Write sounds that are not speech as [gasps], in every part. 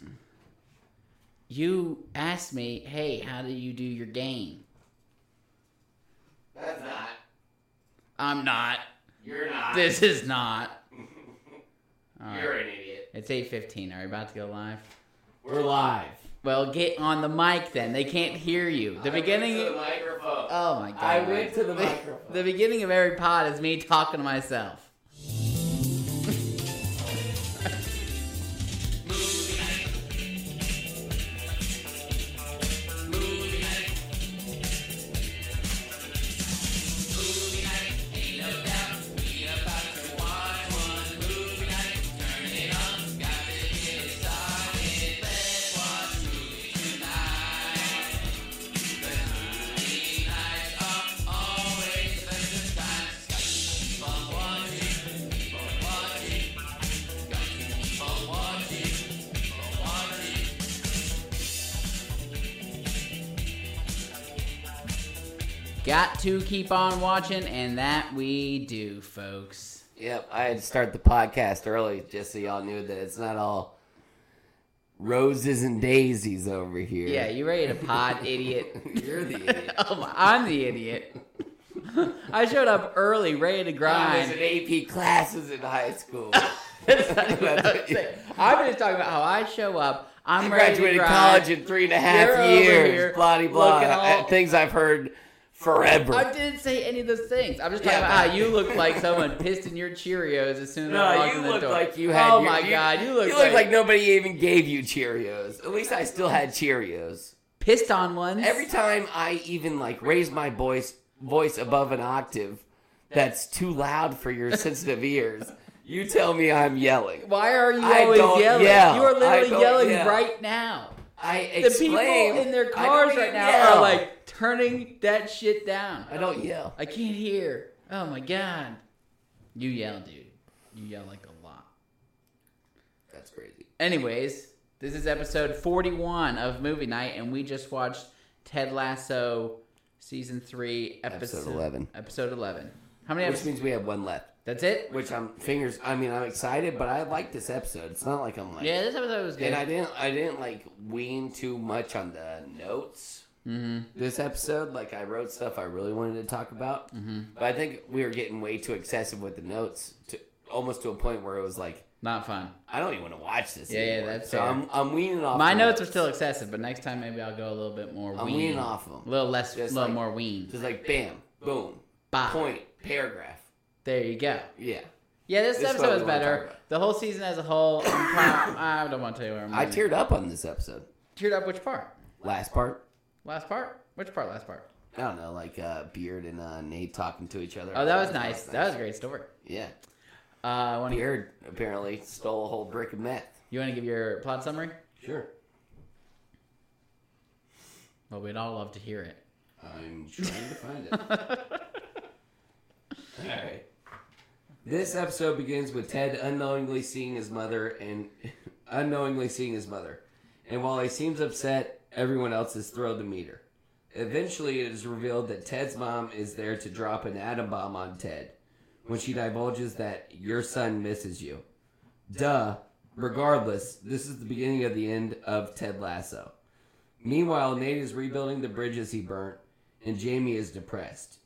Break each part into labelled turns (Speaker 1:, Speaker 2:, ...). Speaker 1: Mm.
Speaker 2: you asked me, hey, how do you do your game?
Speaker 3: That's not.
Speaker 2: I'm not.
Speaker 3: You're not.
Speaker 1: [laughs]
Speaker 2: This is not. All
Speaker 3: You're
Speaker 2: right.
Speaker 3: an idiot.
Speaker 2: It's 8.15. Are we about to go live?
Speaker 3: We're live.
Speaker 2: Well, get on the mic then. They can't hear you. The
Speaker 3: I went
Speaker 2: beginning...
Speaker 3: to the microphone.
Speaker 2: Oh, my God.
Speaker 1: I went to the
Speaker 2: The-
Speaker 1: microphone.
Speaker 2: The beginning of every pod is me talking to myself. Got to keep on watching, and that we do, folks.
Speaker 1: [laughs] Yep, I had to start the podcast early just so y'all knew that it's not all roses and daisies over here.
Speaker 2: Yeah, you ready to pod, [laughs] idiot?
Speaker 1: [laughs] You're the idiot.
Speaker 2: [laughs] oh, my- I'm the idiot. [laughs] I showed up early, ready to
Speaker 1: I was
Speaker 2: grind.
Speaker 1: in AP classes in high [laughs] school.
Speaker 2: That's not even what I'm saying. I'm just talking about how I show up. I'm
Speaker 1: I
Speaker 2: ready to
Speaker 1: graduated
Speaker 2: grind.
Speaker 1: college in three and a half
Speaker 2: You're over here
Speaker 1: years. Blah de blah.
Speaker 2: looking all-
Speaker 1: uh, Things I've heard forever.
Speaker 2: I didn't say any of those things. I'm just talking
Speaker 1: Yeah,
Speaker 2: about
Speaker 1: but-
Speaker 2: how you look like someone pissed in your Cheerios as soon as I
Speaker 1: no,
Speaker 2: walked
Speaker 1: you
Speaker 2: in the
Speaker 1: looked
Speaker 2: door.
Speaker 1: like you had.
Speaker 2: oh
Speaker 1: your-
Speaker 2: my
Speaker 1: you-
Speaker 2: god, you look
Speaker 1: you looked like, nobody even gave you Cheerios. At least I still had Cheerios.
Speaker 2: pissed on ones.
Speaker 1: Every time I even like raise my voice voice above an octave that's too loud for [laughs] your sensitive ears, you tell me I'm yelling.
Speaker 2: Why are you
Speaker 1: I
Speaker 2: always
Speaker 1: don't
Speaker 2: yelling?
Speaker 1: yell.
Speaker 2: You are
Speaker 1: I
Speaker 2: literally
Speaker 1: don't
Speaker 2: yelling
Speaker 1: yell.
Speaker 2: right now.
Speaker 1: I
Speaker 2: The
Speaker 1: exclaim.
Speaker 2: people in their
Speaker 1: I don't
Speaker 2: cars
Speaker 1: even
Speaker 2: right now
Speaker 1: yell.
Speaker 2: are like turning that shit down.
Speaker 1: I don't yell.
Speaker 2: I can't hear. Oh my god. You yell, dude. You yell like a lot.
Speaker 1: That's crazy.
Speaker 2: Anyways, this is episode 41 of Movie Night, and we just watched Ted Lasso season 3, episode,
Speaker 1: Episode 11.
Speaker 2: Episode 11. How many
Speaker 1: Which
Speaker 2: episodes?
Speaker 1: means we have one left.
Speaker 2: That's it?
Speaker 1: Which I'm fingers. I mean, I'm excited, but I like this episode. It's not like I'm like.
Speaker 2: Yeah, this episode was good.
Speaker 1: And I didn't. I didn't like wean too much on the notes.
Speaker 2: Mhm.
Speaker 1: this episode. Like I wrote stuff I really wanted to talk about,
Speaker 2: Mm-hmm.
Speaker 1: but I think we were getting way too excessive with the notes, to almost to a point where it was like
Speaker 2: Not fun.
Speaker 1: I don't even want to watch this.
Speaker 2: Yeah, yeah,
Speaker 1: anymore.
Speaker 2: that's
Speaker 1: so.
Speaker 2: fair.
Speaker 1: I'm, I'm weaning off.
Speaker 2: My
Speaker 1: the
Speaker 2: notes are still excessive, but next time maybe I'll go a little bit more
Speaker 1: I'm
Speaker 2: wean.
Speaker 1: weaning off them.
Speaker 2: A little less, a
Speaker 1: Just
Speaker 2: little
Speaker 1: like-
Speaker 2: more wean.
Speaker 1: Just like bam, boom,
Speaker 2: Bah.
Speaker 1: point, paragraph.
Speaker 2: There you go.
Speaker 1: Yeah,
Speaker 2: Yeah, this,
Speaker 1: This is
Speaker 2: episode
Speaker 1: what
Speaker 2: was
Speaker 1: we wanna talk
Speaker 2: better.
Speaker 1: about.
Speaker 2: The whole season as a whole, I'm [coughs] proud. I don't want to tell you where I'm
Speaker 1: I
Speaker 2: at.
Speaker 1: teared up on this episode.
Speaker 2: Teared up which part?
Speaker 1: Last part.
Speaker 2: Last part? Which part? Last part?
Speaker 1: I don't know, like uh, Beard and uh, Nate talking to each other.
Speaker 2: Oh, that was nice. That was a great story.
Speaker 1: Yeah,
Speaker 2: Uh, I want to.
Speaker 1: Beard apparently stole a whole brick of meth.
Speaker 2: You want to give your plot summary?
Speaker 1: Sure.
Speaker 2: Well, we'd all love to hear it.
Speaker 1: I'm trying to find it. Alright. This episode begins with Ted unknowingly seeing his mother and [laughs] unknowingly seeing his mother. And while he seems upset, everyone else is thrilled to meet her. Eventually it is revealed that Ted's mom is there to drop an atom bomb on Ted when she divulges that your son misses you. Duh. Regardless, this is the beginning of the end of Ted Lasso. Meanwhile, Nate is rebuilding the bridges he burnt, and Jamie is depressed.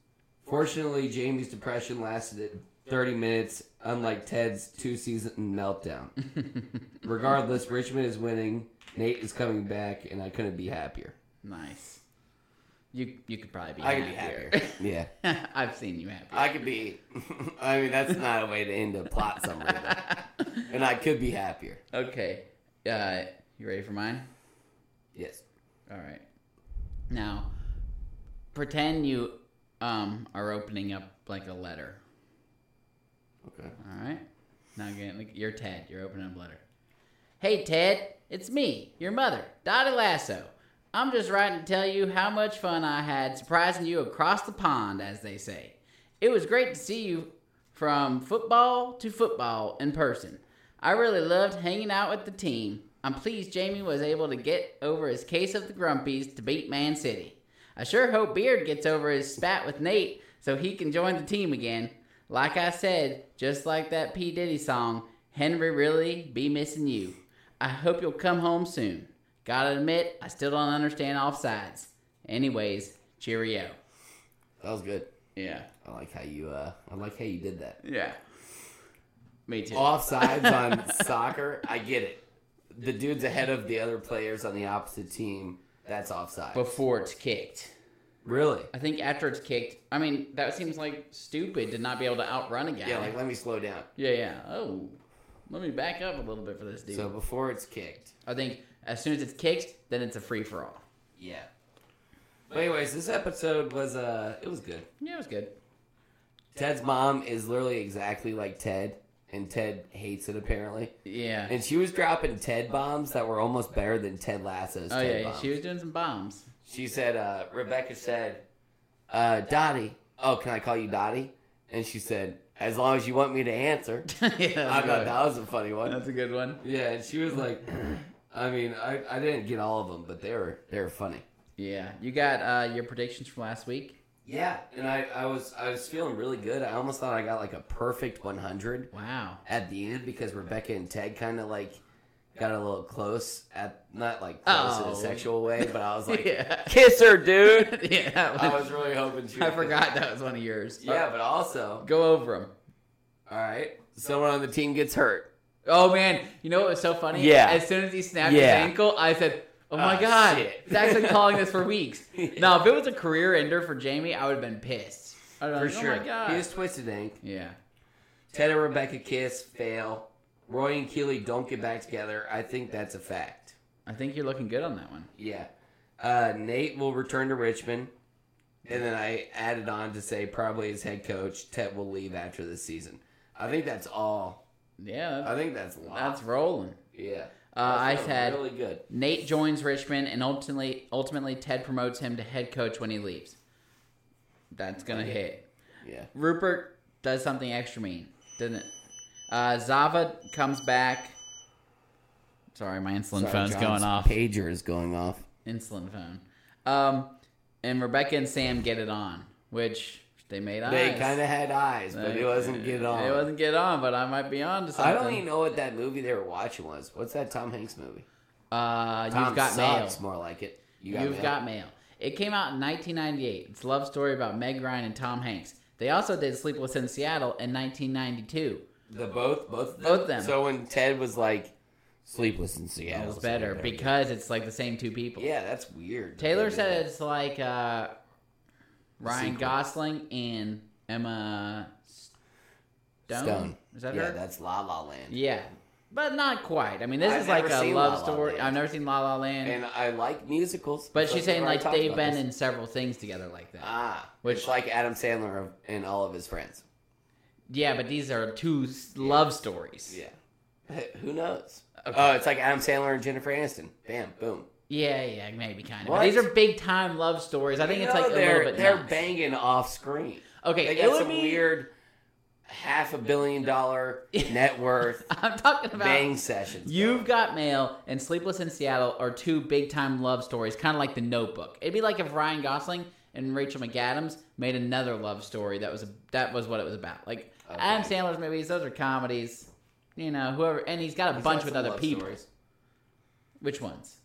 Speaker 1: Fortunately, Jamie's depression lasted 30 minutes, unlike Ted's two season meltdown. Regardless, Richmond is winning, Nate is coming back, and I couldn't be happier.
Speaker 2: Nice. You you could probably be.
Speaker 1: I could be happier. yeah.
Speaker 2: [laughs] I've seen you happy.
Speaker 1: I could be. [laughs] I mean, that's not a way to end a plot summary, though. And I could be happier.
Speaker 2: Okay. Uh, you ready for mine?
Speaker 1: Yes.
Speaker 2: All right. Now, pretend you um are opening up like a letter.
Speaker 1: Okay.
Speaker 2: All right. Now again, look, you're Ted. You're opening up a letter. Hey Ted, it's me, your mother, Dottie Lasso. I'm just writing to tell you how much fun I had surprising you across the pond, as they say. It was great to see you from football to football in person. I really loved hanging out with the team. I'm pleased Jamie was able to get over his case of the grumpies to beat Man City. I sure hope Beard gets over his spat with Nate so he can join the team again. Like I said, just like that P. Diddy song, Henry really be missing you. I hope you'll come home soon. Gotta admit, I still don't understand offsides. Anyways, cheerio.
Speaker 1: That was good.
Speaker 2: Yeah.
Speaker 1: I like how you uh I like how you did that.
Speaker 2: Yeah. Me too.
Speaker 1: Offsides on
Speaker 2: [laughs]
Speaker 1: soccer, I get it. The dude's ahead of the other players on the opposite team. That's offside.
Speaker 2: Before it's kicked.
Speaker 1: really?
Speaker 2: I think after it's kicked, I mean, that seems like stupid to not be able to outrun a guy.
Speaker 1: Yeah, like let me slow down.
Speaker 2: yeah, yeah. Oh, let me back up a little bit for this dude.
Speaker 1: So before it's kicked.
Speaker 2: I think as soon as it's kicked, then it's a free for all.
Speaker 1: Yeah. But anyways, this episode was uh it was good.
Speaker 2: Yeah, it was good.
Speaker 1: Ted's mom is literally exactly like Ted, and Ted hates it apparently.
Speaker 2: Yeah.
Speaker 1: And she was dropping Ted bombs that were almost better than Ted Lasso's
Speaker 2: oh,
Speaker 1: Ted
Speaker 2: yeah.
Speaker 1: bombs.
Speaker 2: She was doing some bombs.
Speaker 1: She said, uh, Rebecca said, uh, Dottie, oh, can I call you Dottie? And she said, as long as you want me to answer.
Speaker 2: [laughs] yeah,
Speaker 1: I
Speaker 2: that's,
Speaker 1: thought
Speaker 2: good.
Speaker 1: that was a funny one.
Speaker 2: that's a good one.
Speaker 1: Yeah, and she was like, [clears throat] I mean, I, I didn't get all of them, but they were they were funny.
Speaker 2: Yeah. You got uh, your predictions from last week?
Speaker 1: Yeah, and I, I was I was feeling really good. I almost thought I got like a perfect 100
Speaker 2: Wow.
Speaker 1: at the end because Rebecca and Ted kind of like got a little close at not like close in
Speaker 2: Oh.
Speaker 1: a sexual way, but
Speaker 2: [laughs]
Speaker 1: I was [laughs] like,
Speaker 2: yeah.
Speaker 1: kiss her, dude.
Speaker 2: yeah. That
Speaker 1: I
Speaker 2: was,
Speaker 1: was really hoping she.
Speaker 2: I
Speaker 1: would.
Speaker 2: forgot that was one of yours. Uh,
Speaker 1: Yeah, but also,
Speaker 2: Go over them.
Speaker 1: all right, someone on the team gets hurt.
Speaker 2: Oh man, you know what was so funny?
Speaker 1: Yeah.
Speaker 2: As soon as he snapped
Speaker 1: Yeah.
Speaker 2: his ankle, I said, "Oh my
Speaker 1: Ah,
Speaker 2: god,
Speaker 1: shit.
Speaker 2: Zach's been calling this for weeks."
Speaker 1: [laughs] Yeah.
Speaker 2: Now, if it was a career ender for Jamie, I would have been pissed. I'd have
Speaker 1: For
Speaker 2: been like,
Speaker 1: sure.
Speaker 2: Oh my god.
Speaker 1: He was twisted ink.
Speaker 2: yeah.
Speaker 1: Ted and Rebecca kiss, fail. Roy and Keely don't get back together. I think that's a fact.
Speaker 2: I think you're looking good on that one.
Speaker 1: Yeah. Uh, Nate will return to Richmond. And then I added on to say probably as head coach, Ted will leave after this season. I think that's all.
Speaker 2: Yeah. That's,
Speaker 1: I think that's a lot.
Speaker 2: that's rolling.
Speaker 1: yeah.
Speaker 2: Uh, I
Speaker 1: That's
Speaker 2: said
Speaker 1: really good.
Speaker 2: Nate joins Richmond, and ultimately, ultimately, Ted promotes him to head coach when he leaves. That's gonna
Speaker 1: Okay.
Speaker 2: hit.
Speaker 1: Yeah.
Speaker 2: Rupert does something extra mean, doesn't it? Uh, Zava comes back. Sorry, my insulin
Speaker 1: Sorry,
Speaker 2: phone's
Speaker 1: John's
Speaker 2: going off.
Speaker 1: Pager is going off.
Speaker 2: Insulin phone. Um, and Rebecca and Sam get it on, which they made eyes.
Speaker 1: They kind of had eyes, but it wasn't get on.
Speaker 2: It wasn't get on, but I might be on to something.
Speaker 1: I don't even know what that movie they were watching was. What's that Tom Hanks movie?
Speaker 2: Uh,
Speaker 1: Tom
Speaker 2: you've got
Speaker 1: sucks.
Speaker 2: mail.
Speaker 1: More like it. You
Speaker 2: You've
Speaker 1: mail?
Speaker 2: got mail. It came out in 1998. It's a love story about Meg Ryan and Tom Hanks. They also did Sleepless in Seattle in 1992.
Speaker 1: the both, both, of them?
Speaker 2: Both them.
Speaker 1: So when Ted was like, "Sleepless in
Speaker 2: That
Speaker 1: Seattle,"
Speaker 2: was
Speaker 1: is
Speaker 2: better because it's like the same two people.
Speaker 1: yeah, that's weird.
Speaker 2: Taylor
Speaker 1: They did
Speaker 2: said
Speaker 1: that.
Speaker 2: it's like uh, Ryan
Speaker 1: Sequel.
Speaker 2: Gosling and Emma Stone.
Speaker 1: Stone.
Speaker 2: Is that
Speaker 1: yeah,
Speaker 2: her?
Speaker 1: that's La La Land.
Speaker 2: yeah, but not quite. I mean, this
Speaker 1: I've
Speaker 2: is like
Speaker 1: never
Speaker 2: a
Speaker 1: seen
Speaker 2: love
Speaker 1: La La
Speaker 2: story.
Speaker 1: Land.
Speaker 2: I've never seen La La Land,
Speaker 1: And I like musicals,
Speaker 2: but she's
Speaker 1: That's
Speaker 2: saying
Speaker 1: where I
Speaker 2: like
Speaker 1: talked
Speaker 2: they've
Speaker 1: about
Speaker 2: been
Speaker 1: this.
Speaker 2: in several things together like that.
Speaker 1: ah,
Speaker 2: Which-
Speaker 1: which like Adam Sandler and all of his friends.
Speaker 2: yeah, but these are two s love stories.
Speaker 1: Yeah. Who knows? Oh, it's like Adam Sandler and Jennifer Aniston. Bam, boom.
Speaker 2: yeah, yeah, maybe kind of.
Speaker 1: What?
Speaker 2: But these are big time love stories. I think
Speaker 1: You
Speaker 2: it's
Speaker 1: know
Speaker 2: like a
Speaker 1: they're
Speaker 2: little bit.
Speaker 1: they're
Speaker 2: nuts.
Speaker 1: banging off screen.
Speaker 2: okay,
Speaker 1: They
Speaker 2: it
Speaker 1: got
Speaker 2: would
Speaker 1: some
Speaker 2: be-
Speaker 1: weird half a billion dollar
Speaker 2: [laughs]
Speaker 1: net worth
Speaker 2: [laughs] I'm talking about
Speaker 1: bang sessions. going.
Speaker 2: You've Got Mail and Sleepless in Seattle are two big time love stories, kind of like The Notebook. It'd be like if Ryan Gosling and Rachel McAdams made another love story that was that was what it was about. Like
Speaker 1: Okay.
Speaker 2: Adam Sandler's movies, those are comedies. You know, whoever, and he's got a
Speaker 1: He's
Speaker 2: bunch
Speaker 1: got
Speaker 2: with
Speaker 1: some
Speaker 2: other
Speaker 1: love
Speaker 2: people.
Speaker 1: stories.
Speaker 2: Which ones?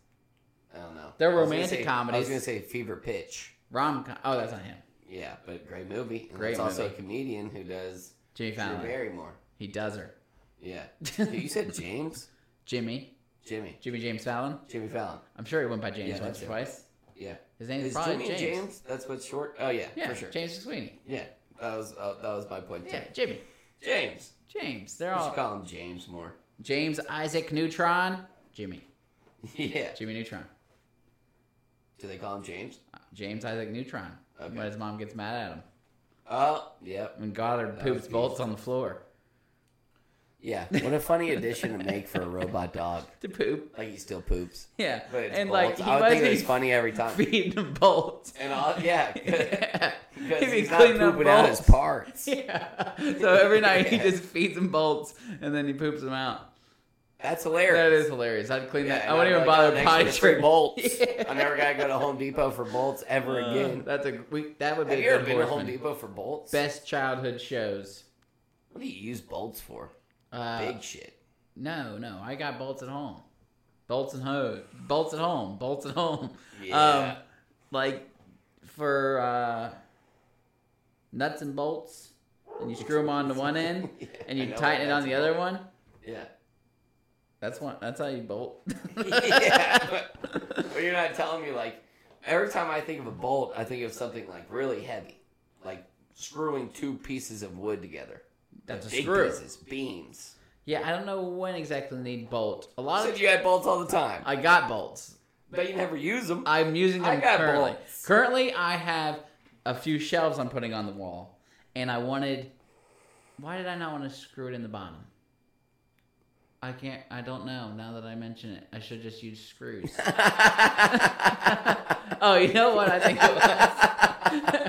Speaker 1: I don't know.
Speaker 2: They're
Speaker 1: I was gonna
Speaker 2: romantic
Speaker 1: say- I
Speaker 2: comedies.
Speaker 1: was gonna say Fever Pitch.
Speaker 2: Rom com. Oh, that's not him.
Speaker 1: Yeah, but great movie. And
Speaker 2: Great
Speaker 1: It's also a
Speaker 2: movie.
Speaker 1: comedian who does
Speaker 2: Jimmy
Speaker 1: Drew
Speaker 2: Fallon.
Speaker 1: Barrymore.
Speaker 2: He does her.
Speaker 1: Yeah.
Speaker 2: [laughs]
Speaker 1: you said James,
Speaker 2: Jimmy.
Speaker 1: Jimmy,
Speaker 2: Jimmy James Fallon.
Speaker 1: Jimmy Fallon.
Speaker 2: I'm sure he went by James
Speaker 1: Yeah,
Speaker 2: once
Speaker 1: that's
Speaker 2: or
Speaker 1: it.
Speaker 2: twice.
Speaker 1: Yeah.
Speaker 2: His name is
Speaker 1: Is
Speaker 2: probably
Speaker 1: Jimmy
Speaker 2: James.
Speaker 1: James? That's what's short. Oh yeah,
Speaker 2: Yeah,
Speaker 1: for sure.
Speaker 2: James McSweeney.
Speaker 1: Yeah, that was uh, that was my point.
Speaker 2: Yeah,
Speaker 1: too.
Speaker 2: Jimmy.
Speaker 1: James.
Speaker 2: James. They're
Speaker 1: We
Speaker 2: all
Speaker 1: should call him James more. [laughs]
Speaker 2: James Isaac Neutron, Jimmy,
Speaker 1: yeah.
Speaker 2: Jimmy Neutron, Uh,
Speaker 1: Do they call him James?
Speaker 2: James Isaac Neutron.
Speaker 1: Okay.
Speaker 2: When his mom gets mad at him,
Speaker 1: Oh, yep.
Speaker 2: when Goddard
Speaker 1: That
Speaker 2: poops
Speaker 1: would be-
Speaker 2: bolts on the floor
Speaker 1: Yeah, what a funny addition to make for a robot dog.
Speaker 2: to poop.
Speaker 1: Like he still poops,
Speaker 2: Yeah,
Speaker 1: but it's
Speaker 2: and like
Speaker 1: bolts.
Speaker 2: he
Speaker 1: I would
Speaker 2: must
Speaker 1: think it's
Speaker 2: be
Speaker 1: funny every time.
Speaker 2: [laughs] feeding him
Speaker 1: [laughs]
Speaker 2: bolts.
Speaker 1: And all, yeah, because
Speaker 2: yeah, he'd be
Speaker 1: he's not
Speaker 2: cleaning up
Speaker 1: pooping out his
Speaker 2: bolts.
Speaker 1: parts.
Speaker 2: [laughs] Yeah, so every night
Speaker 1: [laughs]
Speaker 2: he
Speaker 1: Yeah.
Speaker 2: just feeds him bolts and then he poops them out.
Speaker 1: That's hilarious.
Speaker 2: That is hilarious. I'd clean
Speaker 1: Yeah,
Speaker 2: that.
Speaker 1: and
Speaker 2: I wouldn't
Speaker 1: I'm
Speaker 2: even
Speaker 1: like, oh,
Speaker 2: bother
Speaker 1: thanks for
Speaker 2: potty
Speaker 1: the free
Speaker 2: training.
Speaker 1: bolts.
Speaker 2: [laughs] Yeah.
Speaker 1: I never gotta go to Home Depot for bolts ever again.
Speaker 2: That's a we, that would be
Speaker 1: Have you
Speaker 2: a
Speaker 1: ever
Speaker 2: good
Speaker 1: been to Home
Speaker 2: Horseman.
Speaker 1: Depot for bolts?
Speaker 2: Best childhood shows.
Speaker 1: What do you use bolts for?
Speaker 2: Uh,
Speaker 1: Big shit.
Speaker 2: No, no, I got bolts at home. Bolts and home. Bolts at home. Bolts at home. Um,
Speaker 1: Yeah.
Speaker 2: like for uh, nuts and bolts, and you screw them on to one end,
Speaker 1: [laughs] Yeah,
Speaker 2: and
Speaker 1: I
Speaker 2: you
Speaker 1: know
Speaker 2: tighten it
Speaker 1: what
Speaker 2: on the
Speaker 1: that's
Speaker 2: other
Speaker 1: about.
Speaker 2: one.
Speaker 1: Yeah.
Speaker 2: That's one. That's how you bolt. [laughs]
Speaker 1: yeah. But, but you're not telling me like every time I think of a bolt, I think of something like really heavy, like screwing two pieces of wood together.
Speaker 2: That's a
Speaker 1: Big
Speaker 2: screw.
Speaker 1: Pieces, beams.
Speaker 2: Yeah, I don't know when exactly you need bolt. A
Speaker 1: You
Speaker 2: lot
Speaker 1: said
Speaker 2: of
Speaker 1: you had bolts all the time,
Speaker 2: I got bolts.
Speaker 1: but you never use them.
Speaker 2: I'm using
Speaker 1: I
Speaker 2: them
Speaker 1: got
Speaker 2: currently.
Speaker 1: bolts.
Speaker 2: Currently, I have a few shelves I'm putting on the wall, and I wanted. Why did I not want to screw it in the bottom? I can't. I don't know. Now that I mention it, I should just use
Speaker 1: [laughs]
Speaker 2: screws. [laughs] oh, you know what I think it was.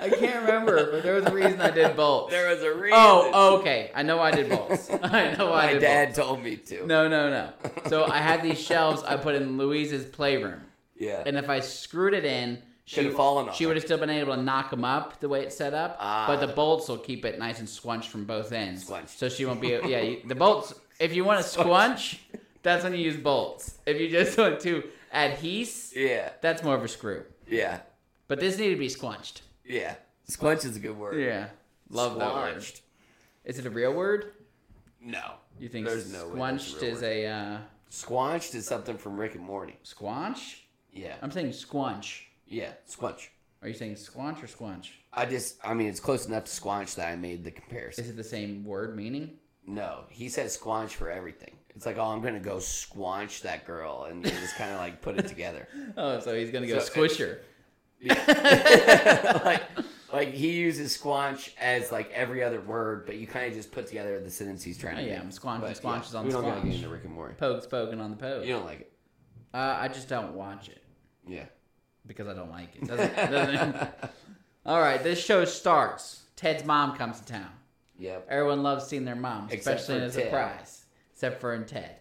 Speaker 2: I can't remember, but there was a reason I did bolts.
Speaker 1: There was a reason.
Speaker 2: oh, okay. I know I did bolts. [laughs] I know
Speaker 1: My
Speaker 2: I did bolts.
Speaker 1: dad told me to.
Speaker 2: No, no, no. So I had these shelves I put in Louise's playroom,
Speaker 1: Yeah.
Speaker 2: and if I screwed it in, she
Speaker 1: Could've fallen on
Speaker 2: She
Speaker 1: it.
Speaker 2: would have still been able to knock them up the way it's set up,
Speaker 1: Ah.
Speaker 2: but the bolts will keep it nice and squunched from both ends.
Speaker 1: Squunched.
Speaker 2: So she won't be. Yeah, you, the bolts. If you want to squunch, that's when you use bolts. If you just want to adhese,
Speaker 1: yeah.
Speaker 2: that's more of a screw.
Speaker 1: Yeah.
Speaker 2: But this needed to be squunched.
Speaker 1: Yeah. Squunch is a good word.
Speaker 2: Yeah, love that word.
Speaker 1: Squunched.
Speaker 2: Is it a real word?
Speaker 1: No.
Speaker 2: You think
Speaker 1: There's no way that's a
Speaker 2: squunched
Speaker 1: real
Speaker 2: is
Speaker 1: word.
Speaker 2: a uh,
Speaker 1: Squanched is something from Rick and Morty.
Speaker 2: squanch?
Speaker 1: Yeah.
Speaker 2: I'm saying squanch.
Speaker 1: Yeah. Squunch.
Speaker 2: Are you saying squanch or squanch?
Speaker 1: I just, I mean, it's close enough to squanch that I made the comparison.
Speaker 2: Is it the same word meaning?
Speaker 1: No, he says squanch for everything. It's like, oh, I'm gonna go squanch that girl, and you just kind of like put it together.
Speaker 2: [laughs]
Speaker 1: [laughs]
Speaker 2: Oh, so he's gonna go
Speaker 1: So-
Speaker 2: squisher.
Speaker 1: like, like he uses squanch as like every other word, but you kind of just put together the sentence he's trying
Speaker 2: Oh
Speaker 1: to.
Speaker 2: yeah,
Speaker 1: make.
Speaker 2: I'm squanching
Speaker 1: But, yeah,
Speaker 2: squanches on
Speaker 1: we
Speaker 2: the
Speaker 1: don't gotta get
Speaker 2: squanch.
Speaker 1: into Rick and Morty.
Speaker 2: Poke's poking on the poke.
Speaker 1: You don't like it,
Speaker 2: Uh, I just don't watch it
Speaker 1: yeah?
Speaker 2: because I don't like it. Doesn't, [laughs] doesn't... All right, this show starts. Ted's mom comes to town.
Speaker 1: Yep.
Speaker 2: Everyone loves seeing their mom,
Speaker 1: Except
Speaker 2: especially in
Speaker 1: for
Speaker 2: a
Speaker 1: Ted.
Speaker 2: surprise. Except for in Ted.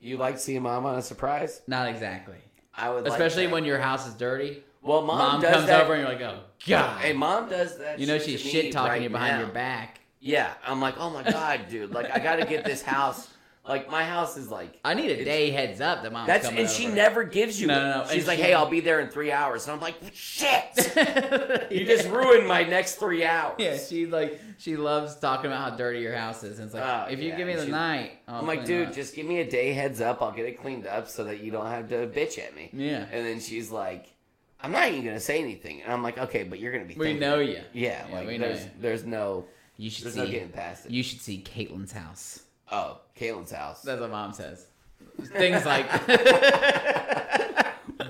Speaker 1: You like seeing mom on a surprise?
Speaker 2: Not exactly.
Speaker 1: I would,
Speaker 2: Especially
Speaker 1: like that.
Speaker 2: when your house is dirty.
Speaker 1: well, mom,
Speaker 2: Mom,
Speaker 1: does
Speaker 2: comes
Speaker 1: that.
Speaker 2: over and you're like, oh god.
Speaker 1: Hey, mom does that.
Speaker 2: you know
Speaker 1: shit
Speaker 2: she's
Speaker 1: to me
Speaker 2: shit talking
Speaker 1: right
Speaker 2: you behind
Speaker 1: now.
Speaker 2: your back.
Speaker 1: Yeah, I'm like, oh my god, dude! Like, I gotta get this house. Like, my house is like
Speaker 2: I need a day heads up that mom's
Speaker 1: That's
Speaker 2: coming
Speaker 1: and she
Speaker 2: over.
Speaker 1: never gives you. No,
Speaker 2: No, no, no,
Speaker 1: She's
Speaker 2: and
Speaker 1: like,
Speaker 2: she-
Speaker 1: "Hey, I'll be there in three hours," and I'm like,
Speaker 2: [laughs]
Speaker 1: "Shit! [laughs] You
Speaker 2: you
Speaker 1: just ruined my next three hours."
Speaker 2: Yeah, she like she loves talking about how dirty your house is. And it's like
Speaker 1: Oh,
Speaker 2: if you
Speaker 1: yeah,
Speaker 2: give me
Speaker 1: and
Speaker 2: the
Speaker 1: she-
Speaker 2: night, I'll
Speaker 1: I'm like,
Speaker 2: clean it
Speaker 1: dude,
Speaker 2: up."
Speaker 1: just give me a day heads up. I'll get it cleaned up so that you don't have to bitch at me.
Speaker 2: Yeah.
Speaker 1: And then she's like, "I'm not even gonna say anything," and I'm like, "Okay, but you're gonna be."
Speaker 2: we
Speaker 1: thinking
Speaker 2: know
Speaker 1: it."
Speaker 2: you.
Speaker 1: Yeah,
Speaker 2: Yeah,
Speaker 1: like
Speaker 2: we know
Speaker 1: there's
Speaker 2: you.
Speaker 1: there's no
Speaker 2: You should
Speaker 1: there's
Speaker 2: see.
Speaker 1: no getting past it.
Speaker 2: you should see Caitlin's house.
Speaker 1: oh, Caitlin's house.
Speaker 2: That's what mom says. Things
Speaker 1: [laughs]
Speaker 2: like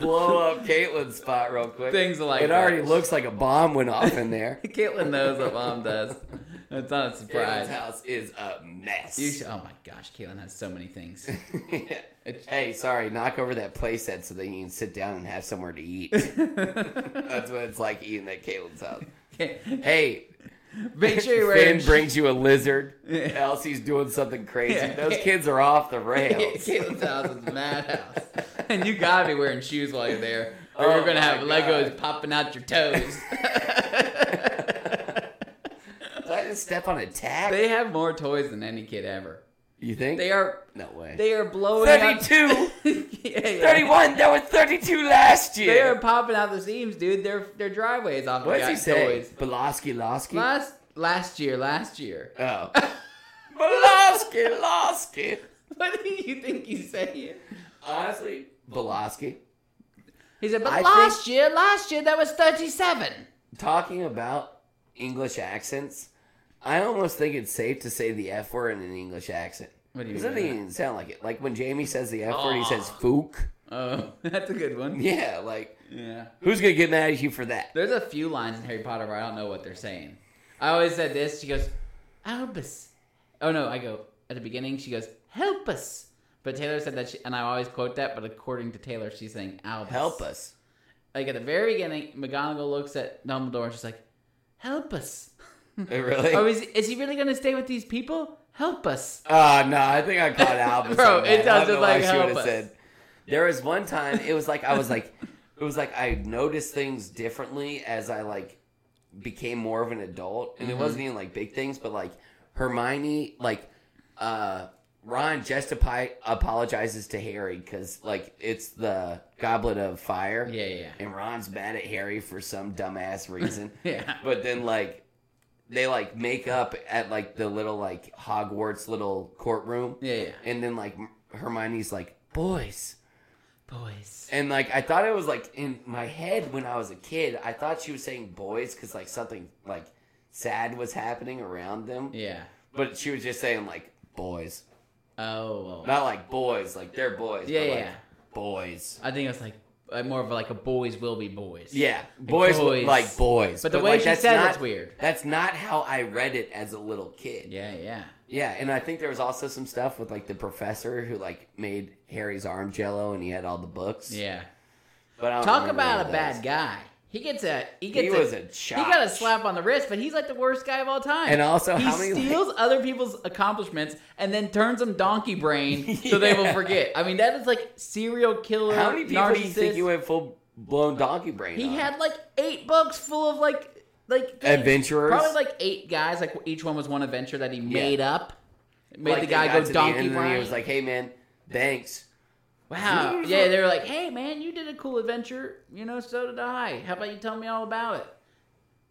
Speaker 1: Blow up Caitlin's spot real quick.
Speaker 2: things like
Speaker 1: it already
Speaker 2: that.
Speaker 1: looks like a bomb went off in
Speaker 2: [laughs]
Speaker 1: there.
Speaker 2: Caitlin knows what mom does. It's not a
Speaker 1: Caitlin's
Speaker 2: surprise.
Speaker 1: house is a mess.
Speaker 2: You should, oh my gosh, Caitlin has so many things. It's-
Speaker 1: [laughs] Hey, sorry, knock over that playset so that you can sit down and have somewhere to
Speaker 2: [laughs]
Speaker 1: eat. That's what it's like eating at Caitlin's house. Hey,
Speaker 2: Make sure you're wearing.
Speaker 1: Finn brings you a lizard.
Speaker 2: Yeah.
Speaker 1: Elsie's doing something crazy.
Speaker 2: Yeah.
Speaker 1: Those kids are off
Speaker 2: [laughs]
Speaker 1: the [laughs] rails.
Speaker 2: Caitlin's house is a madhouse, [laughs] and you gotta be wearing shoes while you're there, or
Speaker 1: Oh
Speaker 2: you're gonna
Speaker 1: my
Speaker 2: have Legos
Speaker 1: God.
Speaker 2: popping out
Speaker 1: [laughs]
Speaker 2: your toes.
Speaker 1: Did I just step on a tack?
Speaker 2: They have more toys than any kid ever.
Speaker 1: you think?
Speaker 2: They are
Speaker 1: no way.
Speaker 2: they are blowing out
Speaker 1: 32,
Speaker 2: [laughs] Yeah, yeah.
Speaker 1: 31. There were 32 last
Speaker 2: They are
Speaker 1: year.
Speaker 2: popping out the seams, dude. Their their driveway is off the
Speaker 1: What's he
Speaker 2: guy's
Speaker 1: say?
Speaker 2: toys.
Speaker 1: Belosky, Losky.
Speaker 2: Last last year, last year. [laughs]
Speaker 1: oh, Belosky, Losky.
Speaker 2: What do you think he's saying?
Speaker 1: Honestly, Belosky.
Speaker 2: He said, But
Speaker 1: I
Speaker 2: last year, last year that was thirty seven.
Speaker 1: talking about English accents, I almost think it's safe to say the F word in an English accent.
Speaker 2: What do you
Speaker 1: Because it doesn't
Speaker 2: mean?
Speaker 1: even sound like it. Like when Jamie says the F word, he
Speaker 2: Aw.
Speaker 1: says fook. [laughs]
Speaker 2: Oh, [laughs] that's a good one.
Speaker 1: Yeah, like
Speaker 2: Yeah.
Speaker 1: who's gonna get mad at you for that?
Speaker 2: There's a few lines in Harry Potter where I don't know what they're saying. I always said this. She goes, "Help us." Oh no, I go at the beginning. She goes, "Help us." But Taylor said that, she, and I always quote that. But according to Taylor, she's saying, "Albus."
Speaker 1: Help
Speaker 2: [laughs]
Speaker 1: us.
Speaker 2: Like at the very beginning, McGonagall looks at Dumbledore and she's like, "Help us."
Speaker 1: Eh, really?
Speaker 2: Oh, is is he really gonna stay with these people? Help us.
Speaker 1: Uh, no, I think I caught Albus.
Speaker 2: [laughs] Bro,
Speaker 1: on
Speaker 2: it
Speaker 1: that. I don't
Speaker 2: does look
Speaker 1: know why
Speaker 2: like
Speaker 1: she
Speaker 2: help
Speaker 1: would've
Speaker 2: us.
Speaker 1: There was one time it was like I was like, it was like I noticed things differently as I like
Speaker 2: Mm-hmm.
Speaker 1: became more of an adult, and it wasn't even like big things, but like Hermione, like uh, Ron justify apologizes to Harry because like it's the Goblet of Fire,
Speaker 2: Yeah, yeah,
Speaker 1: and Ron's mad at Harry for some dumbass reason.
Speaker 2: [laughs] yeah.
Speaker 1: but then like they like make up at like the little like Hogwarts little courtroom,
Speaker 2: Yeah, yeah.
Speaker 1: and then like Hermione's like boys,
Speaker 2: Boys.
Speaker 1: and like I thought it was like in my head when I was a kid, I thought she was saying boys because like something like sad was happening around them,
Speaker 2: Yeah.
Speaker 1: but she was just saying like boys.
Speaker 2: Oh. well.
Speaker 1: Not like boys, like they're boys.
Speaker 2: Yeah,
Speaker 1: but
Speaker 2: yeah.
Speaker 1: like boys.
Speaker 2: I think it was like uh, more of like a boys will be boys.
Speaker 1: Yeah, boys, look
Speaker 2: boys.
Speaker 1: like boys.
Speaker 2: But the way
Speaker 1: like,
Speaker 2: she
Speaker 1: that's
Speaker 2: said
Speaker 1: not,
Speaker 2: it's weird.
Speaker 1: That's not how I read it as a little kid. Yeah.
Speaker 2: Yeah, yeah.
Speaker 1: and I think there was also some stuff with like the professor who like made Harry's arm jello, and he had all the books.
Speaker 2: Yeah.
Speaker 1: but I don't
Speaker 2: Talk
Speaker 1: remember
Speaker 2: about
Speaker 1: all
Speaker 2: a
Speaker 1: those.
Speaker 2: bad guy. He gets a he gets
Speaker 1: He
Speaker 2: a,
Speaker 1: was a
Speaker 2: he
Speaker 1: chop.
Speaker 2: got a slap on the wrist, but he's like the worst guy of all time.
Speaker 1: And also,
Speaker 2: he
Speaker 1: how many?
Speaker 2: steals other people's accomplishments and then turns them
Speaker 1: [laughs]
Speaker 2: donkey brain so they will
Speaker 1: Yeah.
Speaker 2: forget. I mean, that is like serial killer.
Speaker 1: how many people do you think
Speaker 2: narcissist.
Speaker 1: you went full blown donkey brain?
Speaker 2: He
Speaker 1: on?
Speaker 2: had like eight books full of like like
Speaker 1: adventurers.
Speaker 2: probably like eight guys. Like each one was one adventure that he made up. Made
Speaker 1: Like,
Speaker 2: the
Speaker 1: they
Speaker 2: guy
Speaker 1: got
Speaker 2: go
Speaker 1: to the
Speaker 2: donkey
Speaker 1: end, and then
Speaker 2: brain.
Speaker 1: He was like, "Hey man, thanks."
Speaker 2: wow, yeah. They were like, hey man, you did a cool adventure. You know, so did I. How about you tell me all about it?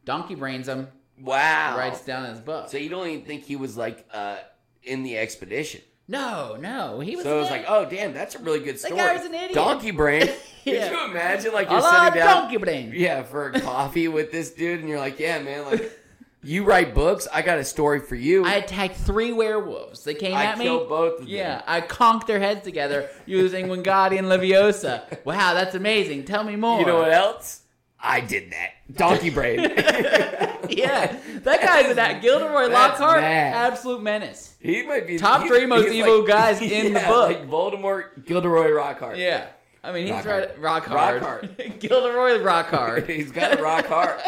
Speaker 2: Donkey brains him.
Speaker 1: Wow.
Speaker 2: Writes down in his book.
Speaker 1: So you don't even think he was like uh, in the expedition.
Speaker 2: no, no, he was.
Speaker 1: So it was
Speaker 2: an
Speaker 1: like,
Speaker 2: idiot.
Speaker 1: oh damn, that's a really good
Speaker 2: That
Speaker 1: story.
Speaker 2: guy was an idiot.
Speaker 1: Donkey
Speaker 2: [laughs]
Speaker 1: brain.
Speaker 2: Yeah.
Speaker 1: Could you imagine like you're
Speaker 2: Hello,
Speaker 1: sitting down
Speaker 2: donkey brain.
Speaker 1: Yeah, for a coffee with this dude and you're like, Yeah, man,
Speaker 2: [laughs]
Speaker 1: like you write books, I got a story for you.
Speaker 2: I attacked three werewolves. They came
Speaker 1: I
Speaker 2: at me.
Speaker 1: killed both of
Speaker 2: Yeah,
Speaker 1: them.
Speaker 2: I conked their heads together using Wingardium Leviosa. Wow, that's amazing. Tell me more.
Speaker 1: You know what else? I did that. Donkey
Speaker 2: [laughs]
Speaker 1: brain.
Speaker 2: yeah, that guy's that Gilderoy
Speaker 1: That's
Speaker 2: Lockhart,
Speaker 1: bad.
Speaker 2: absolute menace.
Speaker 1: he might be
Speaker 2: Top
Speaker 1: he-
Speaker 2: three most
Speaker 1: he's
Speaker 2: evil
Speaker 1: [laughs]
Speaker 2: guys in the
Speaker 1: yeah,
Speaker 2: book.
Speaker 1: Like Voldemort, Gilderoy Rockhart.
Speaker 2: Yeah, I mean he's
Speaker 1: Rockhart.
Speaker 2: right. Rock hard.
Speaker 1: Rockhart.
Speaker 2: [laughs] Gilderoy Rock
Speaker 1: [laughs]
Speaker 2: hard.
Speaker 1: he's got a rock
Speaker 2: [laughs]
Speaker 1: heart.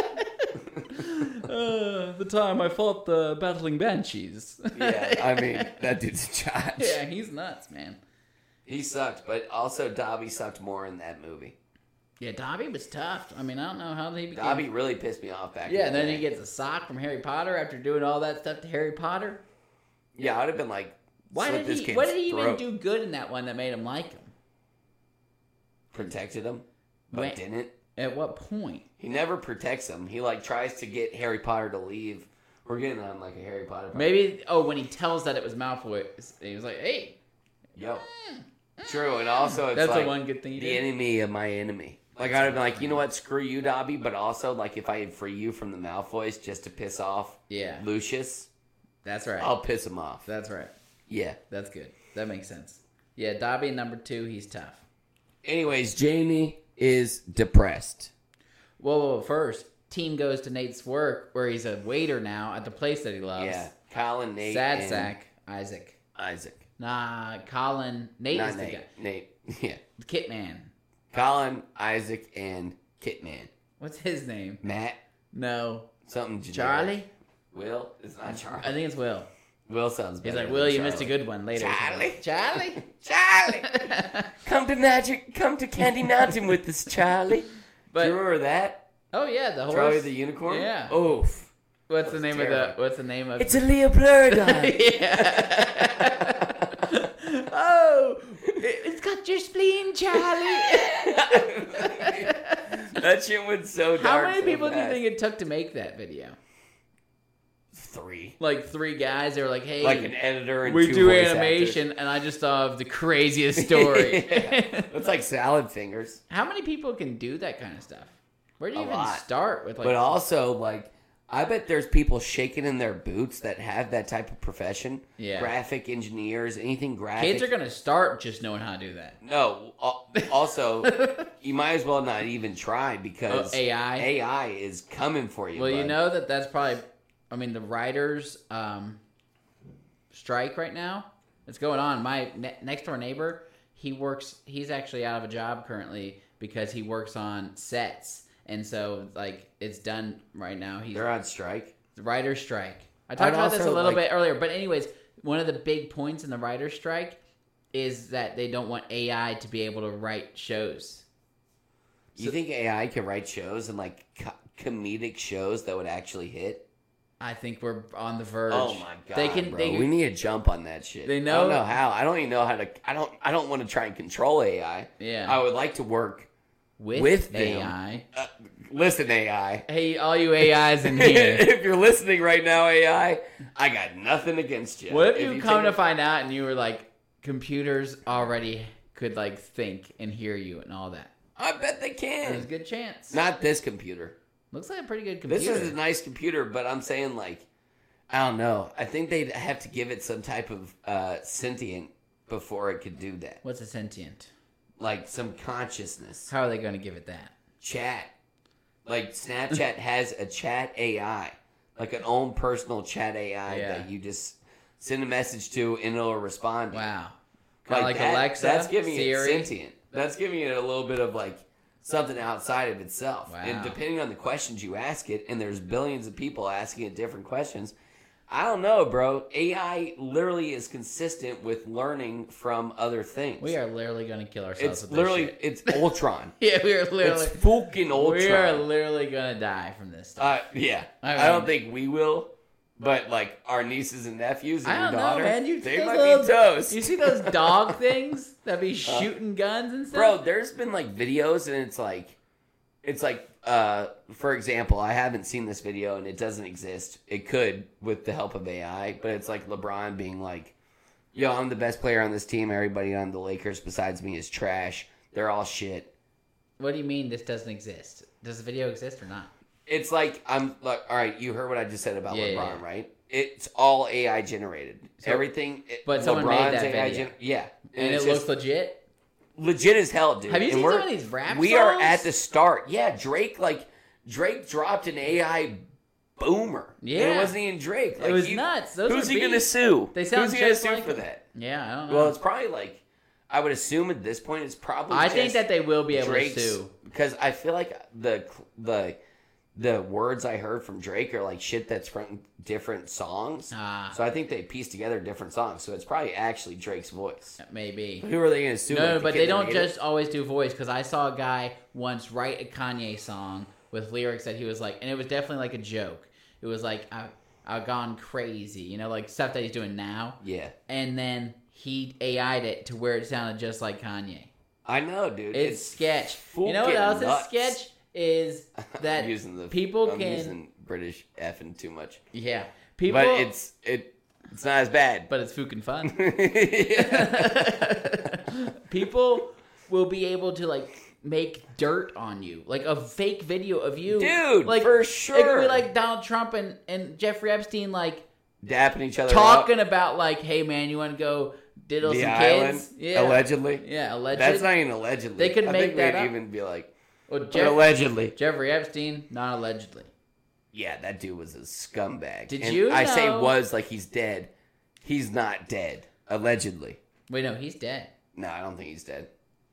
Speaker 2: uh, the time I fought the battling banshees.
Speaker 1: yeah,
Speaker 2: [laughs]
Speaker 1: I mean that dude's a child.
Speaker 2: yeah, he's nuts, man.
Speaker 1: He sucked, but also Dobby sucked more in that movie.
Speaker 2: Yeah, Dobby was tough. I mean, I don't know how he became.
Speaker 1: Dobby really pissed me off back.
Speaker 2: Yeah,
Speaker 1: in
Speaker 2: and
Speaker 1: the
Speaker 2: then he
Speaker 1: day.
Speaker 2: gets a sock from Harry Potter after doing all that stuff to Harry Potter.
Speaker 1: Yeah, I'd have been like,
Speaker 2: Why
Speaker 1: slit
Speaker 2: did
Speaker 1: this
Speaker 2: he?
Speaker 1: kid's
Speaker 2: What did he even
Speaker 1: throat.
Speaker 2: do good in that one that made him like him?
Speaker 1: Protected him, but
Speaker 2: Wait.
Speaker 1: didn't.
Speaker 2: At what point?
Speaker 1: He never protects him. He like tries to get Harry Potter to leave. We're getting on like a Harry Potter. part.
Speaker 2: Maybe. Oh, when he tells that it was Malfoy, he was like, "Hey,
Speaker 1: Yep. True, and also it's
Speaker 2: that's
Speaker 1: like
Speaker 2: the one good thing he
Speaker 1: the
Speaker 2: did."
Speaker 1: enemy of my enemy. Like I'd have been like, you know what? Screw you, Dobby. But also like, if I had free you from the Malfoys just to piss off
Speaker 2: Yeah,
Speaker 1: Lucius,
Speaker 2: that's right.
Speaker 1: I'll piss him off.
Speaker 2: That's right.
Speaker 1: Yeah.
Speaker 2: That's good. That makes sense. Yeah, Dobby number two. He's tough.
Speaker 1: Anyways, Jamie is depressed.
Speaker 2: Whoa, whoa, whoa, First, team goes to Nate's work where he's a waiter now at the place that he loves.
Speaker 1: Yeah, Colin, Nate,
Speaker 2: Sad
Speaker 1: and
Speaker 2: sack. Isaac.
Speaker 1: Isaac.
Speaker 2: Nah, Colin. Nate
Speaker 1: Not
Speaker 2: is the
Speaker 1: Nate.
Speaker 2: guy.
Speaker 1: Nate. [laughs] Yeah.
Speaker 2: Kitman.
Speaker 1: Colin, Isaac, and Kitman.
Speaker 2: What's his name?
Speaker 1: Matt,
Speaker 2: No.
Speaker 1: something. generic.
Speaker 2: Charlie?
Speaker 1: Will. It's not
Speaker 2: I
Speaker 1: Charlie.
Speaker 2: think it's Will.
Speaker 1: Will sounds
Speaker 2: He's
Speaker 1: better.
Speaker 2: like,
Speaker 1: than
Speaker 2: Will, you
Speaker 1: Oh. Charlie.
Speaker 2: missed a good one later.
Speaker 1: Charlie?
Speaker 2: [laughs] Charlie?
Speaker 1: Charlie, come to magic. Come to Candy Mountain with us, [laughs] Charlie. Do you
Speaker 2: but
Speaker 1: remember that?
Speaker 2: oh yeah, the horse.
Speaker 1: Charlie the unicorn.
Speaker 2: Yeah.
Speaker 1: Oof.
Speaker 2: what's the name of
Speaker 1: terrible.
Speaker 2: the what's the name of
Speaker 1: It's
Speaker 2: [laughs]
Speaker 1: a [laughs] Leopardon.
Speaker 2: yeah. oh, it's got your spleen,
Speaker 1: [laughs]
Speaker 2: Charlie.
Speaker 1: that shit went so
Speaker 2: How
Speaker 1: dark.
Speaker 2: many
Speaker 1: so
Speaker 2: people do you
Speaker 1: fast.
Speaker 2: think it took to make that video?
Speaker 1: Three.
Speaker 2: Like three guys. They were like, "Hey,
Speaker 1: Like an editor and
Speaker 2: we
Speaker 1: two
Speaker 2: do
Speaker 1: voice
Speaker 2: animation," and I just thought of the craziest
Speaker 1: [laughs]
Speaker 2: story.
Speaker 1: actors. It's like salad fingers.
Speaker 2: [laughs] How many people can do that kind of stuff? Where do you
Speaker 1: A
Speaker 2: even
Speaker 1: lot.
Speaker 2: start with like?
Speaker 1: But uh, also, like, I bet there's people shaking in their boots that have that type of profession.
Speaker 2: Yeah.
Speaker 1: Graphic engineers, anything graphic.
Speaker 2: kids are gonna start just knowing how to do that.
Speaker 1: no. al- [laughs] Also, you might as well not even try because
Speaker 2: Oh, AI?
Speaker 1: AI is coming for you.
Speaker 2: Well, you
Speaker 1: bud.
Speaker 2: know that that's probably, I mean, the writers' um, strike right now. It's going on. My ne- next door neighbor, he works. He's actually out of a job currently because he works on sets, and so like it's done right now. He's
Speaker 1: they're on strike.
Speaker 2: the writer's strike. I talked
Speaker 1: I'd
Speaker 2: about this a
Speaker 1: also
Speaker 2: little
Speaker 1: like-
Speaker 2: bit earlier, but anyways, one of the big points in the writer's strike is that they don't want AI to be able to write shows.
Speaker 1: You think AI could write shows and like co- comedic shows that would actually hit?
Speaker 2: I think we're on the verge.
Speaker 1: Oh my god!
Speaker 2: They can.
Speaker 1: bro.
Speaker 2: They,
Speaker 1: we need to jump on that shit.
Speaker 2: They
Speaker 1: I
Speaker 2: know-
Speaker 1: don't know how. I don't even know how to. I don't. I don't want to try and control AI.
Speaker 2: Yeah.
Speaker 1: I would like to work.
Speaker 2: with,
Speaker 1: with them.
Speaker 2: AI.
Speaker 1: Uh, listen, AI.
Speaker 2: Hey, all you AIs in here.
Speaker 1: [laughs] if you're listening right now, AI, I got nothing against you.
Speaker 2: what if you, come to
Speaker 1: take
Speaker 2: find out and you were like, computers already could like think and hear you and all
Speaker 1: a-
Speaker 2: that?
Speaker 1: I bet they
Speaker 2: There's a
Speaker 1: can.
Speaker 2: good chance.
Speaker 1: Not this computer.
Speaker 2: Looks like a pretty good computer.
Speaker 1: This is a nice computer, but I'm saying like, I don't know. I think they'd have to give it some type of uh, sentient before it could do that.
Speaker 2: What's a sentient?
Speaker 1: Like some consciousness.
Speaker 2: How are they going to give it that?
Speaker 1: chat. Like
Speaker 2: [laughs]
Speaker 1: Snapchat has a chat AI, like an own personal chat AI
Speaker 2: Yeah.
Speaker 1: that you just send a message to and it'll respond.
Speaker 2: Wow. Kind of like,
Speaker 1: that-
Speaker 2: Alexa,
Speaker 1: That's giving
Speaker 2: Siri.
Speaker 1: it sentient. That's giving it a little bit of like something outside of itself.
Speaker 2: Wow.
Speaker 1: And depending on the questions you ask it, and there's billions of people asking it different questions. I don't know, bro. AI literally is consistent with learning from other things.
Speaker 2: We are literally going to kill ourselves.
Speaker 1: It's
Speaker 2: with
Speaker 1: literally
Speaker 2: This
Speaker 1: it's Ultron.
Speaker 2: shit. [laughs] Yeah, we are
Speaker 1: it's
Speaker 2: literally.
Speaker 1: fucking Ultron.
Speaker 2: We are literally going to die from this stuff.
Speaker 1: Uh, yeah, I,
Speaker 2: I mean-
Speaker 1: don't think we will, but like our nieces and nephews and
Speaker 2: I don't
Speaker 1: your
Speaker 2: know,
Speaker 1: daughter,
Speaker 2: man. You
Speaker 1: they
Speaker 2: those
Speaker 1: might
Speaker 2: little-
Speaker 1: be toast.
Speaker 2: You see those
Speaker 1: [laughs]
Speaker 2: dog things that be shooting guns and stuff?
Speaker 1: Uh, bro? There's been like videos, and it's like, it's like, uh, for example, I haven't seen this video, and it doesn't exist. It could with the help of AI, but it's like LeBron being like, "Yo, I'm the best player on this team. Everybody on the Lakers besides me is trash. They're all shit."
Speaker 2: What do you mean this doesn't exist? Does the video exist or not?
Speaker 1: it's like I'm like, all right. You heard what I just said about
Speaker 2: Yeah,
Speaker 1: LeBron,
Speaker 2: yeah, yeah.
Speaker 1: right? It's all AI generated.
Speaker 2: So-
Speaker 1: Everything, it-
Speaker 2: but someone made that video.
Speaker 1: yeah,
Speaker 2: And,
Speaker 1: it's
Speaker 2: it looks
Speaker 1: just
Speaker 2: legit?
Speaker 1: legit as hell, dude.
Speaker 2: Have you
Speaker 1: And
Speaker 2: seen
Speaker 1: we're-
Speaker 2: some of these rap
Speaker 1: We are at
Speaker 2: songs?
Speaker 1: the start. Yeah, Drake, like Drake dropped an AI boomer. And
Speaker 2: Yeah.
Speaker 1: it wasn't even Drake. Like,
Speaker 2: it was
Speaker 1: he-
Speaker 2: nuts. Those
Speaker 1: who's
Speaker 2: are
Speaker 1: he gonna
Speaker 2: beats.
Speaker 1: sue?
Speaker 2: They sound
Speaker 1: who's he gonna
Speaker 2: just
Speaker 1: sue
Speaker 2: like
Speaker 1: for
Speaker 2: them.
Speaker 1: that?
Speaker 2: Yeah, I don't know.
Speaker 1: Well, it's probably like I would assume at this point it's probably.
Speaker 2: I think
Speaker 1: just-
Speaker 2: that they will be able
Speaker 1: Drake's
Speaker 2: to sue.
Speaker 1: because I feel like the the the words I heard from Drake are like shit that's from different songs.
Speaker 2: Ah.
Speaker 1: So I think they pieced together different songs. So it's probably actually Drake's voice.
Speaker 2: Maybe.
Speaker 1: Who are they going to sue?
Speaker 2: No,
Speaker 1: like, the
Speaker 2: but
Speaker 1: kid
Speaker 2: they
Speaker 1: that
Speaker 2: don't
Speaker 1: made it?
Speaker 2: just always do voice because I saw a guy once write a Kanye song with lyrics that he was like, and it was definitely like a joke. It was like I I've gone crazy, you know, like stuff that he's doing now.
Speaker 1: Yeah,
Speaker 2: And then he AI'd it to where it sounded just like Kanye.
Speaker 1: I know, dude.
Speaker 2: It's, sketch. You know what
Speaker 1: fucking
Speaker 2: else
Speaker 1: nuts.
Speaker 2: is sketch is that
Speaker 1: [laughs] I'm using the
Speaker 2: people
Speaker 1: I'm
Speaker 2: can
Speaker 1: using British effing too much,
Speaker 2: yeah people
Speaker 1: but it's it it's not as bad.
Speaker 2: but it's fucking fun.
Speaker 1: Yeah.
Speaker 2: people will be able to like make dirt on you, like a fake video of you,
Speaker 1: Dude,
Speaker 2: Like
Speaker 1: for
Speaker 2: It could be
Speaker 1: sure.
Speaker 2: like Donald Trump and and Jeffrey Epstein, like
Speaker 1: [laughs] Dapping each other up.
Speaker 2: talking about like, hey man, you want to go diddle
Speaker 1: the
Speaker 2: some
Speaker 1: island
Speaker 2: kids? Yeah,
Speaker 1: allegedly.
Speaker 2: yeah, alleged.
Speaker 1: That's not even allegedly.
Speaker 2: They could
Speaker 1: I
Speaker 2: make
Speaker 1: think
Speaker 2: that
Speaker 1: we'd
Speaker 2: up.
Speaker 1: even be like
Speaker 2: well,
Speaker 1: but
Speaker 2: Jeff-
Speaker 1: allegedly.
Speaker 2: Jeffrey Epstein, not allegedly.
Speaker 1: Yeah, that dude was a scumbag.
Speaker 2: Did
Speaker 1: And
Speaker 2: you
Speaker 1: I say
Speaker 2: know-
Speaker 1: was like he's dead. He's not dead. Allegedly.
Speaker 2: Wait, no, he's dead.
Speaker 1: No, I don't think he's dead.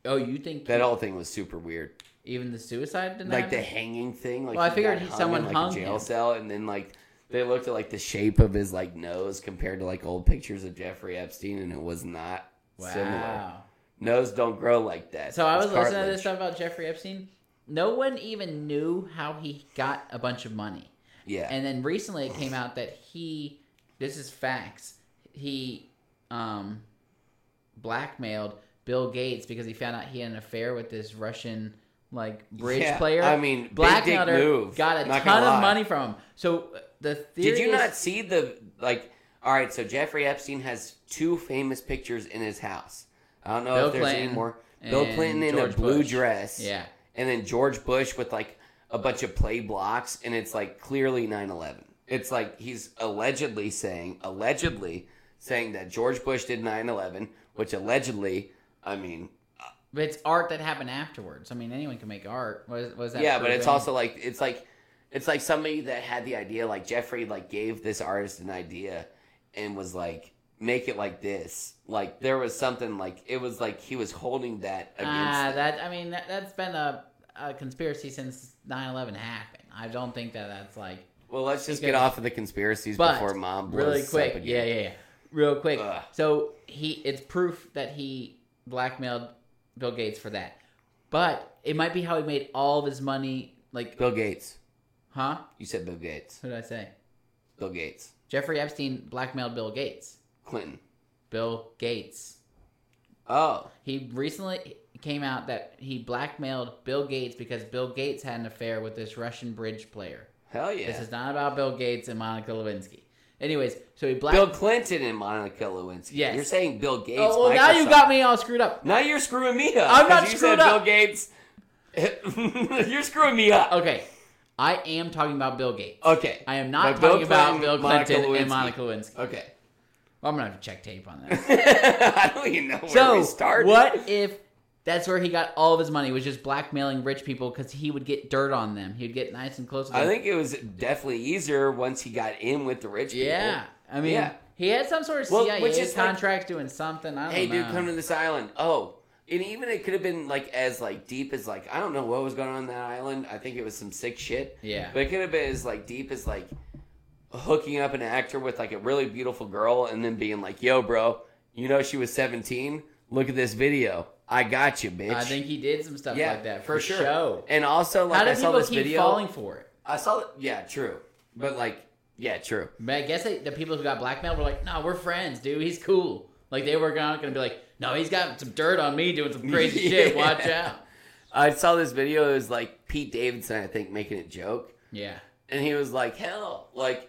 Speaker 2: Oh, you think
Speaker 1: That whole thing was super weird.
Speaker 2: even the suicide didn't
Speaker 1: Like the
Speaker 2: happen?
Speaker 1: hanging thing. Like
Speaker 2: Well, I
Speaker 1: he
Speaker 2: figured
Speaker 1: got
Speaker 2: he-
Speaker 1: hung
Speaker 2: someone
Speaker 1: in, like,
Speaker 2: hung
Speaker 1: a jail
Speaker 2: him.
Speaker 1: cell, and then like they looked at like the shape of his like nose compared to like old pictures of Jeffrey Epstein, and it was not
Speaker 2: wow.
Speaker 1: similar. Nose don't grow like that.
Speaker 2: So I
Speaker 1: It's
Speaker 2: was listening to
Speaker 1: cartilage.
Speaker 2: this stuff about Jeffrey Epstein. No one even knew how he got a bunch of money.
Speaker 1: Yeah.
Speaker 2: And then recently it came out that he, this is facts, he um, blackmailed Bill Gates because he found out he had an affair with this Russian like bridge
Speaker 1: Yeah,
Speaker 2: player.
Speaker 1: I mean, big
Speaker 2: blackmailed
Speaker 1: dick
Speaker 2: her,
Speaker 1: move.
Speaker 2: got a
Speaker 1: Not
Speaker 2: ton
Speaker 1: gonna
Speaker 2: of
Speaker 1: lie.
Speaker 2: money from him. So uh, the theory
Speaker 1: Did you
Speaker 2: is-
Speaker 1: not see the like? All right, so Jeffrey Epstein has two famous pictures in his house. I don't know
Speaker 2: Bill
Speaker 1: if there's
Speaker 2: Clinton
Speaker 1: any more. Bill
Speaker 2: and
Speaker 1: Clinton in
Speaker 2: George
Speaker 1: a blue
Speaker 2: Bush.
Speaker 1: dress,
Speaker 2: Yeah.
Speaker 1: and then George Bush with like a bunch of play blocks, and it's like clearly 9/11. It's like he's allegedly saying, allegedly saying that George Bush did 9/11, which allegedly, I mean,
Speaker 2: But it's art that happened afterwards. I mean, anyone can make art. What is, what is that?
Speaker 1: yeah, but it's
Speaker 2: proving?
Speaker 1: also like it's like it's like somebody that had the idea, like Jeffrey, like gave this artist an idea and was like, make it like this. Like there was something like it was like he was holding that against.
Speaker 2: Ah,
Speaker 1: them.
Speaker 2: that I mean that, that's been a, a conspiracy since 9/11 happened. I don't think that that's like.
Speaker 1: well, let's just
Speaker 2: okay.
Speaker 1: get off of the conspiracies
Speaker 2: But
Speaker 1: before mom blows
Speaker 2: really
Speaker 1: us
Speaker 2: quick,
Speaker 1: Up
Speaker 2: yeah,
Speaker 1: again.
Speaker 2: yeah, yeah, real quick.
Speaker 1: Ugh.
Speaker 2: So he, it's proof that he blackmailed Bill Gates for that, but it might be how he made all of his money. Like,
Speaker 1: Bill Gates.
Speaker 2: huh?
Speaker 1: You said Bill Gates.
Speaker 2: What did I say?
Speaker 1: Bill Gates,
Speaker 2: Jeffrey Epstein blackmailed Bill Gates.
Speaker 1: Clinton.
Speaker 2: Bill Gates.
Speaker 1: Oh,
Speaker 2: He recently came out that he blackmailed Bill Gates because Bill Gates had an affair with this Russian bridge player.
Speaker 1: hell yeah.
Speaker 2: This is not about Bill Gates and Monica Lewinsky. Anyways, so he black.
Speaker 1: Bill Clinton and Monica Lewinsky.
Speaker 2: Yes.
Speaker 1: You're saying Bill Gates.
Speaker 2: oh, well, now you
Speaker 1: Microsoft.
Speaker 2: got me all screwed up.
Speaker 1: Now you're screwing me up.
Speaker 2: I'm not
Speaker 1: 'cause you
Speaker 2: screwed
Speaker 1: said Bill
Speaker 2: up.
Speaker 1: Gates. [laughs] you're screwing me up.
Speaker 2: Okay, I am talking about Bill Gates.
Speaker 1: Okay.
Speaker 2: I am not
Speaker 1: But Bill
Speaker 2: talking about
Speaker 1: Clinton,
Speaker 2: Bill
Speaker 1: Monica
Speaker 2: Clinton
Speaker 1: Lewinsky.
Speaker 2: and Monica Lewinsky.
Speaker 1: Okay.
Speaker 2: Well, I'm gonna have to check tape on that.
Speaker 1: [laughs] I don't even know where we
Speaker 2: so
Speaker 1: started.
Speaker 2: what if that's where he got all of his money was just blackmailing rich people because he would get dirt on them. He'd get nice and close. To them.
Speaker 1: I think it was definitely easier once he got in with the rich people.
Speaker 2: Yeah, I mean,
Speaker 1: Yeah.
Speaker 2: he had some sort of
Speaker 1: Well,
Speaker 2: CIA
Speaker 1: which is like-
Speaker 2: contract doing something. I don't
Speaker 1: Hey,
Speaker 2: know.
Speaker 1: dude, come to this island. Oh, and even it could have been like as like deep as like I don't know what was going on on that island. I think it was some sick shit.
Speaker 2: Yeah.
Speaker 1: but it could have been as like deep as like hooking up an actor with like a really beautiful girl and then being like, "Yo, bro, you know she was 17. Look at this video. I got you, bitch."
Speaker 2: I think he did some stuff like that for,
Speaker 1: sure.
Speaker 2: show.
Speaker 1: And also, like
Speaker 2: How
Speaker 1: I
Speaker 2: do
Speaker 1: saw
Speaker 2: people
Speaker 1: this
Speaker 2: keep
Speaker 1: video.
Speaker 2: falling for it?
Speaker 1: I saw it. Yeah, true. But like, yeah, true.
Speaker 2: But I guess they, the people who got blackmailed were like, "No, we're friends, dude. He's cool." Like they were not going to be like, "No, he's got some dirt on me doing some crazy shit. Watch
Speaker 1: [laughs] Yeah.
Speaker 2: out."
Speaker 1: I saw this video. It was like Pete Davidson, I think, making a joke,
Speaker 2: Yeah,
Speaker 1: and he was like, "Hell, like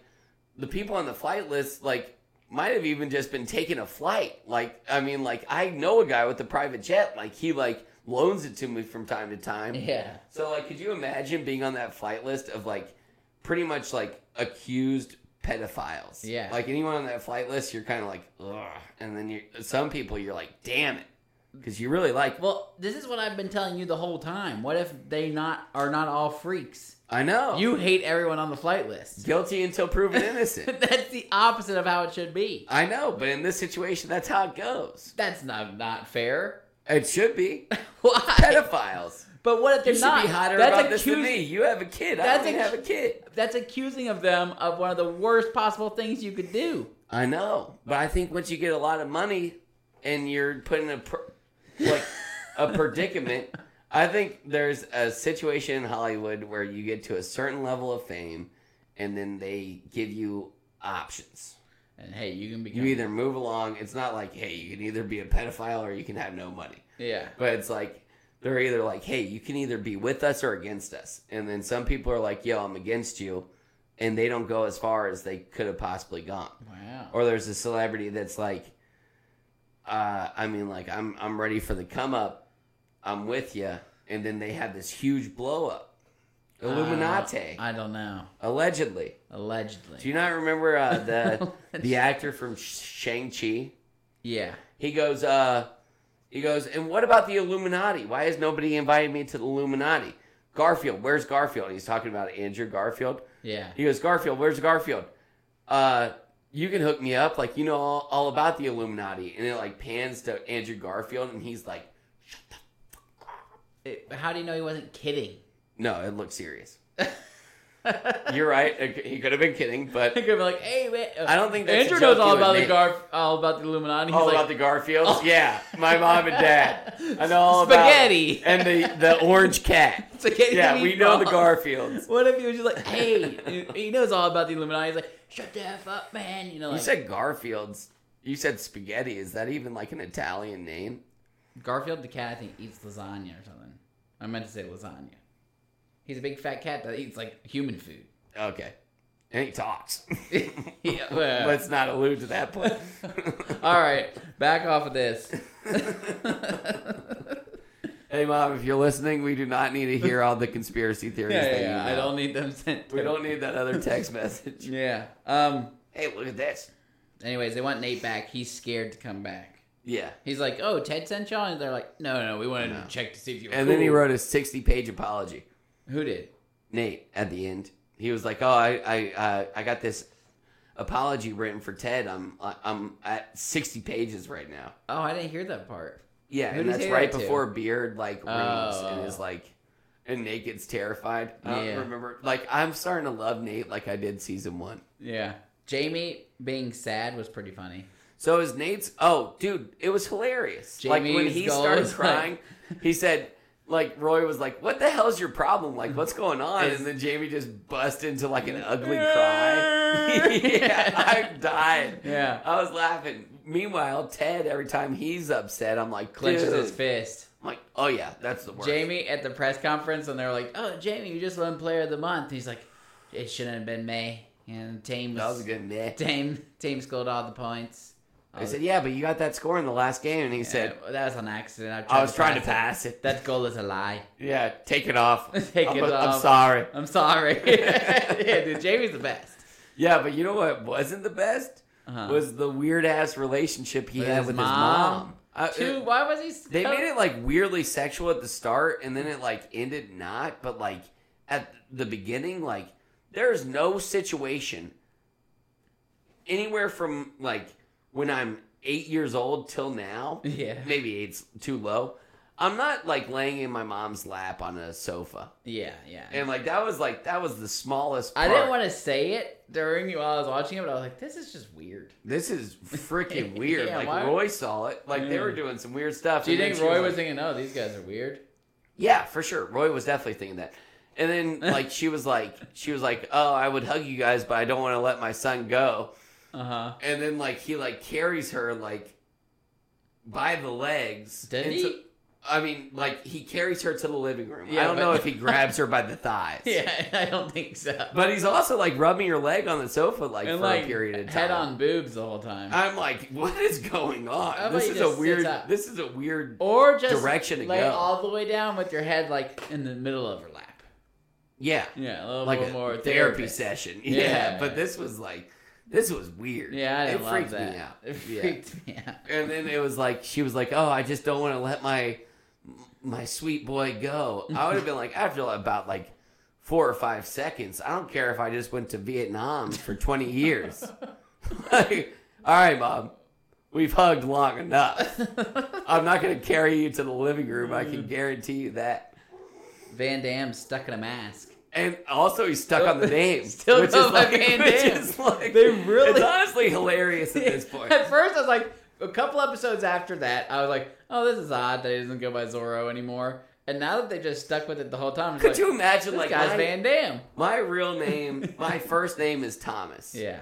Speaker 1: the people on the flight list, like." Might have even just been taking a flight. Like, I mean, like I know a guy with a private jet. Like he like loans it to me from time to time.
Speaker 2: yeah.
Speaker 1: So like, could you imagine being on that flight list of like, pretty much like accused pedophiles?
Speaker 2: Yeah.
Speaker 1: Like anyone on that flight list, you're kind of like, ugh. And then you, some people, you're like, damn it, because you really like. Well,
Speaker 2: Well, this is what I've been telling you the whole time. What if they not are not all freaks?
Speaker 1: I know
Speaker 2: You hate everyone on the flight list. [laughs]
Speaker 1: guilty until proven innocent.
Speaker 2: That's the opposite of how it should be.
Speaker 1: I know, but in this situation, that's how it goes.
Speaker 2: That's not not fair. [laughs]
Speaker 1: It should [laughs] be
Speaker 2: Why?
Speaker 1: pedophiles.
Speaker 2: But what if
Speaker 1: You
Speaker 2: they're
Speaker 1: should
Speaker 2: not?
Speaker 1: be hotter
Speaker 2: that's
Speaker 1: about this than
Speaker 2: accus-
Speaker 1: me. You have a kid. I
Speaker 2: That's
Speaker 1: don't even
Speaker 2: accu-
Speaker 1: have a kid.
Speaker 2: That's accusing of them of one of the worst possible things you could do.
Speaker 1: I know, but I think once you get a lot of money and you're put in a per, like a [laughs] predicament, I think there's a situation in Hollywood where you get to a certain level of fame, and then they give you options.
Speaker 2: And hey, you can
Speaker 1: You
Speaker 2: become
Speaker 1: either move along. It's not like hey, you can either be a pedophile or you can have no money.
Speaker 2: yeah.
Speaker 1: But it's like they're either like hey, you can either be with us or against us. And then some people are like yo, I'm against you, and they don't go as far as they could have possibly gone
Speaker 2: Wow.
Speaker 1: or there's a celebrity that's like uh i mean like i'm i'm ready for the come up i'm with you and then they have this huge blow up illuminati
Speaker 2: Uh, I don't know.
Speaker 1: allegedly
Speaker 2: Allegedly.
Speaker 1: do you not remember uh the the actor from shang chi
Speaker 2: yeah.
Speaker 1: he goes uh he goes and what about the illuminati why has nobody invited me to the illuminati garfield where's garfield he's talking about andrew garfield
Speaker 2: Yeah.
Speaker 1: he goes, Garfield, where's Garfield? Uh, you can hook me up. Like, you know all, all about the Illuminati. And it like pans to Andrew Garfield and he's like,
Speaker 2: It- how do you know he wasn't kidding?
Speaker 1: no, it looks serious. You're right. It- He could have been kidding, but
Speaker 2: [laughs] He could be like, "Hey, man,
Speaker 1: I don't think that's a
Speaker 2: Andrew
Speaker 1: joke
Speaker 2: knows all
Speaker 1: you
Speaker 2: about the
Speaker 1: admit.
Speaker 2: Garf, all about the Illuminati." He's
Speaker 1: all
Speaker 2: like,
Speaker 1: Oh, about the Garfields.
Speaker 2: [laughs]
Speaker 1: Yeah, my mom and dad. I know all
Speaker 2: Spaghetti.
Speaker 1: about and the the orange cat.
Speaker 2: [laughs] Spaghetti
Speaker 1: Yeah, we know the
Speaker 2: meatballs.
Speaker 1: Garfields.
Speaker 2: What if he was just
Speaker 1: [laughs]
Speaker 2: like, hey, he knows all about the Illuminati. He's like, shut the F up, man. You know,
Speaker 1: You
Speaker 2: like,
Speaker 1: said Garfields. You said spaghetti. Is that even like an Italian name?
Speaker 2: Garfield the cat, I think, eats lasagna or something. I meant to say lasagna. He's a big fat cat that eats, like, human food. [laughs]
Speaker 1: Okay, and he talks. [laughs]
Speaker 2: Yeah, well.
Speaker 1: Let's not allude to that point. [laughs]
Speaker 2: all right, back off of this.
Speaker 1: hey, mom, if you're listening, we do not need to hear all the conspiracy theories.
Speaker 2: Yeah,
Speaker 1: that
Speaker 2: yeah,
Speaker 1: you
Speaker 2: yeah, I
Speaker 1: know.
Speaker 2: don't need them [laughs] sent.
Speaker 1: We
Speaker 2: to-
Speaker 1: don't need that other text
Speaker 2: [laughs]
Speaker 1: message.
Speaker 2: Yeah. Um.
Speaker 1: hey, look at this.
Speaker 2: Anyways, they want Nate back. He's scared to come back.
Speaker 1: Yeah.
Speaker 2: He's like, "Oh, Ted sent y'all," and they're like, "No, no, we wanted
Speaker 1: No.
Speaker 2: to check to see if you." Were
Speaker 1: And then he
Speaker 2: cool."
Speaker 1: wrote a 60 page apology.
Speaker 2: "Who did?"
Speaker 1: Nate at the end. He was like, "Oh, I I uh, I got this apology written for Ted. I'm I'm at 60 pages right now."
Speaker 2: Oh, I didn't hear that part.
Speaker 1: Yeah,
Speaker 2: Who'd
Speaker 1: and
Speaker 2: he
Speaker 1: that's
Speaker 2: say
Speaker 1: right
Speaker 2: that to?
Speaker 1: before Beard like rings
Speaker 2: Oh.
Speaker 1: and is like, and Nate gets terrified. I don't
Speaker 2: Yeah.
Speaker 1: remember. Like, I'm starting to love Nate like I did season one.
Speaker 2: Yeah. Jamie being sad was pretty funny.
Speaker 1: So is Nate's. Oh, dude, it was hilarious. like when
Speaker 2: Jamie's
Speaker 1: he
Speaker 2: goal [laughs]
Speaker 1: started
Speaker 2: was
Speaker 1: crying, he said, "Like Roy was like, what the
Speaker 2: [laughs]
Speaker 1: hell's your problem? Like, what's going on?" And then Jamie just bust into like an ugly cry. [laughs] yeah, I'm dying.
Speaker 2: Yeah.
Speaker 1: I was laughing. Meanwhile, Ted, every time he's upset, I'm like,
Speaker 2: Clenches
Speaker 1: dude.
Speaker 2: his fist.
Speaker 1: I'm like, oh yeah, that's the worst.
Speaker 2: Jamie at the press conference, and they're like, "Oh, Jamie, you just won Player of the Month." He's like, "It shouldn't have been May." And Tame
Speaker 1: that was a good meh.
Speaker 2: [laughs] Tame Tame scored all the points.
Speaker 1: I said, yeah, but you got that score in the last game, and he said,
Speaker 2: Yeah, that was an accident.
Speaker 1: I was trying to pass it.
Speaker 2: That goal is a lie.
Speaker 1: Yeah, take it off.
Speaker 2: [laughs] Take
Speaker 1: I'm,
Speaker 2: it
Speaker 1: I'm
Speaker 2: off.
Speaker 1: sorry.
Speaker 2: I'm sorry. [laughs] yeah, dude, Jamie's the best.
Speaker 1: Yeah, but you know what wasn't the best
Speaker 2: Uh-huh.
Speaker 1: was the weird ass relationship he
Speaker 2: With
Speaker 1: had
Speaker 2: his
Speaker 1: with
Speaker 2: mom?
Speaker 1: his mom. I- it-
Speaker 2: Two? Why was he?
Speaker 1: they
Speaker 2: so-
Speaker 1: made it like weirdly sexual at the start, and then it like ended not. But like at the beginning, like there is no situation anywhere from like when I'm eight years old till now.
Speaker 2: Yeah.
Speaker 1: maybe eight's too low. I'm not like laying in my mom's lap on a sofa,
Speaker 2: Yeah, yeah.
Speaker 1: and like that was like that was the smallest.
Speaker 2: I
Speaker 1: Part.
Speaker 2: didn't want to say it during while I was watching it, but I was like, "This is just weird."
Speaker 1: This
Speaker 2: [laughs]
Speaker 1: is freaking weird.
Speaker 2: Yeah,
Speaker 1: like
Speaker 2: why-
Speaker 1: Roy saw it. Like they
Speaker 2: Yeah.
Speaker 1: were doing some weird stuff.
Speaker 2: Do you
Speaker 1: and then
Speaker 2: think
Speaker 1: she
Speaker 2: Roy
Speaker 1: like-
Speaker 2: was thinking, "Oh, these guys are weird"?
Speaker 1: Yeah, for sure. Roy was definitely thinking that. And
Speaker 2: [laughs]
Speaker 1: then like she was like she was like, "Oh, I would hug you guys, but I don't want to let my son go."
Speaker 2: Uh huh.
Speaker 1: And then like he like carries her like by the legs.
Speaker 2: Did
Speaker 1: And
Speaker 2: he?
Speaker 1: so- I mean, like he carries her to the living room.
Speaker 2: Yeah,
Speaker 1: I don't
Speaker 2: but-
Speaker 1: know if he grabs her by the thighs.
Speaker 2: [laughs] [laughs] yeah, I don't think so.
Speaker 1: But he's also like rubbing your leg on the sofa like
Speaker 2: and
Speaker 1: for
Speaker 2: like
Speaker 1: a period of time.
Speaker 2: head on boobs the whole time,
Speaker 1: I'm like, what is going
Speaker 2: How
Speaker 1: on?
Speaker 2: about
Speaker 1: This
Speaker 2: you
Speaker 1: is
Speaker 2: just
Speaker 1: a
Speaker 2: sit
Speaker 1: weird.
Speaker 2: up?
Speaker 1: This is a weird.
Speaker 2: or just
Speaker 1: Direction to
Speaker 2: lay
Speaker 1: go.
Speaker 2: all the way down with your head like in the middle of her lap.
Speaker 1: Yeah,
Speaker 2: Yeah, a little
Speaker 1: like
Speaker 2: bit
Speaker 1: a
Speaker 2: more
Speaker 1: therapy
Speaker 2: therapist.
Speaker 1: session. [laughs] Yeah,
Speaker 2: Yeah.
Speaker 1: but this was like, this was weird.
Speaker 2: Yeah, I didn't
Speaker 1: it
Speaker 2: love
Speaker 1: freaked
Speaker 2: that.
Speaker 1: me out.
Speaker 2: It
Speaker 1: Yeah.
Speaker 2: freaked me out.
Speaker 1: [laughs] And then it was like she was like, "Oh, I just don't want to let my my sweet boy
Speaker 2: [laughs]
Speaker 1: go." I would have been like, after about like four or five seconds, I don't care if I just went to Vietnam for twenty
Speaker 2: [laughs]
Speaker 1: years. [laughs] like, all right, mom, we've hugged long enough. I'm not going to carry you to the living room. I
Speaker 2: Mm.
Speaker 1: can guarantee you that.
Speaker 2: [laughs] Van Damme's stuck in a mask.
Speaker 1: And also, he's stuck on the name.
Speaker 2: [laughs] Still
Speaker 1: which
Speaker 2: go
Speaker 1: is
Speaker 2: by
Speaker 1: like, [laughs]
Speaker 2: Van
Speaker 1: which
Speaker 2: Damme.
Speaker 1: is like-
Speaker 2: They really-
Speaker 1: It's honestly hilarious at
Speaker 2: [laughs]
Speaker 1: this point.
Speaker 2: At first, I was like, a couple episodes after that, I was like, oh, this is odd that he doesn't go by Zorro anymore. And now that they just stuck with it the whole time, it's
Speaker 1: Could
Speaker 2: like,
Speaker 1: you imagine,
Speaker 2: this
Speaker 1: like,
Speaker 2: guy's
Speaker 1: my,
Speaker 2: Van Damme.
Speaker 1: my
Speaker 2: [laughs]
Speaker 1: real name, my first name is Thomas.
Speaker 2: Yeah.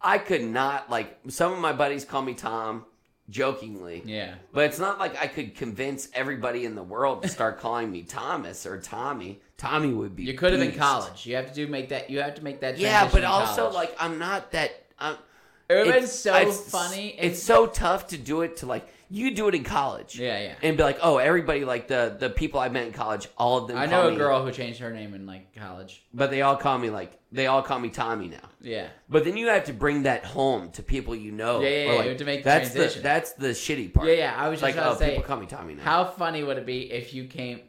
Speaker 1: I could not, like, some of my buddies call me Tom jokingly,
Speaker 2: Yeah.
Speaker 1: but it's not like I could convince everybody in the world to start calling me Thomas or Tommy. Tommy would be.
Speaker 2: You could have been
Speaker 1: pissed.
Speaker 2: college. You have to do make that. You have to make that.
Speaker 1: Yeah,
Speaker 2: transition
Speaker 1: but
Speaker 2: in
Speaker 1: also,
Speaker 2: college.
Speaker 1: like, I'm not that. I'm,
Speaker 2: it would have been
Speaker 1: it's
Speaker 2: so
Speaker 1: it's-
Speaker 2: funny. and-
Speaker 1: It's so tough to do it to like you do it in college.
Speaker 2: Yeah, yeah.
Speaker 1: And be like, oh, everybody like the the people I met in college, all of them.
Speaker 2: I
Speaker 1: call
Speaker 2: know a
Speaker 1: me-
Speaker 2: girl who changed her name in like college.
Speaker 1: but they all call me like they all call me Tommy now.
Speaker 2: Yeah.
Speaker 1: But then you have to bring that home to people you know.
Speaker 2: Yeah, yeah,
Speaker 1: Or,
Speaker 2: yeah,
Speaker 1: like,
Speaker 2: you have to make the
Speaker 1: that's The,
Speaker 2: transition.
Speaker 1: that's the shitty part.
Speaker 2: Yeah, yeah. I was just
Speaker 1: Like,
Speaker 2: gonna
Speaker 1: oh,
Speaker 2: say,
Speaker 1: people call me Tommy now.
Speaker 2: How funny would it be if you came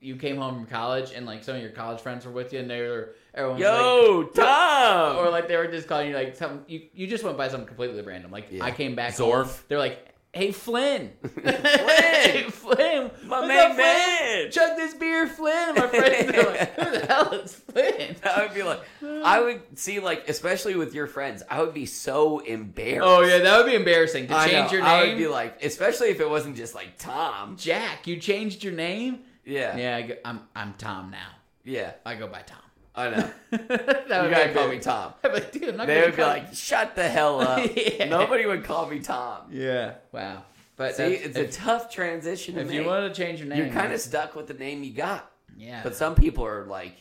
Speaker 2: you came home from college and like some of your college friends were with you and they were everyone was
Speaker 1: Yo,
Speaker 2: like
Speaker 1: Tom.
Speaker 2: or like they were just calling you like some you, you just went by something completely random. Like
Speaker 1: Yeah.
Speaker 2: I came back
Speaker 1: Zorf.
Speaker 2: home, They're like, Hey Flynn
Speaker 1: [laughs]
Speaker 2: [laughs]
Speaker 1: Flynn!
Speaker 2: Hey Flynn
Speaker 1: My
Speaker 2: What's
Speaker 1: main
Speaker 2: up, Flynn?
Speaker 1: man!
Speaker 2: Chug this beer, Flynn and my friends
Speaker 1: [laughs]
Speaker 2: are like, Who the hell is Flynn?
Speaker 1: [laughs] I would be like, I would see like, especially with your friends, I would be so embarrassed.
Speaker 2: Oh yeah, that would be embarrassing to
Speaker 1: I
Speaker 2: change
Speaker 1: know,
Speaker 2: your
Speaker 1: I
Speaker 2: name.
Speaker 1: would be like, especially if it wasn't just like Tom.
Speaker 2: Jack, you changed your name?
Speaker 1: Yeah, yeah.
Speaker 2: Yeah, I go, I'm I'm Tom now. I go by Tom. [laughs]
Speaker 1: I know.
Speaker 2: that would
Speaker 1: you
Speaker 2: be
Speaker 1: gotta call
Speaker 2: embarrassing. [laughs]
Speaker 1: me Tom.
Speaker 2: I'd be like, dude, I'm not
Speaker 1: They
Speaker 2: gonna
Speaker 1: would be
Speaker 2: call you-
Speaker 1: like, shut the hell up.
Speaker 2: [laughs] Yeah.
Speaker 1: Nobody would call me Tom.
Speaker 2: Yeah. Wow. But
Speaker 1: See,
Speaker 2: that's-
Speaker 1: it's
Speaker 2: if,
Speaker 1: a tough transition to
Speaker 2: if
Speaker 1: make.
Speaker 2: you wanted to change your name,
Speaker 1: You're kind of stuck with the name you got.
Speaker 2: yeah.
Speaker 1: But some people are like,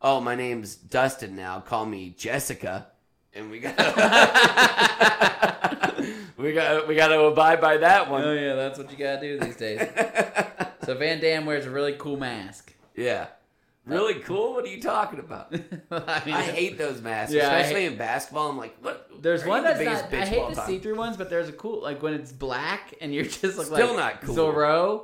Speaker 1: oh, my name's Dustin now. Call me Jessica. And we got [laughs] we got we got to abide by that
Speaker 2: oh
Speaker 1: one.
Speaker 2: yeah, that's what you gotta do
Speaker 1: [laughs]
Speaker 2: these days. so Van Damme wears a really cool mask. [laughs]
Speaker 1: yeah. Really cool. What are you talking about?
Speaker 2: I, mean,
Speaker 1: I hate those masks,
Speaker 2: Yeah, I
Speaker 1: especially in basketball. I'm like, what?
Speaker 2: There's
Speaker 1: are you
Speaker 2: one
Speaker 1: the
Speaker 2: that's
Speaker 1: biggest
Speaker 2: not.
Speaker 1: bitch
Speaker 2: I
Speaker 1: of all
Speaker 2: hate the
Speaker 1: time?
Speaker 2: see-through ones, but there's a cool like when it's black and you're just like
Speaker 1: Still not
Speaker 2: like,
Speaker 1: cool.
Speaker 2: Zorro.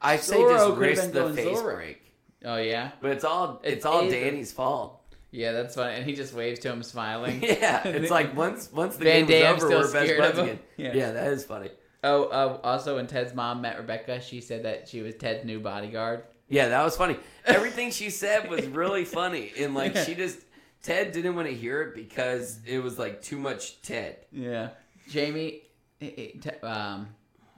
Speaker 1: I say
Speaker 2: Zorro
Speaker 1: just
Speaker 2: could've
Speaker 1: risk
Speaker 2: been
Speaker 1: the
Speaker 2: going
Speaker 1: face
Speaker 2: Zorro.
Speaker 1: break.
Speaker 2: Oh yeah,
Speaker 1: But it's all
Speaker 2: It
Speaker 1: it's all
Speaker 2: is-
Speaker 1: Danny's fault. [laughs]
Speaker 2: yeah, that's funny. And he just waves to him, smiling.
Speaker 1: Yeah, it's like once once the
Speaker 2: Van
Speaker 1: game game's
Speaker 2: Damme's
Speaker 1: over,
Speaker 2: still
Speaker 1: we're best
Speaker 2: scared of
Speaker 1: buds
Speaker 2: him.
Speaker 1: again.
Speaker 2: Yeah.
Speaker 1: Yeah. that is funny.
Speaker 2: Oh, uh, also when Ted's mom met Rebecca, she said that she was Ted's new bodyguard.
Speaker 1: Yeah, that was funny. Everything she said was really funny, and like she just Ted didn't want to hear it because it was like too much Ted.
Speaker 2: Yeah. Jamie, it- it- t- um,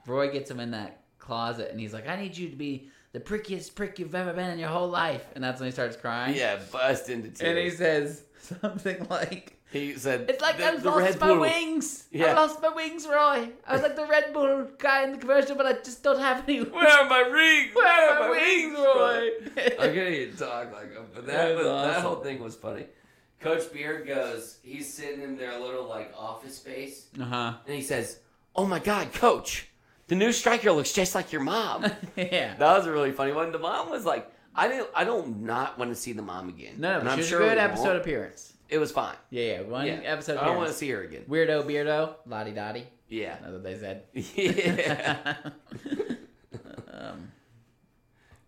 Speaker 2: Roy gets him in that closet and he's like, I need you to be the prickiest prick you've ever been in your whole life. And that's when he starts crying.
Speaker 1: Yeah, bust into tears.
Speaker 2: And he says something like,
Speaker 1: He said,
Speaker 2: It's like
Speaker 1: the-
Speaker 2: I've
Speaker 1: the
Speaker 2: lost
Speaker 1: Red
Speaker 2: my
Speaker 1: Bull-
Speaker 2: wings.
Speaker 1: Yeah.
Speaker 2: I've lost my wings, Roy. I was like the Red Bull guy in the commercial, but I just don't have any.
Speaker 1: Where
Speaker 2: [laughs]
Speaker 1: are my rings? Where are my, wings, Roy?
Speaker 2: Roy?
Speaker 4: I'm gonna need to talk like him, but
Speaker 1: That
Speaker 4: that was,
Speaker 1: was
Speaker 4: that
Speaker 1: awesome.
Speaker 4: whole thing was funny.
Speaker 1: Coach Beard goes, he's sitting in their little like office space,
Speaker 2: uh huh.
Speaker 1: and he says, "Oh my God, Coach, the new striker looks just like your
Speaker 2: [laughs]
Speaker 1: mom." that
Speaker 2: [laughs] yeah.
Speaker 1: was a really funny one. The mom was like, "I didn't, I don't not want to see the mom again."
Speaker 2: No,
Speaker 1: And
Speaker 2: no,
Speaker 1: I'm
Speaker 2: she was
Speaker 1: sure
Speaker 2: a good
Speaker 1: we won't.
Speaker 2: episode appearance.
Speaker 1: It was fine.
Speaker 2: Yeah, yeah, one
Speaker 1: Yeah.
Speaker 2: episode
Speaker 1: I don't want to
Speaker 2: appearance.
Speaker 1: see her again.
Speaker 2: Weirdo, beardo, lottie dottie.
Speaker 1: Yeah,
Speaker 2: That's what they said.
Speaker 1: [laughs]
Speaker 2: [laughs]
Speaker 1: yeah.
Speaker 2: um,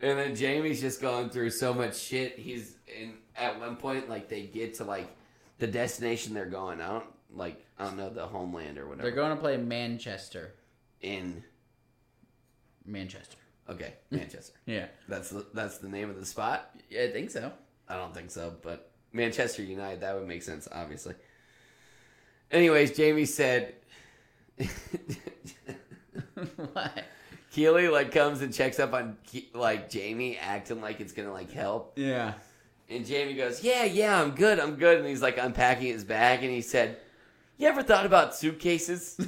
Speaker 1: And then Jamie's just going through so much shit. He's in at one point like they get to like the destination they're going. I don't like I don't know the homeland or whatever.
Speaker 2: [laughs] they're going to play Manchester.
Speaker 1: in
Speaker 2: Manchester.
Speaker 1: okay Manchester. [laughs]
Speaker 2: Yeah.
Speaker 1: That's the that's the name of the spot.
Speaker 2: yeah, I think so. [laughs]
Speaker 1: I don't think so, but Manchester United that would make sense obviously. Anyways, Jamie said. [laughs]
Speaker 2: what?
Speaker 1: Keely like comes and checks up on Ke- like Jamie, acting like it's gonna like help,
Speaker 2: Yeah. [laughs]
Speaker 1: And Jamie goes, Yeah, yeah, I'm good, I'm good. And he's like unpacking his bag and he said, You ever thought about [laughs] suitcases?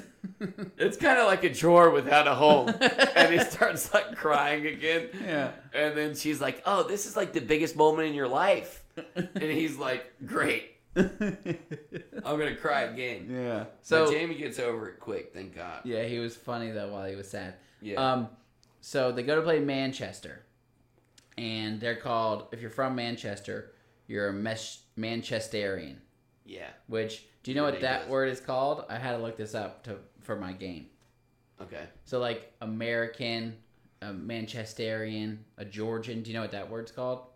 Speaker 1: it's kind of like a drawer without a [laughs] hole. and he starts like crying again.
Speaker 2: Yeah.
Speaker 1: And then she's like, Oh, this is like the biggest moment in your [laughs] life. And he's like, Great, I'm going to cry again.
Speaker 2: yeah.
Speaker 1: So
Speaker 2: So
Speaker 1: Jamie gets over it quick, thank God.
Speaker 2: yeah, he was funny though while he was sad.
Speaker 1: Yeah.
Speaker 2: Um, so they go to play Manchester, and they're called. If you're from Manchester, you're a mesh, Manchesterian.
Speaker 1: yeah.
Speaker 2: Which do you know what that
Speaker 1: Ridiculous.
Speaker 2: word is called? I had to look this up to for my game.
Speaker 1: Okay.
Speaker 2: So like American, a Manchesterian, a Georgian. Do you know what that word's called?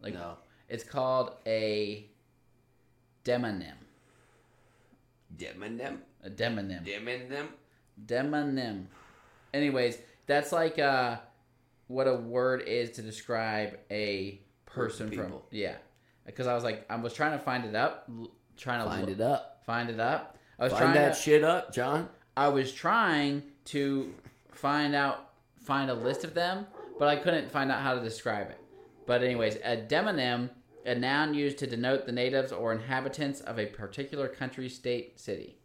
Speaker 2: Like
Speaker 1: no.
Speaker 2: it's called a demonym.
Speaker 1: Dim and them.
Speaker 2: A demonym.
Speaker 1: Dim and them.
Speaker 2: Demonym. Anyways, that's like uh, what a word is to describe a person from.
Speaker 1: People.
Speaker 2: Yeah, because I was like, I was trying to find it up, l- trying to
Speaker 1: Find
Speaker 2: look-
Speaker 1: it up.
Speaker 2: find it up. I was
Speaker 1: Find
Speaker 2: trying.
Speaker 1: that
Speaker 2: to,
Speaker 1: shit up, John.
Speaker 2: I was trying to find out, find a list of them, but I couldn't find out how to describe it. But anyways, a demonym, a noun used to denote the natives or inhabitants of a particular country, state, city.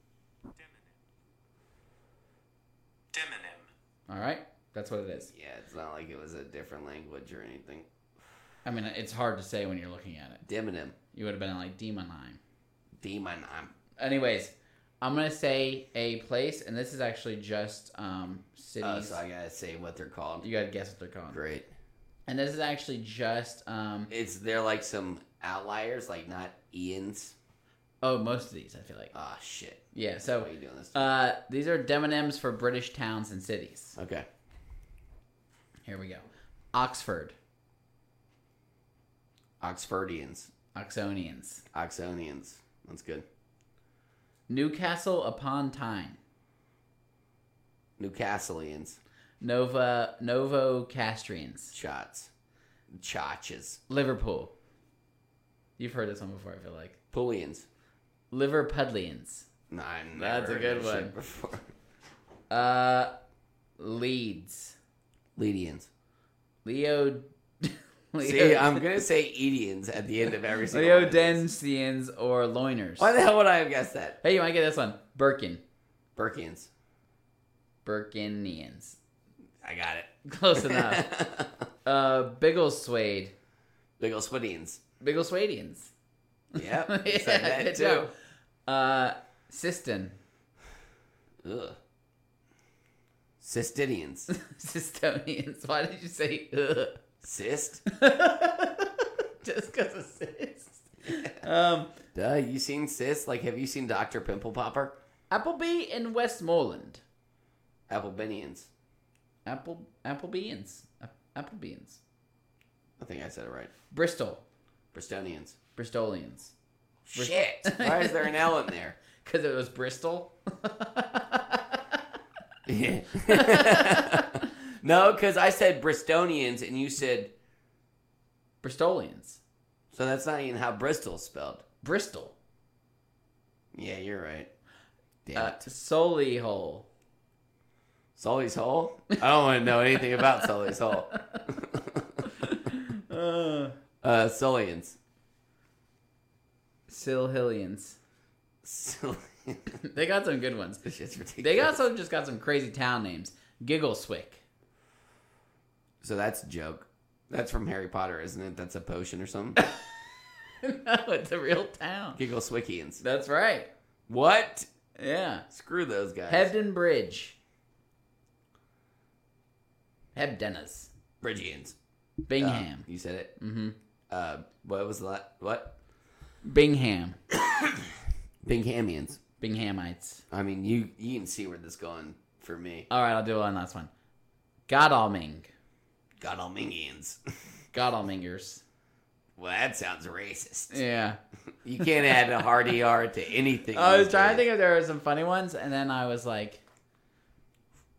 Speaker 5: Demonym.
Speaker 2: All right, that's what it is.
Speaker 1: Yeah, it's not like it was a different language or anything.
Speaker 2: I mean, it's hard to say when you're looking at it.
Speaker 1: Demonym.
Speaker 2: You would have been like demonine.
Speaker 1: Demon. I'm
Speaker 2: Anyways, I'm gonna say a place, and this is actually just um cities.
Speaker 1: oh, so I gotta say what they're called.
Speaker 2: you gotta guess what they're called.
Speaker 1: Great.
Speaker 2: And this is actually just um
Speaker 1: It's they're like some outliers, like not Ian's.
Speaker 2: oh most of these I feel like
Speaker 1: Ah, shit.
Speaker 2: yeah.
Speaker 1: Why
Speaker 2: So
Speaker 1: are you doing this? to me?
Speaker 2: uh these are demonyms for British towns and cities.
Speaker 1: okay.
Speaker 2: Here we go. Oxford,
Speaker 1: Oxfordians,
Speaker 2: Oxonians,
Speaker 1: Oxonians. That's good.
Speaker 2: Newcastle upon Tyne,
Speaker 1: Newcastleians,
Speaker 2: Nova Novocastrians,
Speaker 1: shots, Chotches,
Speaker 2: Liverpool. You've heard this one before, I feel like.
Speaker 1: Pullians.
Speaker 2: Liverpudlians.
Speaker 1: Nah, I've
Speaker 2: That's a
Speaker 1: never
Speaker 2: good
Speaker 1: heard that shit
Speaker 2: one.
Speaker 1: Before. [laughs]
Speaker 2: Uh, Leeds. [laughs]
Speaker 1: Ledians.
Speaker 2: Leo. [laughs] Leo
Speaker 1: See, I'm gonna say Edians at the end of
Speaker 2: [laughs]
Speaker 1: every single. one of these.
Speaker 2: Leodensians or Loiners.
Speaker 1: Why the hell would I have guessed that?
Speaker 2: Hey, you might get this one. Birkin.
Speaker 1: Burkians.
Speaker 2: Birkinians.
Speaker 1: I got it.
Speaker 2: [laughs] Close enough.
Speaker 1: [laughs]
Speaker 2: uh, Biggleswade.
Speaker 1: Big ol' Swedians.
Speaker 2: Biggleswadians. [laughs]
Speaker 1: Yep.
Speaker 2: yeah,
Speaker 1: I said that
Speaker 2: good
Speaker 1: too.
Speaker 2: job. Uh, Siston. [laughs]
Speaker 1: Ugh. Cystidians.
Speaker 2: Sistonians. Why did you say ugh? [laughs]
Speaker 1: Cyst?
Speaker 2: Just because of cyst. Um,
Speaker 1: Duh, you seen cyst? Like, have you seen Dr. Pimple Popper?
Speaker 2: Appleby in Westmoreland.
Speaker 1: Applebinians.
Speaker 2: Apple Applebeans. Applebeans.
Speaker 1: I think I said it right.
Speaker 2: Bristol.
Speaker 1: Bristonians.
Speaker 2: Bristolians.
Speaker 1: Shit! Why is there an L in
Speaker 2: [laughs]
Speaker 1: there?
Speaker 2: Because it was Bristol.
Speaker 1: [laughs] no, because I said Bristonians and you said,
Speaker 2: Bristolians.
Speaker 1: so that's not even how Bristol's spelled.
Speaker 2: Bristol.
Speaker 1: Yeah, you're right. Damn
Speaker 2: Uh,
Speaker 1: it.
Speaker 2: Solihull.
Speaker 1: Sully's Hole? I don't want to know anything about Sully's Hole.
Speaker 2: Uh,
Speaker 1: Uh, Sullians.
Speaker 2: Silhillians.
Speaker 1: So,
Speaker 2: [laughs] They got some good ones.
Speaker 1: this shit's ridiculous.
Speaker 2: They got some just got some crazy town names. Giggleswick. [laughs]
Speaker 1: so that's a joke. That's from Harry Potter, isn't it? That's a potion or something.
Speaker 2: no, it's a real town.
Speaker 1: Giggle Swickians.
Speaker 2: That's right.
Speaker 1: What?
Speaker 2: Yeah.
Speaker 1: Screw those guys.
Speaker 2: Hebden Bridge. Hebdenas.
Speaker 1: Bridgians. Um,
Speaker 2: Bingham.
Speaker 1: you said it.
Speaker 2: mm-hmm.
Speaker 1: Uh, what was that? What?
Speaker 2: Bingham.
Speaker 1: Binghamians.
Speaker 2: Binghamites.
Speaker 1: I mean, you you can see where this is going for me.
Speaker 2: All right, I'll do one last one. Godalming.
Speaker 1: God all Mingians.
Speaker 2: Godalmingers.
Speaker 1: [laughs] well, that sounds racist.
Speaker 2: Yeah.
Speaker 1: You can't add a hard ER to anything.
Speaker 2: [laughs] I was trying to think if there were some funny ones, and then I was like,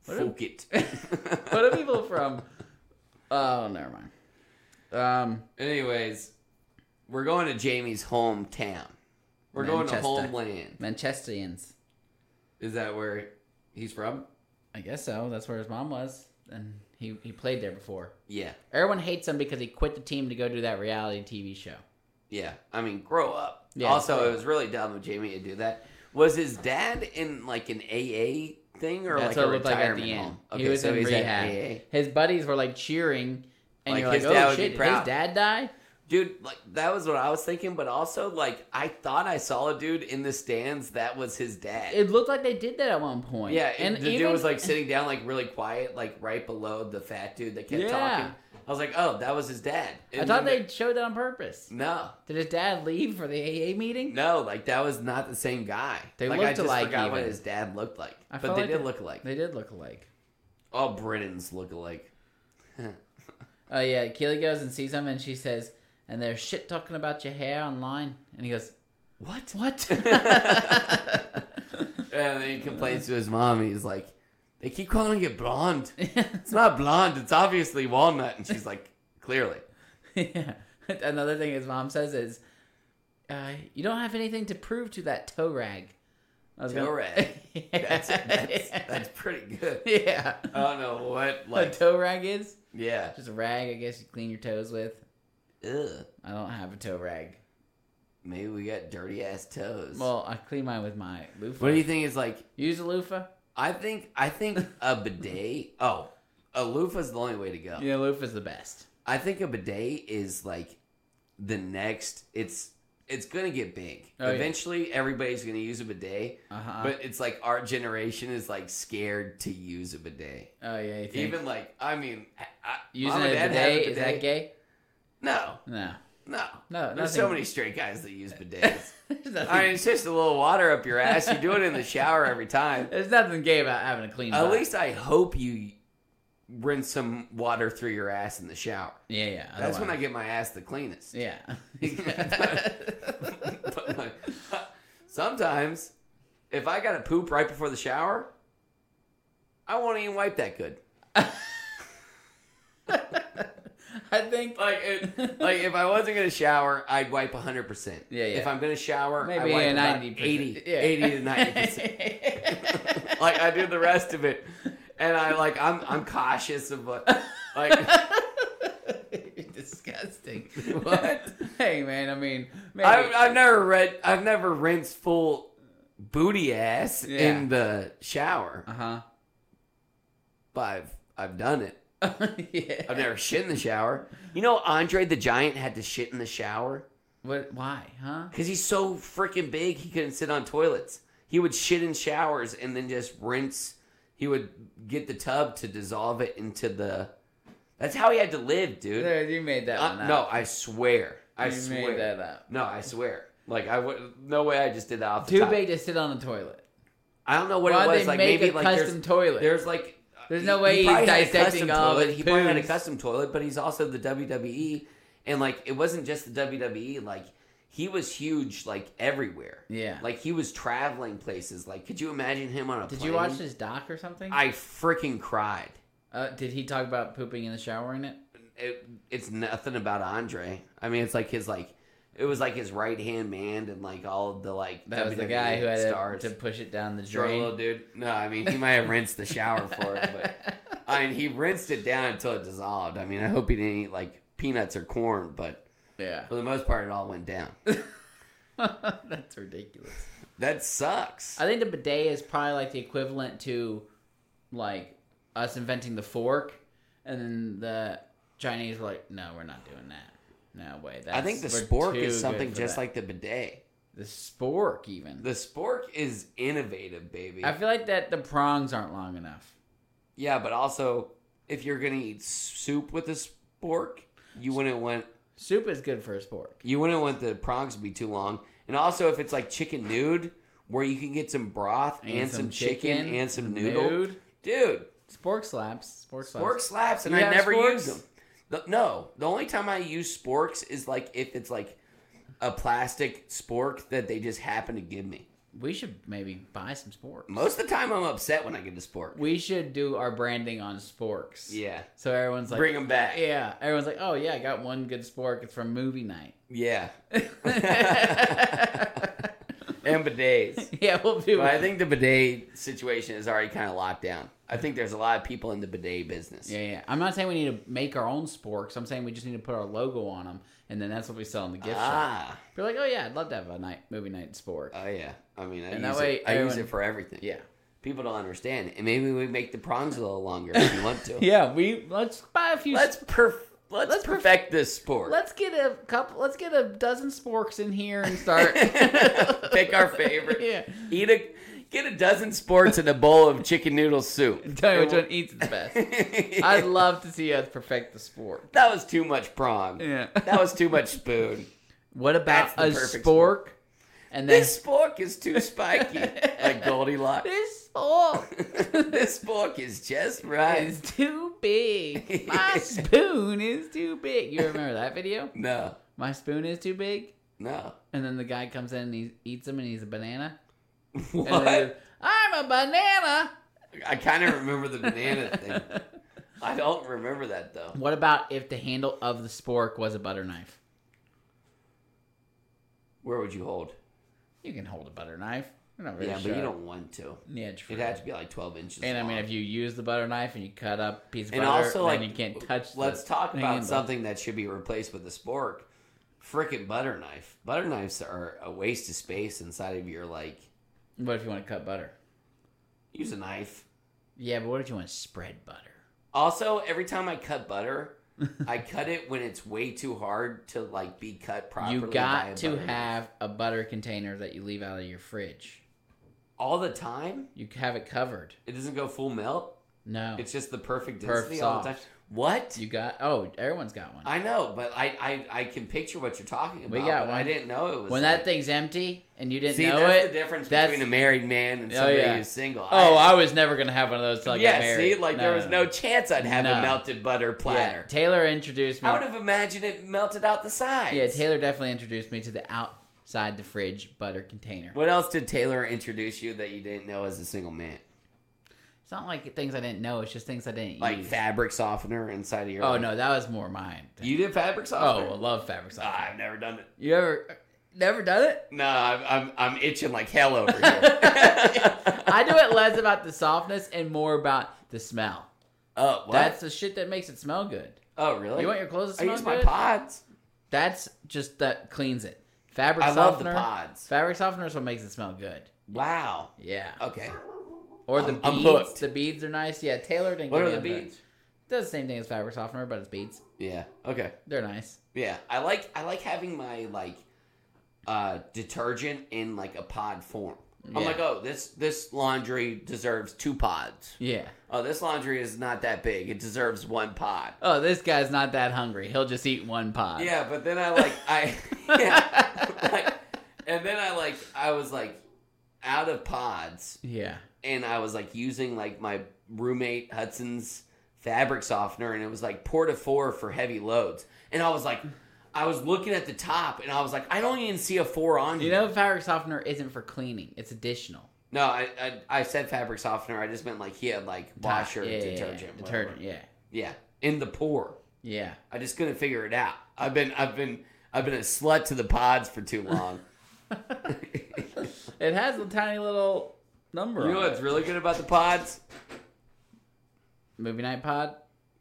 Speaker 2: What are-
Speaker 1: Fuck it.
Speaker 2: [laughs]
Speaker 1: [laughs]
Speaker 2: what are people from? Oh, never mind. Um,
Speaker 1: Anyways, we're going to Jamie's hometown. We're
Speaker 2: Manchester.
Speaker 1: going to homeland.
Speaker 2: Manchesterians.
Speaker 1: Is that where he's from?
Speaker 2: I guess so. That's where his mom was, and he he played there before.
Speaker 1: Yeah,
Speaker 2: Everyone hates him because he quit the team to go do that reality TV show.
Speaker 1: yeah. I mean, grow up.
Speaker 2: Yeah,
Speaker 1: also,
Speaker 2: grow
Speaker 1: it was really dumb of Jamie to do that. Was his dad in like an AA thing or
Speaker 2: That's
Speaker 1: like
Speaker 2: what
Speaker 1: a
Speaker 2: it looked like at
Speaker 1: retirement
Speaker 2: the end.
Speaker 1: home?
Speaker 2: he was
Speaker 1: so
Speaker 2: in
Speaker 1: he's at
Speaker 2: rehab.
Speaker 1: AA.
Speaker 2: His buddies were like cheering, and
Speaker 1: Like,
Speaker 2: you're
Speaker 1: his
Speaker 2: like,
Speaker 1: dad
Speaker 2: "Oh
Speaker 1: would be
Speaker 2: shit, did
Speaker 1: proud."
Speaker 2: his dad die?"
Speaker 1: Dude, like that was what I was thinking, but also like I thought I saw a dude in the stands that was his dad.
Speaker 2: It looked like they did that at one point.
Speaker 1: Yeah, and the
Speaker 2: even-
Speaker 1: dude was like sitting down, like really quiet, like right below the fat dude that kept
Speaker 2: Yeah.
Speaker 1: talking. I was like, oh, that was his dad.
Speaker 2: I
Speaker 1: And
Speaker 2: thought
Speaker 1: then
Speaker 2: they showed that on purpose.
Speaker 1: no,
Speaker 2: Did his dad leave for the AA meeting?
Speaker 1: no, like that was not the same guy.
Speaker 2: They
Speaker 1: like, I
Speaker 2: looked
Speaker 1: just
Speaker 2: alike
Speaker 1: forgot what
Speaker 2: even.
Speaker 1: his dad looked like,
Speaker 2: I
Speaker 1: but
Speaker 2: felt
Speaker 1: they
Speaker 2: like
Speaker 1: did
Speaker 2: they-
Speaker 1: look alike.
Speaker 2: They did look alike.
Speaker 1: All Britons look alike.
Speaker 2: Oh yeah, Keely goes and sees him, and she says, "And they're shit talking about your hair online." And he goes, "What?
Speaker 1: [laughs]
Speaker 2: What?" [laughs]
Speaker 1: And then he complains to his mom. He's like, they keep calling it blonde. It's not blonde. It's obviously walnut. And she's like,
Speaker 2: [laughs]
Speaker 1: clearly.
Speaker 2: yeah. Another thing his mom says is, uh, "You don't have anything to prove to that toe rag." I was
Speaker 1: Toe
Speaker 2: gonna-
Speaker 1: rag.
Speaker 2: [laughs] yeah.
Speaker 1: That's, that's, that's pretty good.
Speaker 2: [laughs] yeah.
Speaker 1: I don't know what,
Speaker 2: What
Speaker 1: like,
Speaker 2: a toe rag is?
Speaker 1: yeah.
Speaker 2: Just a rag, I guess you clean your toes with.
Speaker 1: Ugh.
Speaker 2: I don't have a toe rag.
Speaker 1: Maybe we got dirty ass toes.
Speaker 2: Well, I clean mine with my loofah.
Speaker 1: what do you think is like?
Speaker 2: use a loofah?
Speaker 1: I think I think a bidet. Oh, a loofah's the only way to go.
Speaker 2: Yeah, loofah's the best.
Speaker 1: I think a bidet is like the next. It's it's gonna get big.
Speaker 2: Oh, yeah.
Speaker 1: Eventually, everybody's gonna use a bidet.
Speaker 2: Uh huh.
Speaker 1: but it's like our generation is like scared to use a bidet.
Speaker 2: oh yeah, you think.
Speaker 1: Even like I mean, I, I,
Speaker 2: using
Speaker 1: Mom
Speaker 2: a
Speaker 1: and
Speaker 2: bidet,
Speaker 1: Dad have
Speaker 2: is that gay?
Speaker 1: No,
Speaker 2: No,
Speaker 1: no,
Speaker 2: no.
Speaker 1: There's so many straight guys that
Speaker 2: [laughs]
Speaker 1: use bidets.
Speaker 2: There's
Speaker 1: I mean,
Speaker 2: nothing,
Speaker 1: it's just a little water up your ass. You do it in the shower every
Speaker 2: [laughs]
Speaker 1: time.
Speaker 2: there's nothing gay about having a clean.
Speaker 1: At
Speaker 2: butt.
Speaker 1: least I hope you rinse some water through your ass in the shower.
Speaker 2: Yeah, yeah.
Speaker 1: That's when I
Speaker 2: otherwise-
Speaker 1: get my ass the cleanest. [laughs]
Speaker 2: Yeah.
Speaker 1: But, like, [laughs] sometimes, if I got to poop right before the shower, I won't even wipe that good.
Speaker 2: I think
Speaker 1: Like, it, like if I wasn't gonna shower, I'd wipe 100. percent
Speaker 2: Yeah, yeah.
Speaker 1: If I'm gonna shower,
Speaker 2: maybe
Speaker 1: I wipe
Speaker 2: a
Speaker 1: about
Speaker 2: 90
Speaker 1: 80, 80 to 90
Speaker 2: [laughs]
Speaker 1: percent.
Speaker 2: percent.
Speaker 1: like I do the rest of it, and I like I'm I'm cautious of what
Speaker 2: [laughs]
Speaker 1: like.
Speaker 2: disgusting.
Speaker 1: What?
Speaker 2: Hey man, I mean, maybe.
Speaker 1: I've, I've never read. I've never rinsed full booty ass
Speaker 2: Yeah.
Speaker 1: in the shower,
Speaker 2: [laughs] uh
Speaker 1: but I've I've done it.
Speaker 2: huh. yeah.
Speaker 1: I've never shit in the shower. You know, Andre the Giant had to shit in the shower
Speaker 2: What? Why? Huh?
Speaker 1: because he's so freaking big he couldn't sit on toilets. He would shit in showers and then just rinse. He would get the tub to dissolve it into the. That's how he had to live, dude.
Speaker 2: There, You made that one
Speaker 1: Uh,
Speaker 2: up.
Speaker 1: no, I swear. I
Speaker 2: you
Speaker 1: swear.
Speaker 2: made that up.
Speaker 1: No, I swear. Like I would. No way. I just did that off the
Speaker 2: Too
Speaker 1: top.
Speaker 2: big to sit on the toilet.
Speaker 1: I don't know what
Speaker 2: Why'd
Speaker 1: it was.
Speaker 2: they
Speaker 1: like
Speaker 2: make
Speaker 1: maybe
Speaker 2: a
Speaker 1: like
Speaker 2: custom
Speaker 1: there's,
Speaker 2: toilet?
Speaker 1: there's like
Speaker 2: There's
Speaker 1: he-
Speaker 2: no way
Speaker 1: he
Speaker 2: he's
Speaker 1: probably had a
Speaker 2: dissecting
Speaker 1: custom
Speaker 2: all of
Speaker 1: toilet.
Speaker 2: his
Speaker 1: He probably had a
Speaker 2: poos.
Speaker 1: custom toilet, but he's also the WWE, and like it wasn't just the WWE. Like he was huge, like everywhere.
Speaker 2: Yeah.
Speaker 1: like he was traveling places. Like, could you imagine him on a?
Speaker 2: Did
Speaker 1: plane?
Speaker 2: you watch this doc or something?
Speaker 1: I freaking cried.
Speaker 2: uh, did he talk about pooping in the shower in it?
Speaker 1: It, it's nothing about Andre. I mean, it's like his like. It was like his right hand man and like all of the like
Speaker 2: That was the
Speaker 1: WWE
Speaker 2: guy who had
Speaker 1: stars.
Speaker 2: to push it down the
Speaker 1: Short
Speaker 2: drain.
Speaker 1: little dude. No, I mean he might have rinsed the shower for it, but
Speaker 2: [laughs]
Speaker 1: I mean he rinsed it down until it dissolved. I mean I hope he didn't eat like peanuts or corn, but
Speaker 2: yeah. [laughs]
Speaker 1: for the most part it all went down.
Speaker 2: That's ridiculous.
Speaker 1: That sucks.
Speaker 2: I think the bidet is probably like the equivalent to like us inventing the fork, and then the Chinese were like, "No, we're not doing that. No way." That's,
Speaker 1: I think the
Speaker 2: we're
Speaker 1: spork
Speaker 2: too
Speaker 1: is
Speaker 2: good
Speaker 1: something
Speaker 2: for
Speaker 1: just
Speaker 2: that."
Speaker 1: like the bidet.
Speaker 2: the spork. Even
Speaker 1: The spork is innovative, baby.
Speaker 2: I feel like that the prongs aren't long enough.
Speaker 1: yeah, but also if you're gonna eat soup with a spork, you wouldn't want
Speaker 2: Soup is good for a spork.
Speaker 1: you wouldn't want the prongs to be too long. And also if it's like chicken nude, where you can get some broth and, some, chicken, and some noodle,
Speaker 2: nude.
Speaker 1: dude.
Speaker 2: Spork slaps. Spork slaps.
Speaker 1: Spork slaps, and
Speaker 2: You
Speaker 1: I
Speaker 2: have
Speaker 1: never
Speaker 2: sporks?
Speaker 1: use them. The- no, the only time I use sporks is like if it's like a plastic spork that they just happen to give me.
Speaker 2: We should maybe buy some sporks.
Speaker 1: Most of the time, I'm upset when I get a spork.
Speaker 2: we should do our branding on sporks.
Speaker 1: Yeah,
Speaker 2: So everyone's like,
Speaker 1: Bring 'em back.
Speaker 2: Yeah. Everyone's like, oh yeah, I got one good spork. It's from movie night. [laughs]
Speaker 1: yeah, [laughs] and bidets.
Speaker 2: [laughs] yeah, we'll do.
Speaker 1: But I
Speaker 2: it.
Speaker 1: think the bidet situation is already kind of locked down. I think there's a lot of people in the bidet business.
Speaker 2: Yeah, yeah. I'm not saying we need to make our own sporks. I'm saying we just need to put our logo on them, and then that's what we sell in the gift shop.
Speaker 1: Ah,
Speaker 2: You're like, oh yeah, I'd love to have a night movie night spork.
Speaker 1: oh yeah. I mean, I,
Speaker 2: And that
Speaker 1: use,
Speaker 2: way
Speaker 1: it, I use
Speaker 2: everyone-
Speaker 1: it for everything.
Speaker 2: yeah.
Speaker 1: people don't understand, and maybe we make the prongs a little longer if you want
Speaker 2: [laughs]
Speaker 1: to.
Speaker 2: Yeah, we let's buy a few.
Speaker 1: Let's perf- let's,
Speaker 2: Let's perf-
Speaker 1: perfect this sport.
Speaker 2: let's get a couple. Let's get a dozen sporks in here and
Speaker 1: [laughs]
Speaker 2: start.
Speaker 1: Pick our favorite.
Speaker 2: [laughs] Yeah.
Speaker 1: Eat a get a dozen sports and a bowl of chicken noodle soup.
Speaker 2: [laughs] Tell me which one eats its
Speaker 1: [laughs]
Speaker 2: best. I'd
Speaker 1: that
Speaker 2: love to see us perfect the sport.
Speaker 1: was too much prong.
Speaker 2: Yeah.
Speaker 1: That was too much spoon.
Speaker 2: What about
Speaker 1: That's
Speaker 2: a
Speaker 1: the
Speaker 2: spork?
Speaker 1: perfect sport.
Speaker 2: And [laughs] then
Speaker 1: This spork is too
Speaker 2: [laughs]
Speaker 1: spiky, like Goldilocks.
Speaker 2: this spork
Speaker 1: [laughs] this spork is just right.
Speaker 2: is too
Speaker 1: [laughs]
Speaker 2: big. My spoon is too big. You remember that video?
Speaker 1: No,
Speaker 2: My spoon is too big.
Speaker 1: no. [laughs]
Speaker 2: And then the guy comes in and he eats him and he's a banana. And then he
Speaker 1: What?
Speaker 2: goes, I'm a banana.
Speaker 1: I kind of remember the banana thing. I don't remember that though.
Speaker 2: [laughs] What about if the handle of the spork was a butter knife?
Speaker 1: Where would you hold?
Speaker 2: You can hold a butter knife. You're not really
Speaker 1: Yeah,
Speaker 2: sure.
Speaker 1: but you don't want to.
Speaker 2: Yeah, true.
Speaker 1: It'd have to be like twelve inches.
Speaker 2: And I mean,
Speaker 1: long.
Speaker 2: if you use the butter knife and you cut up a piece of
Speaker 1: and
Speaker 2: butter,
Speaker 1: also
Speaker 2: then
Speaker 1: like
Speaker 2: you can't touch. the
Speaker 1: Let's talk about
Speaker 2: handle.
Speaker 1: something that should be replaced with a spork. Frickin' butter knife. Butter knives are a waste of space inside of your like.
Speaker 2: What if you want to cut butter?
Speaker 1: Use a knife.
Speaker 2: Yeah, but what if you want to spread butter?
Speaker 1: Also, every time I cut
Speaker 2: [laughs]
Speaker 1: butter, I cut it when it's way too hard to like be cut properly.
Speaker 2: you
Speaker 1: by a
Speaker 2: got to
Speaker 1: butter knife.
Speaker 2: have a butter container that you leave out of your fridge.
Speaker 1: all the time.
Speaker 2: You have it covered.
Speaker 1: It doesn't go full melt.
Speaker 2: No,
Speaker 1: It's just the perfect
Speaker 2: Perf
Speaker 1: density all the time.
Speaker 2: soft.
Speaker 1: What?
Speaker 2: you got. Oh, everyone's got one.
Speaker 1: I know, but I, I I can picture what you're talking about.
Speaker 2: We got
Speaker 1: but I
Speaker 2: one.
Speaker 1: didn't know it was
Speaker 2: when
Speaker 1: like-
Speaker 2: that thing's empty and you didn't
Speaker 1: See,
Speaker 2: know
Speaker 1: that's the
Speaker 2: it.
Speaker 1: difference
Speaker 2: that's-
Speaker 1: between a married man and
Speaker 2: Oh,
Speaker 1: somebody
Speaker 2: yeah.
Speaker 1: who's single.
Speaker 2: oh, I was never gonna have one of those till I got
Speaker 1: yeah.
Speaker 2: married.
Speaker 1: See, like there was no, chance I'd have
Speaker 2: No.
Speaker 1: a melted butter
Speaker 2: Yeah,
Speaker 1: platter.
Speaker 2: Taylor introduced me.
Speaker 1: I would have imagined it melted out the sides.
Speaker 2: Yeah, Taylor definitely introduced me to the outside the fridge butter container.
Speaker 1: What else did Taylor introduce you that you didn't know as a single man?
Speaker 2: It's not like things I didn't know. It's just things I didn't
Speaker 1: Like
Speaker 2: use.
Speaker 1: fabric softener inside of your.
Speaker 2: Oh no, that was more mine.
Speaker 1: you did fabric
Speaker 2: oh,
Speaker 1: softener.
Speaker 2: I love fabric
Speaker 1: Ah,
Speaker 2: softener.
Speaker 1: I've never done it.
Speaker 2: You ever never done it?
Speaker 1: No, I'm I'm, I'm itching like hell [laughs] over here.
Speaker 2: I do it less about the softness and more about the smell.
Speaker 1: oh, what?
Speaker 2: That's the shit that makes it smell good.
Speaker 1: oh, really?
Speaker 2: you want your clothes to
Speaker 1: I
Speaker 2: smell
Speaker 1: use my
Speaker 2: good?
Speaker 1: pods.
Speaker 2: That's just that cleans it. Fabric
Speaker 1: I love
Speaker 2: softener.
Speaker 1: the pods.
Speaker 2: Fabric softener is what makes it smell good.
Speaker 1: Wow.
Speaker 2: Yeah.
Speaker 1: Okay.
Speaker 2: Or the
Speaker 1: I'm- I'm
Speaker 2: beads.
Speaker 1: hooked.
Speaker 2: the beads are nice. Yeah, Taylor didn't.
Speaker 1: What
Speaker 2: give
Speaker 1: are
Speaker 2: me
Speaker 1: the
Speaker 2: a bit.
Speaker 1: beads?
Speaker 2: Does the same thing as fabric softener, but it's beads.
Speaker 1: Yeah. Okay.
Speaker 2: They're nice.
Speaker 1: Yeah, I like I like having my like uh detergent in like a pod form. I'm
Speaker 2: Yeah.
Speaker 1: like, oh, this this laundry deserves two pods.
Speaker 2: Yeah.
Speaker 1: Oh, this laundry is not that big; it deserves one pod.
Speaker 2: Oh, this guy's not that hungry. He'll just eat one pod.
Speaker 1: Yeah, but then I like I, [laughs] yeah, like, and then I like I was like out of pods,
Speaker 2: Yeah.
Speaker 1: and I was like using like my roommate Hudson's fabric softener, and it was like porta four for heavy loads, and I was like. I was looking at the top, and I was like, I don't even see a four on
Speaker 2: You
Speaker 1: here.
Speaker 2: know, fabric softener isn't for cleaning. It's additional.
Speaker 1: No, I, I I said fabric softener. I just meant like he had like washer
Speaker 2: Yeah, yeah, yeah,
Speaker 1: detergent,
Speaker 2: Yeah,
Speaker 1: whatever.
Speaker 2: detergent. Yeah.
Speaker 1: Yeah, in the pour.
Speaker 2: Yeah.
Speaker 1: I just couldn't figure it out. I've been I've been I've been a slut to the pods for too long.
Speaker 2: It has a tiny little number.
Speaker 1: you know
Speaker 2: on it.
Speaker 1: what's really good about the pods?
Speaker 2: Movie night pod.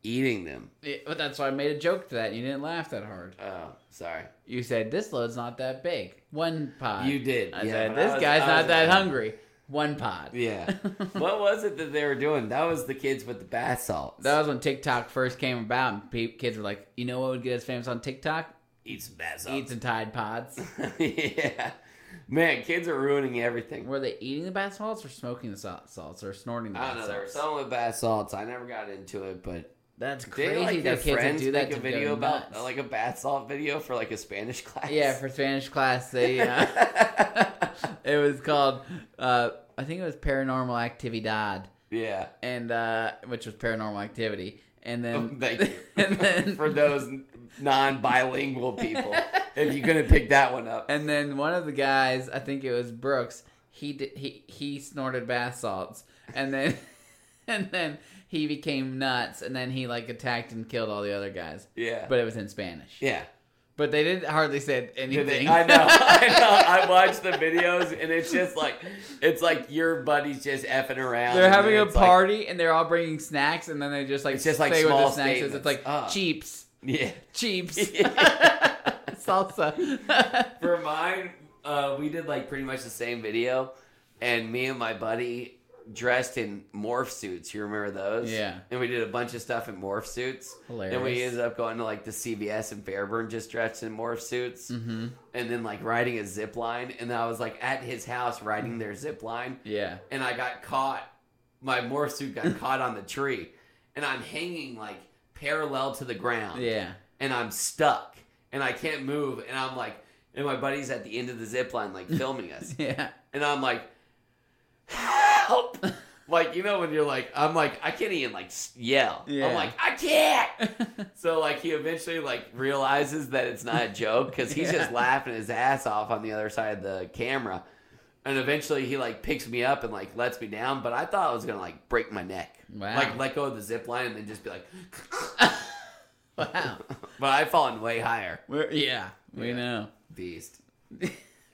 Speaker 1: eating them.
Speaker 2: Yeah, but that's why I made a joke to that. and You didn't laugh that hard.
Speaker 1: Oh, sorry.
Speaker 2: You said this load's not that big. One pod.
Speaker 1: You did.
Speaker 2: I
Speaker 1: yeah,
Speaker 2: said
Speaker 1: but I
Speaker 2: this
Speaker 1: was-
Speaker 2: guy's
Speaker 1: I
Speaker 2: not
Speaker 1: was-
Speaker 2: that hungry. One pod.
Speaker 1: Yeah. [laughs] what was it that they were doing? That was the kids with the bath salts.
Speaker 2: That was when TikTok first came about, and pe- kids were like, "You know what would get us famous on TikTok?
Speaker 1: Eat some bath
Speaker 2: Eat
Speaker 1: salts.
Speaker 2: some Tide Pods."
Speaker 1: [laughs] yeah. Man, kids are ruining everything.
Speaker 2: Were they eating the bath salts or smoking the salt salts or snorting the
Speaker 1: I
Speaker 2: bath
Speaker 1: don't know. There were
Speaker 2: salts?
Speaker 1: some with bath salts. I never got into it, but
Speaker 2: That's crazy
Speaker 1: did like their
Speaker 2: that kids would
Speaker 1: friends
Speaker 2: do that
Speaker 1: make
Speaker 2: to
Speaker 1: a video
Speaker 2: go nuts.
Speaker 1: about like a bath salt video for like a
Speaker 2: [laughs]
Speaker 1: Spanish class?
Speaker 2: yeah, for Spanish class, they uh, it was called uh, I think it was Paranormal Actividad,
Speaker 1: [laughs] yeah.
Speaker 2: and uh, which was Paranormal Activity, and then
Speaker 1: Oh, Thank you.
Speaker 2: [laughs] and then
Speaker 1: for those non-bilingual
Speaker 2: [laughs]
Speaker 1: people, if you couldn't pick that one up,
Speaker 2: And then one of the guys, I think it was Brooks, he did, he he snorted bath salts, and then [laughs] and then he became nuts, and then he like attacked and killed all the other guys.
Speaker 1: yeah,
Speaker 2: But it was in Spanish.
Speaker 1: yeah.
Speaker 2: But they didn't hardly said
Speaker 1: Did
Speaker 2: anything.
Speaker 1: they- I know,
Speaker 2: [laughs]
Speaker 1: I know. I watch the videos, and it's just like it's like your buddies just effing around.
Speaker 2: They're
Speaker 1: and
Speaker 2: having a
Speaker 1: it's like-
Speaker 2: party and they're all bringing snacks and then they just like
Speaker 1: It's just, like,
Speaker 2: say what the
Speaker 1: small
Speaker 2: snacks is. It's
Speaker 1: statements.
Speaker 2: like
Speaker 1: Ah.
Speaker 2: cheeps,
Speaker 1: yeah.
Speaker 2: cheeps, [laughs]
Speaker 1: [laughs]
Speaker 2: salsa.
Speaker 1: For mine, uh, we did like pretty much the same video, and me and my buddy dressed in morph suits. You remember those?
Speaker 2: Yeah.
Speaker 1: And we did a bunch of stuff in morph suits. And we
Speaker 2: Hilarious.
Speaker 1: ended up going to like the CVS in Fairburn, just dressed in morph suits,
Speaker 2: Mhm.
Speaker 1: and then like riding a zip line. And I was like at his house
Speaker 2: Mm.
Speaker 1: riding their zip line,
Speaker 2: yeah.
Speaker 1: and I got caught. My morph suit got [laughs] caught on the tree, and I'm hanging like parallel to the ground
Speaker 2: Yeah.
Speaker 1: and I'm stuck and I can't move and I'm like and my buddy's at the end of the zip line like filming
Speaker 2: [laughs]
Speaker 1: us
Speaker 2: [laughs]
Speaker 1: [laughs]
Speaker 2: Yeah.
Speaker 1: and I'm like help like you know when you're like I'm like I can't even like s- yell
Speaker 2: Yeah.
Speaker 1: I'm like I can't so like he eventually like realizes that it's not a joke because he's
Speaker 2: [laughs] Yeah.
Speaker 1: just laughing his ass off on the other side of the camera and eventually he like picks me up and like lets me down but I thought I was gonna like break my neck
Speaker 2: Wow.
Speaker 1: like let go of the zip line and then just be
Speaker 2: [laughs]
Speaker 1: like [laughs]
Speaker 2: Wow.
Speaker 1: but I've fallen way higher
Speaker 2: We're, yeah. We
Speaker 1: Yeah. [laughs]
Speaker 2: know.
Speaker 1: beast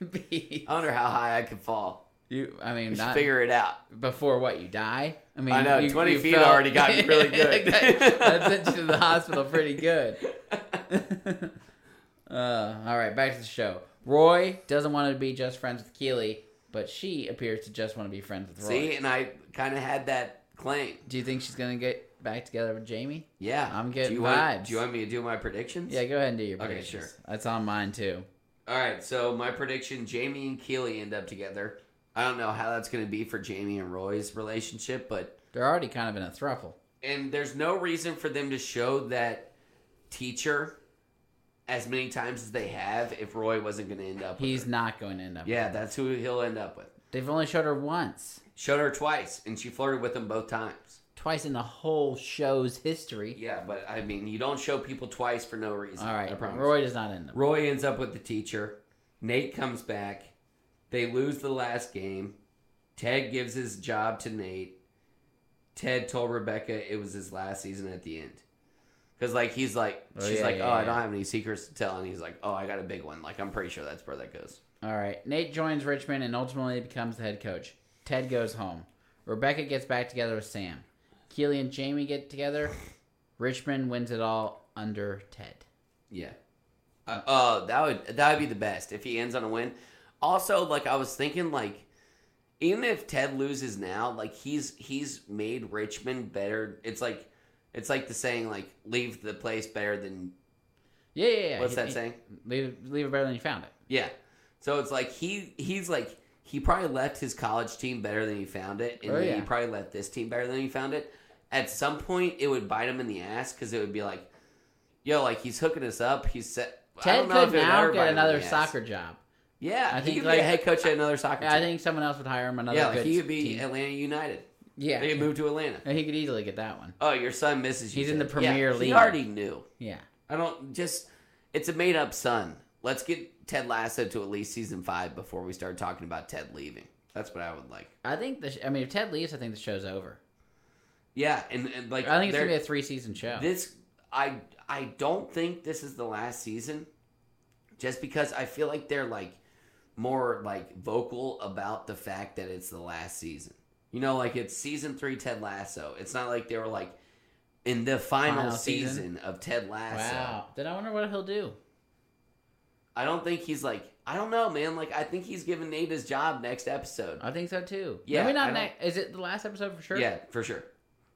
Speaker 2: Be-
Speaker 1: I wonder how high I could fall.
Speaker 2: you, I mean,
Speaker 1: We should
Speaker 2: not
Speaker 1: figure it out.
Speaker 2: before what you die. I mean,
Speaker 1: I know,
Speaker 2: you,
Speaker 1: 20
Speaker 2: you
Speaker 1: feet already
Speaker 2: [laughs]
Speaker 1: got me really good.
Speaker 2: that, that sent you to the hospital
Speaker 1: [laughs]
Speaker 2: pretty good. [laughs] uh, all right, back to the show. Roy doesn't want to be just friends with Keely, but she appears to just want to be friends with Roy.
Speaker 1: See, and I kind of had that claim.
Speaker 2: Do you think she's gonna get back together with Jamie?
Speaker 1: Yeah,
Speaker 2: I'm getting
Speaker 1: do you want-
Speaker 2: vibes.
Speaker 1: do you want me to do my predictions?
Speaker 2: Yeah, go ahead and do your
Speaker 1: Okay,
Speaker 2: predictions.
Speaker 1: sure.
Speaker 2: That's on mine too.
Speaker 1: All right. So my prediction: Jamie and Keely end up together. I don't know how that's going to be for Jamie and Roy's relationship, but
Speaker 2: They're already kind of in a thruple.
Speaker 1: and there's no reason for them to show that teacher as many times as they have if Roy wasn't going to end up. with
Speaker 2: He's
Speaker 1: her.
Speaker 2: not going to end up.
Speaker 1: yeah, that's who he'll end up with.
Speaker 2: They've only showed her once,
Speaker 1: Showed her twice, and she flirted with him both times.
Speaker 2: twice in the whole show's history.
Speaker 1: Yeah, but I mean, you don't show people twice for no reason.
Speaker 2: All
Speaker 1: I
Speaker 2: right,
Speaker 1: promise.
Speaker 2: Roy does not end up.
Speaker 1: Roy ends up with the teacher. Nate comes back. They lose the last game. Ted gives his job to Nate. Ted told Rebecca it was his last season at the end. Because, like, he's like,
Speaker 2: Oh,
Speaker 1: she's
Speaker 2: yeah,
Speaker 1: like,
Speaker 2: yeah,
Speaker 1: oh, I
Speaker 2: yeah.
Speaker 1: don't have any secrets to tell. And he's like, oh, I got a big one. Like, I'm pretty sure that's where that goes.
Speaker 2: All right. Nate joins Richmond and ultimately becomes the head coach. Ted goes home. Rebecca gets back together with Sam. Keely and Jamie get together. Richmond wins it all under Ted.
Speaker 1: Yeah. Uh, oh, that would that would be the best if he ends on a win. Also, like I was thinking, like even if Ted loses now, like he's he's made Richmond better. It's like it's like the saying, like leave the place better than
Speaker 2: Yeah, yeah, yeah.
Speaker 1: what's
Speaker 2: He-
Speaker 1: that
Speaker 2: he-
Speaker 1: saying?
Speaker 2: Leave, leave it better than you found it.
Speaker 1: Yeah. So it's like he he's like he probably left his college team better than he found it, and
Speaker 2: Oh,
Speaker 1: then he
Speaker 2: yeah.
Speaker 1: probably left this team better than he found it. At some point, it would bite him in the ass because it would be like, yo, like he's hooking us up. He's set. I
Speaker 2: Ted
Speaker 1: don't know if
Speaker 2: could
Speaker 1: it would
Speaker 2: now
Speaker 1: ever bite him
Speaker 2: get
Speaker 1: in
Speaker 2: another
Speaker 1: the ass.
Speaker 2: soccer job.
Speaker 1: Yeah,
Speaker 2: I
Speaker 1: he
Speaker 2: think,
Speaker 1: could
Speaker 2: like-
Speaker 1: be a head coach at another soccer
Speaker 2: Yeah, I
Speaker 1: team.
Speaker 2: think someone else would hire him. Another
Speaker 1: yeah,
Speaker 2: good
Speaker 1: like he could be
Speaker 2: team.
Speaker 1: Atlanta United.
Speaker 2: yeah,
Speaker 1: They could move to Atlanta.
Speaker 2: And he could easily get that one.
Speaker 1: Oh, your son misses you.
Speaker 2: He's in
Speaker 1: Ted.
Speaker 2: the Premier
Speaker 1: yeah,
Speaker 2: League.
Speaker 1: He already knew.
Speaker 2: Yeah,
Speaker 1: I don't just. It's a made up son. Let's get Ted Lasso to at least season five before we start talking about Ted leaving. That's what I would like.
Speaker 2: I think. The sh- I mean, if Ted leaves, I think the show's over.
Speaker 1: Yeah, and, and like
Speaker 2: I think it's
Speaker 1: there-
Speaker 2: gonna be a three-season show.
Speaker 1: this. I I don't think this is the last season, just because I feel like they're like more like vocal about the fact that it's the last season. You know, like it's season three Ted Lasso. It's not like they were like, in the final,
Speaker 2: Final
Speaker 1: season,
Speaker 2: season?
Speaker 1: of Ted Lasso.
Speaker 2: Wow. Then I wonder what he'll do.
Speaker 1: I don't think he's like I don't know, man. Like I think he's giving Nate his job next episode.
Speaker 2: I think so too.
Speaker 1: Yeah,
Speaker 2: Maybe
Speaker 1: I
Speaker 2: not
Speaker 1: don't-
Speaker 2: next. Is it the last episode for Uh, sure?
Speaker 1: Yeah, for sure.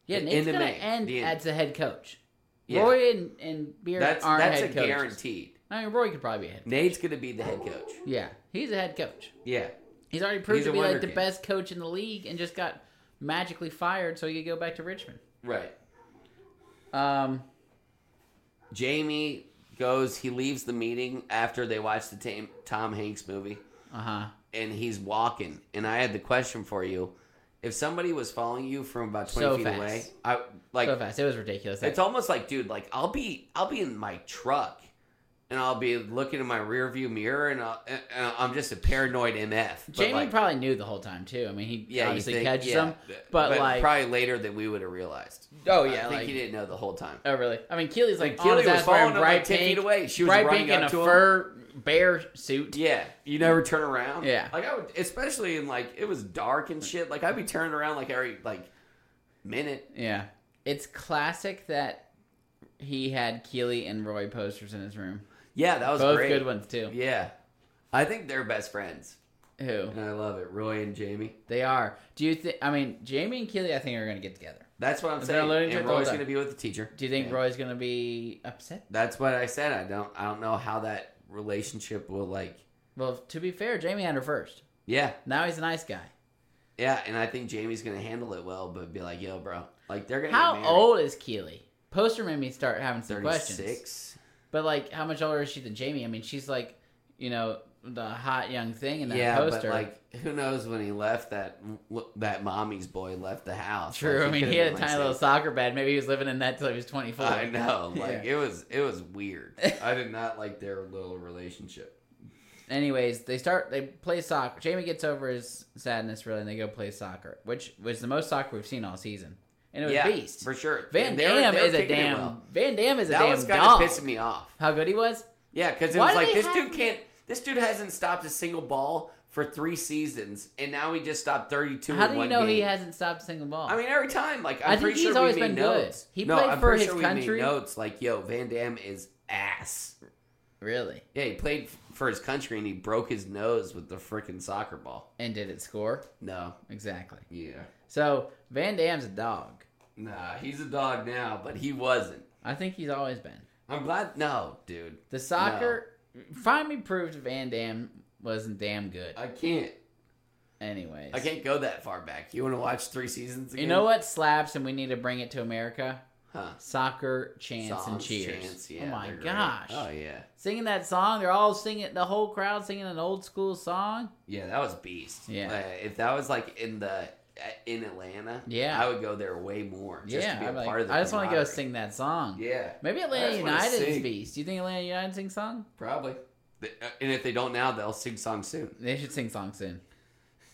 Speaker 2: Yeah,
Speaker 1: In
Speaker 2: Nate's
Speaker 1: the
Speaker 2: gonna
Speaker 1: May,
Speaker 2: end
Speaker 1: the end.
Speaker 2: as the head coach.
Speaker 1: Yeah.
Speaker 2: Roy and, and Beard
Speaker 1: that's
Speaker 2: aren't
Speaker 1: that's a
Speaker 2: head coaches.
Speaker 1: guaranteed.
Speaker 2: I mean, Roy could probably be a head.
Speaker 1: Nate's gonna be the head coach.
Speaker 2: Yeah, he's a head coach.
Speaker 1: Yeah,
Speaker 2: He's already proved
Speaker 1: He's
Speaker 2: to
Speaker 1: a
Speaker 2: be like
Speaker 1: wonder
Speaker 2: the
Speaker 1: kid.
Speaker 2: best coach in the league, and just got magically fired, so he could go back to Richmond.
Speaker 1: right.
Speaker 2: Um,
Speaker 1: Jamie goes. He leaves the meeting after they watch the Tam- Tom Hanks movie,
Speaker 2: uh huh.
Speaker 1: and he's walking. And I had the question for you: If somebody was following you from about twenty
Speaker 2: So
Speaker 1: feet
Speaker 2: fast.
Speaker 1: away, I like
Speaker 2: so fast, it was ridiculous.
Speaker 1: It's almost like, dude, like I'll be I'll be in my truck and I'll be looking in my rearview mirror and, I'll, and and I'm just a paranoid MF. But
Speaker 2: Jamie
Speaker 1: like,
Speaker 2: probably knew the whole time too. I mean, he
Speaker 1: yeah, you
Speaker 2: obviously
Speaker 1: think-
Speaker 2: catches
Speaker 1: yeah,
Speaker 2: them, but, like,
Speaker 1: probably later than we would have realized.
Speaker 2: oh
Speaker 1: I
Speaker 2: yeah,
Speaker 1: think
Speaker 2: like,
Speaker 1: he didn't know the whole time.
Speaker 2: oh really? I mean, Keely's like,
Speaker 1: Like
Speaker 2: on
Speaker 1: Keely
Speaker 2: his
Speaker 1: was
Speaker 2: ass wearing
Speaker 1: following him
Speaker 2: bright
Speaker 1: like 10 feet
Speaker 2: pink,
Speaker 1: away. She was
Speaker 2: bright
Speaker 1: running
Speaker 2: pink in
Speaker 1: up
Speaker 2: a
Speaker 1: to him.
Speaker 2: fur bear suit.
Speaker 1: Yeah, you never turn around.
Speaker 2: Yeah.
Speaker 1: like I would, especially in like it was dark and shit. Like I'd be turning around like every like minute.
Speaker 2: Yeah. It's classic that he had Keely and Roy posters in his room.
Speaker 1: Yeah, that was
Speaker 2: Both
Speaker 1: great.
Speaker 2: good ones too.
Speaker 1: Yeah, I think they're best friends,
Speaker 2: Who?
Speaker 1: and I love it. Roy and Jamie.
Speaker 2: They are. Do you think I mean Jamie and Keely I think are gonna get together.
Speaker 1: That's what I'm
Speaker 2: They're
Speaker 1: saying.
Speaker 2: learning to
Speaker 1: And Roy's
Speaker 2: hold up.
Speaker 1: going to be with the teacher.
Speaker 2: Do you think
Speaker 1: Yeah.
Speaker 2: Roy's gonna be upset?
Speaker 1: That's what I said. I don't. I don't know how that relationship will like.
Speaker 2: Well, to be fair, Jamie had her first.
Speaker 1: Yeah,
Speaker 2: Now he's a nice guy.
Speaker 1: yeah. And I think Jamie's going to handle it well, but be like, "Yo, bro, like they're going to
Speaker 2: How
Speaker 1: get married.
Speaker 2: old is Keely? Poster made me start having some questions.
Speaker 1: 36.
Speaker 2: But like how much older is she than Jamie? I mean she's like, you know, the hot young thing in that
Speaker 1: Yeah,
Speaker 2: poster.
Speaker 1: but like, who knows when he left that that mommy's boy left the house?
Speaker 2: [laughs] True.
Speaker 1: Like,
Speaker 2: I mean,
Speaker 1: could've
Speaker 2: he had a
Speaker 1: been,
Speaker 2: tiny
Speaker 1: like,
Speaker 2: little
Speaker 1: saying-
Speaker 2: soccer bed. Maybe he was living in that till he was
Speaker 1: [laughs]
Speaker 2: 24.
Speaker 1: I know. Like
Speaker 2: [laughs] Yeah.
Speaker 1: it was. It was
Speaker 2: [laughs]
Speaker 1: weird. I did not like their little relationship.
Speaker 2: Anyways, they start. They play soccer. Jamie gets over his sadness, really, and they go play soccer, which was the most soccer we've seen all season, and it was
Speaker 1: yeah,
Speaker 2: beast.
Speaker 1: for sure.
Speaker 2: Van
Speaker 1: And they were-
Speaker 2: Dam
Speaker 1: they were
Speaker 2: is a
Speaker 1: kicking it
Speaker 2: damn.
Speaker 1: well.
Speaker 2: Van Dam is a
Speaker 1: That
Speaker 2: damn
Speaker 1: was kind of
Speaker 2: dog.
Speaker 1: pissing me off.
Speaker 2: How good he was.
Speaker 1: Yeah, because it
Speaker 2: Why
Speaker 1: was
Speaker 2: do
Speaker 1: like
Speaker 2: they
Speaker 1: this
Speaker 2: have
Speaker 1: dude
Speaker 2: him?
Speaker 1: can't. This dude hasn't stopped a single ball for three seasons, and now he just stopped thirty-two.
Speaker 2: How
Speaker 1: in
Speaker 2: do you
Speaker 1: one
Speaker 2: know he
Speaker 1: game.
Speaker 2: hasn't stopped a single ball?
Speaker 1: I mean, every time, like I'm
Speaker 2: I think
Speaker 1: pretty
Speaker 2: he's
Speaker 1: sure
Speaker 2: always
Speaker 1: we
Speaker 2: been
Speaker 1: made
Speaker 2: good.
Speaker 1: notes.
Speaker 2: He
Speaker 1: no,
Speaker 2: played
Speaker 1: I'm
Speaker 2: for
Speaker 1: pretty
Speaker 2: his
Speaker 1: sure
Speaker 2: country.
Speaker 1: We made notes like, "Yo, Van Dam is ass."
Speaker 2: really?
Speaker 1: Yeah, he played f- for his country, and he broke his nose with the freaking soccer ball.
Speaker 2: And did it score?
Speaker 1: No,
Speaker 2: Exactly.
Speaker 1: yeah,
Speaker 2: So Van Dam's a dog.
Speaker 1: nah, he's a dog now, but he wasn't.
Speaker 2: I think he's always been.
Speaker 1: I'm glad. No, dude,
Speaker 2: The soccer. Find me proof Van Dam wasn't damn good.
Speaker 1: I can't.
Speaker 2: Anyways,
Speaker 1: I can't go that far back. You want to watch three seasons? Again?
Speaker 2: You know what slaps, and we need to bring it to America.
Speaker 1: Huh.
Speaker 2: Soccer chants and
Speaker 1: Songs,
Speaker 2: cheers.
Speaker 1: chants, yeah,
Speaker 2: oh my
Speaker 1: they're great.
Speaker 2: gosh!
Speaker 1: Oh yeah.
Speaker 2: Singing that song, they're all singing. The whole crowd singing an old school song.
Speaker 1: Yeah, that was beast.
Speaker 2: Yeah.
Speaker 1: Like, if that was like in the uh, in Atlanta,
Speaker 2: Yeah.
Speaker 1: I would go there way more. Just
Speaker 2: yeah,
Speaker 1: to be a
Speaker 2: I'm like,
Speaker 1: part of the
Speaker 2: I just want to go
Speaker 1: camaraderie.
Speaker 2: sing that song.
Speaker 1: Yeah,
Speaker 2: Maybe
Speaker 1: I
Speaker 2: Atlanta
Speaker 1: just wanna
Speaker 2: United's
Speaker 1: sing.
Speaker 2: beast. Do you think Atlanta United sings song?
Speaker 1: probably. Th- uh, And if they don't now, they'll sing song soon.
Speaker 2: They should sing songs soon.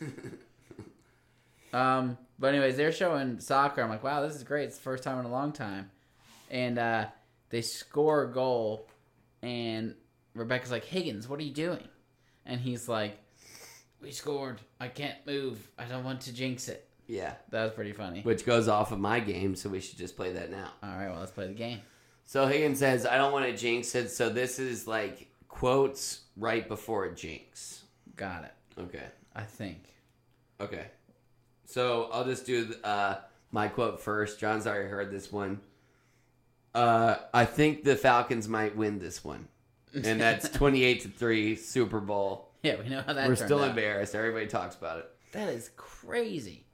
Speaker 2: [laughs] um, but anyways, they're showing soccer. I'm like, wow, this is great. It's the first time in a long time. And uh, they score a goal, and Rebecca's like, Higgins, what are you doing? And he's like, we scored. I can't move. I don't want to jinx it.
Speaker 1: Yeah,
Speaker 2: That was pretty funny.
Speaker 1: which goes off of my game, so we should just play that now.
Speaker 2: All right, well, let's play the game.
Speaker 1: So Higgins says, "I don't want to jinx it." So this is like quotes right before a jinx.
Speaker 2: Got it.
Speaker 1: Okay,
Speaker 2: I think. [laughs]
Speaker 1: okay. So I'll just do uh, my quote first. John's already heard this one. Uh, I think the Falcons might win this one. and
Speaker 2: [laughs]
Speaker 1: that's 28 to 3 Super Bowl.
Speaker 2: yeah, we know how that
Speaker 1: We're
Speaker 2: turned
Speaker 1: still
Speaker 2: out.
Speaker 1: embarrassed. Everybody talks about it.
Speaker 2: That is crazy.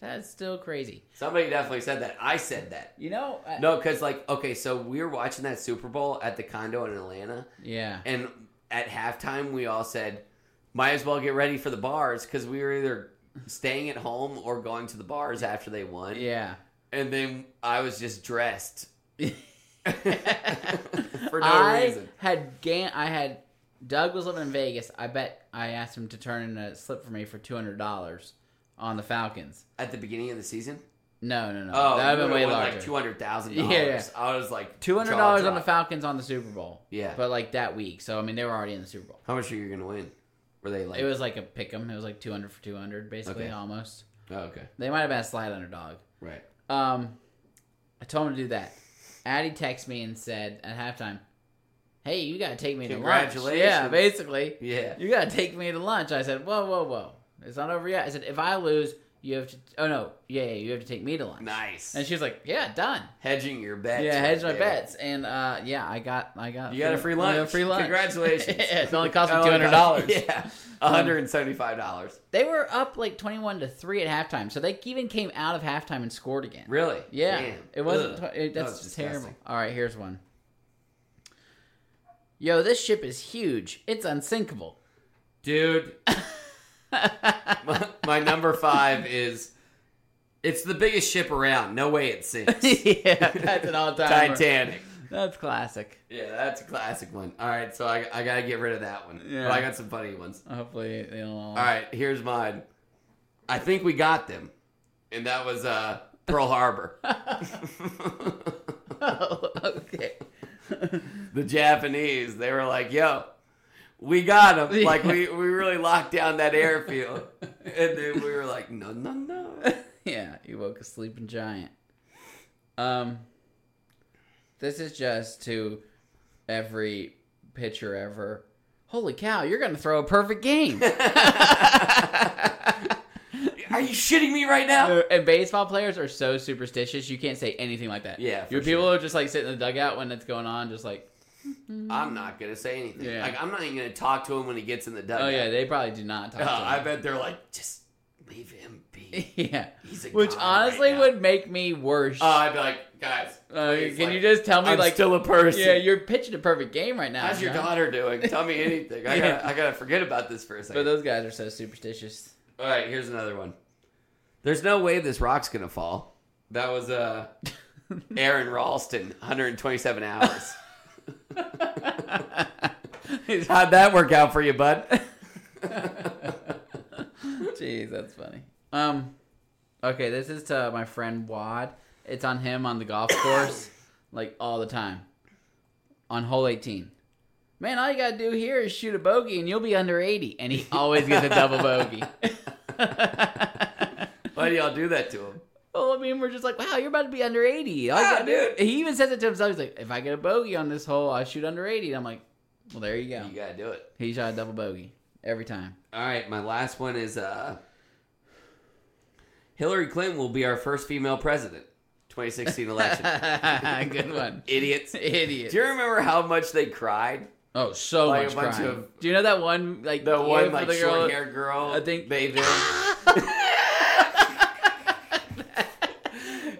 Speaker 2: That is still crazy.
Speaker 1: Somebody definitely said that. I said that.
Speaker 2: You know? I,
Speaker 1: No, because, like, okay, so we were watching that Super Bowl at the condo in Atlanta,
Speaker 2: Yeah.
Speaker 1: and at halftime, we all said, might as well get ready for the bars because we were either staying at home or going to the bars after they won.
Speaker 2: Yeah.
Speaker 1: And then I was just
Speaker 2: [laughs]
Speaker 1: dressed. For no
Speaker 2: I
Speaker 1: reason.
Speaker 2: had gan- I had Doug was living in Vegas. I bet I asked him to turn in a slip for me for two hundred dollars on the Falcons.
Speaker 1: At the beginning of the season?
Speaker 2: No, no, no.
Speaker 1: Oh,
Speaker 2: that would have been way
Speaker 1: won like
Speaker 2: larger.
Speaker 1: $200,000.
Speaker 2: Yeah, yeah.
Speaker 1: I was like,
Speaker 2: Two hundred dollars
Speaker 1: jaw
Speaker 2: on the
Speaker 1: dropped.
Speaker 2: Falcons on the Super Bowl.
Speaker 1: Yeah.
Speaker 2: but like that week. So I mean, they were already in the Super Bowl.
Speaker 1: How much are you gonna win? Were they like?
Speaker 2: It was like a pick 'em. It was like two hundred for two hundred, basically
Speaker 1: Okay.
Speaker 2: almost.
Speaker 1: oh, okay,
Speaker 2: They might have been a slight underdog.
Speaker 1: right.
Speaker 2: Um, I told him to do that. Addie texted me and said at halftime, "Hey, you gotta take me to lunch."
Speaker 1: Congratulations.
Speaker 2: Yeah, basically,
Speaker 1: Yeah.
Speaker 2: you gotta take me to lunch. I said, "Whoa, whoa, whoa! It's not over yet." I said, "If I lose, you have to. Oh no, yeah, yeah, you have to take me to lunch."
Speaker 1: Nice.
Speaker 2: And she was like, "Yeah, done.
Speaker 1: hedging your bets.
Speaker 2: yeah,
Speaker 1: right
Speaker 2: hedge my
Speaker 1: there.
Speaker 2: bets." And uh, yeah, I got, I got,
Speaker 1: You got a free lunch.
Speaker 2: I got a free lunch.
Speaker 1: Congratulations.
Speaker 2: [laughs] it
Speaker 1: [laughs]
Speaker 2: only cost me
Speaker 1: Oh,
Speaker 2: two hundred dollars.
Speaker 1: Yeah. $175.
Speaker 2: They were up like twenty-one to three at halftime, so they even came out of halftime and scored again.
Speaker 1: Really?
Speaker 2: Yeah,
Speaker 1: Damn.
Speaker 2: it wasn't.
Speaker 1: Ugh.
Speaker 2: Tw- it,
Speaker 1: That
Speaker 2: that's
Speaker 1: was
Speaker 2: terrible.
Speaker 1: disgusting.
Speaker 2: All right, here's one. Yo, this ship is huge. It's unsinkable. [laughs]
Speaker 1: Dude, my, my number five is it's the biggest ship around. No way it sinks.
Speaker 2: yeah, [laughs] that's an all-time.
Speaker 1: Titanic.
Speaker 2: That's classic.
Speaker 1: Yeah, that's a classic one. All right, so I, I got to get rid of that one.
Speaker 2: Yeah.
Speaker 1: But I got some funny ones.
Speaker 2: Hopefully they don't. All
Speaker 1: All right, here's mine. I think we got them. And that was uh, Pearl
Speaker 2: [laughs]
Speaker 1: Harbor.
Speaker 2: [laughs] Oh, okay.
Speaker 1: the Japanese, they were like, yo, we got them.
Speaker 2: [laughs] Yeah.
Speaker 1: Like, we, we really locked down that airfield. and then we were like, no, no, no.
Speaker 2: yeah, you woke a sleeping giant. Um, this is just to every pitcher ever. Holy cow! You're gonna throw a perfect [laughs] game.
Speaker 1: Are you shitting me right now?
Speaker 2: Uh, and baseball players are so superstitious. You can't say anything like that.
Speaker 1: Yeah, for
Speaker 2: your people are just like sitting in the dugout when it's going on, just like,
Speaker 1: I'm not going to say anything.
Speaker 2: Yeah.
Speaker 1: Like, I'm not even going to talk to him when he gets in the dugout.
Speaker 2: oh yeah, they probably do not talk.
Speaker 1: Uh, [laughs] I
Speaker 2: to
Speaker 1: bet they're like, just leave him
Speaker 2: them.
Speaker 1: be.
Speaker 2: [laughs] yeah,
Speaker 1: He's a
Speaker 2: which
Speaker 1: god right
Speaker 2: honestly
Speaker 1: now.
Speaker 2: would make me worse.
Speaker 1: Uh, I'd be like, guys,
Speaker 2: Uh,
Speaker 1: please,
Speaker 2: can
Speaker 1: like,
Speaker 2: you just tell me
Speaker 1: I'm
Speaker 2: like,
Speaker 1: still a person.
Speaker 2: yeah, you're pitching a perfect game right now.
Speaker 1: How's your
Speaker 2: John.
Speaker 1: daughter doing? Tell
Speaker 2: [laughs]
Speaker 1: me anything. I
Speaker 2: Yeah.
Speaker 1: gotta, I gotta forget about this for a second.
Speaker 2: But those guys are so superstitious.
Speaker 1: All right, here's another one. There's no way this rock's gonna fall. That was
Speaker 2: [laughs]
Speaker 1: uh, Aaron Ralston, 127
Speaker 2: [laughs]
Speaker 1: hours. [laughs] How'd that work out for you, bud?
Speaker 2: [laughs] Jeez, that's funny. Um, okay, this is to my friend Wad. It's on him on
Speaker 1: [coughs]
Speaker 2: the golf course, like all the time. On hole 18. Man, all you gotta do here is shoot a bogey and you'll be under 80. And he always gets a
Speaker 1: [laughs]
Speaker 2: double bogey.
Speaker 1: Why do y'all do that to him?
Speaker 2: well, I mean, we're just like, wow, you're about to be under 80. All you
Speaker 1: Wow,
Speaker 2: gotta do- He even says it to himself. He's like, if I get a bogey on this hole, I shoot under 80. And I'm like, well, there you go.
Speaker 1: You gotta do it.
Speaker 2: He shot a double bogey
Speaker 1: [laughs]
Speaker 2: every time. [laughs]
Speaker 1: All right, my last one is uh, Hillary Clinton will be our first female president. 2016 election.
Speaker 2: [laughs] Good one. [laughs]
Speaker 1: Idiots.
Speaker 2: Idiot.
Speaker 1: Do you remember how much they cried?
Speaker 2: Oh, so
Speaker 1: Like
Speaker 2: much
Speaker 1: a bunch
Speaker 2: crime.
Speaker 1: of-
Speaker 2: Do you know that one like
Speaker 1: The
Speaker 2: gif
Speaker 1: one
Speaker 2: of
Speaker 1: like
Speaker 2: the girl-
Speaker 1: short
Speaker 2: [laughs]
Speaker 1: haired girl.
Speaker 2: I think- [laughs]
Speaker 1: they did.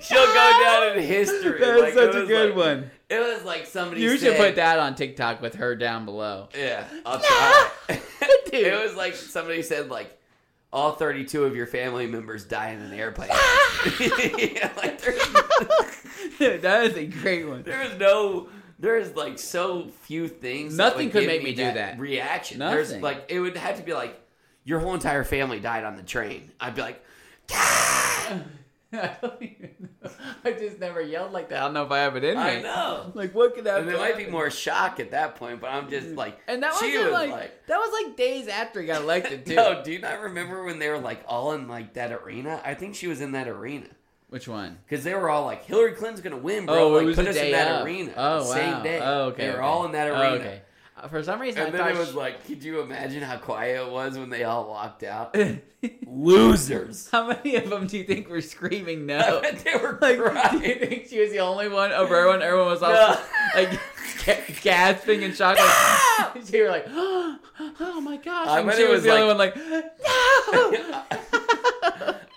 Speaker 1: She'll go down in history.
Speaker 2: That's
Speaker 1: Like, it
Speaker 2: such a
Speaker 1: was
Speaker 2: good
Speaker 1: like-
Speaker 2: one.
Speaker 1: It was like somebody.
Speaker 2: You should
Speaker 1: said-
Speaker 2: put that on TikTok with her
Speaker 1: [laughs]
Speaker 2: down below. [laughs]
Speaker 1: Yeah, I'll try.
Speaker 2: Dude.
Speaker 1: it was like somebody said like. All 32 of your family members die in an
Speaker 2: [laughs]
Speaker 1: airplane. yeah, like there's,
Speaker 2: that is a great one. [laughs]
Speaker 1: There is no. There is like so few things. that
Speaker 2: Nothing
Speaker 1: would
Speaker 2: could
Speaker 1: give
Speaker 2: make me do that.
Speaker 1: reaction. There's
Speaker 2: Nothing.
Speaker 1: like it would have to be like your whole entire family died on the train. I'd be like,
Speaker 2: I don't even know. I just never yelled like that. I don't know if I have it in me.
Speaker 1: I know.
Speaker 2: Like what could happen?
Speaker 1: And there might be more shock at that point, but I'm just like,
Speaker 2: Mm. And that
Speaker 1: she
Speaker 2: wasn't
Speaker 1: was
Speaker 2: like,
Speaker 1: like,
Speaker 2: that was like days after he
Speaker 1: [laughs]
Speaker 2: got elected too.
Speaker 1: no. Do you not remember when they were like all in like that arena? I think she was in that arena
Speaker 2: Which one?
Speaker 1: because they were all like, Hillary Clinton's gonna win, bro.
Speaker 2: oh,
Speaker 1: like,
Speaker 2: it was
Speaker 1: put
Speaker 2: a
Speaker 1: us
Speaker 2: day
Speaker 1: in that
Speaker 2: of.
Speaker 1: arena.
Speaker 2: Oh,
Speaker 1: the same
Speaker 2: wow.
Speaker 1: day.
Speaker 2: Oh, okay.
Speaker 1: They were
Speaker 2: okay.
Speaker 1: all in that
Speaker 2: Oh,
Speaker 1: arena.
Speaker 2: okay. Uh, For some reason,
Speaker 1: And
Speaker 2: I
Speaker 1: then
Speaker 2: thought
Speaker 1: it was
Speaker 2: she-
Speaker 1: like, could you imagine how quiet it was when they all walked out? Losers. [laughs]
Speaker 2: [laughs] How many of them do you think were screaming
Speaker 1: I
Speaker 2: no?
Speaker 1: [laughs] bet they were
Speaker 2: Oh. [laughs] Like, do you
Speaker 1: crying.
Speaker 2: think she was the only one over everyone? Everyone was all
Speaker 1: No.
Speaker 2: [laughs] like ga- gasping in shock. Like, [gasps] she were like, oh, my gosh.
Speaker 1: I
Speaker 2: and
Speaker 1: bet
Speaker 2: she
Speaker 1: it
Speaker 2: was,
Speaker 1: was
Speaker 2: the only one
Speaker 1: like-
Speaker 2: like, no.
Speaker 1: [laughs]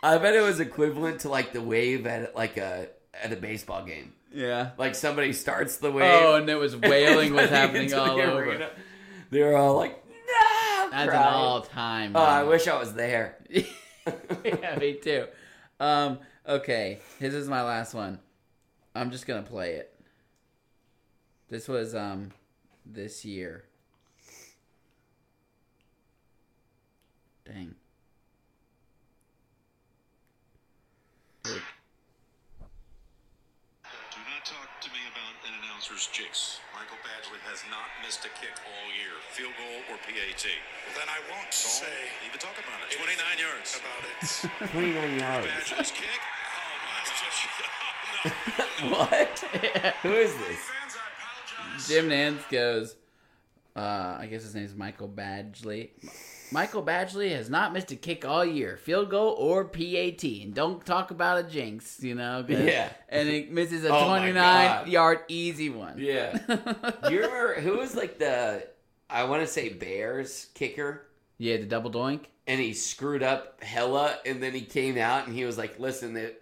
Speaker 1: I bet it was equivalent to like the wave at like a at a baseball game.
Speaker 2: yeah.
Speaker 1: Like somebody starts the wave. [laughs]
Speaker 2: [laughs] Oh, and it was wailing was happening
Speaker 1: into the
Speaker 2: all over.
Speaker 1: arena. They were all like, "No!"
Speaker 2: That's an
Speaker 1: crying.
Speaker 2: all time.
Speaker 1: Oh, I wish I was there. [laughs]
Speaker 2: [laughs] yeah, me too. Um, okay, this is my last one. I'm just gonna play it. This was um this year.
Speaker 1: [laughs]
Speaker 2: Dang. Here-
Speaker 6: Do not talk to me about an announcer's jinx.
Speaker 5: Michael Badgley has not missed a kick all year, field goal or PAT.
Speaker 6: Then I
Speaker 5: Don't
Speaker 6: won't say
Speaker 5: even talk about it. 29
Speaker 6: 29
Speaker 5: yards.
Speaker 6: about it.
Speaker 1: Twenty nine yards.
Speaker 5: [laughs]
Speaker 6: Badgley's kick.
Speaker 1: [laughs]
Speaker 6: Oh my gosh. No.
Speaker 1: what?
Speaker 2: [laughs]
Speaker 1: Who is this?
Speaker 6: Fans, I apologize.
Speaker 2: Jim Nance goes, uh, I guess his name's Michael Badgley. Michael Badgley has not missed a kick all year, field goal or PAT. And don't talk about a jinx, you know? 'cause-
Speaker 1: Yeah.
Speaker 2: And it misses a
Speaker 1: Oh my
Speaker 2: 29
Speaker 1: God.
Speaker 2: yard easy one. [laughs]
Speaker 4: Yeah.
Speaker 1: Do you remember who was like the I want to say Bears kicker,
Speaker 2: yeah, the double doink.
Speaker 1: and he screwed up hella, and then he came out and he was like, "Listen, that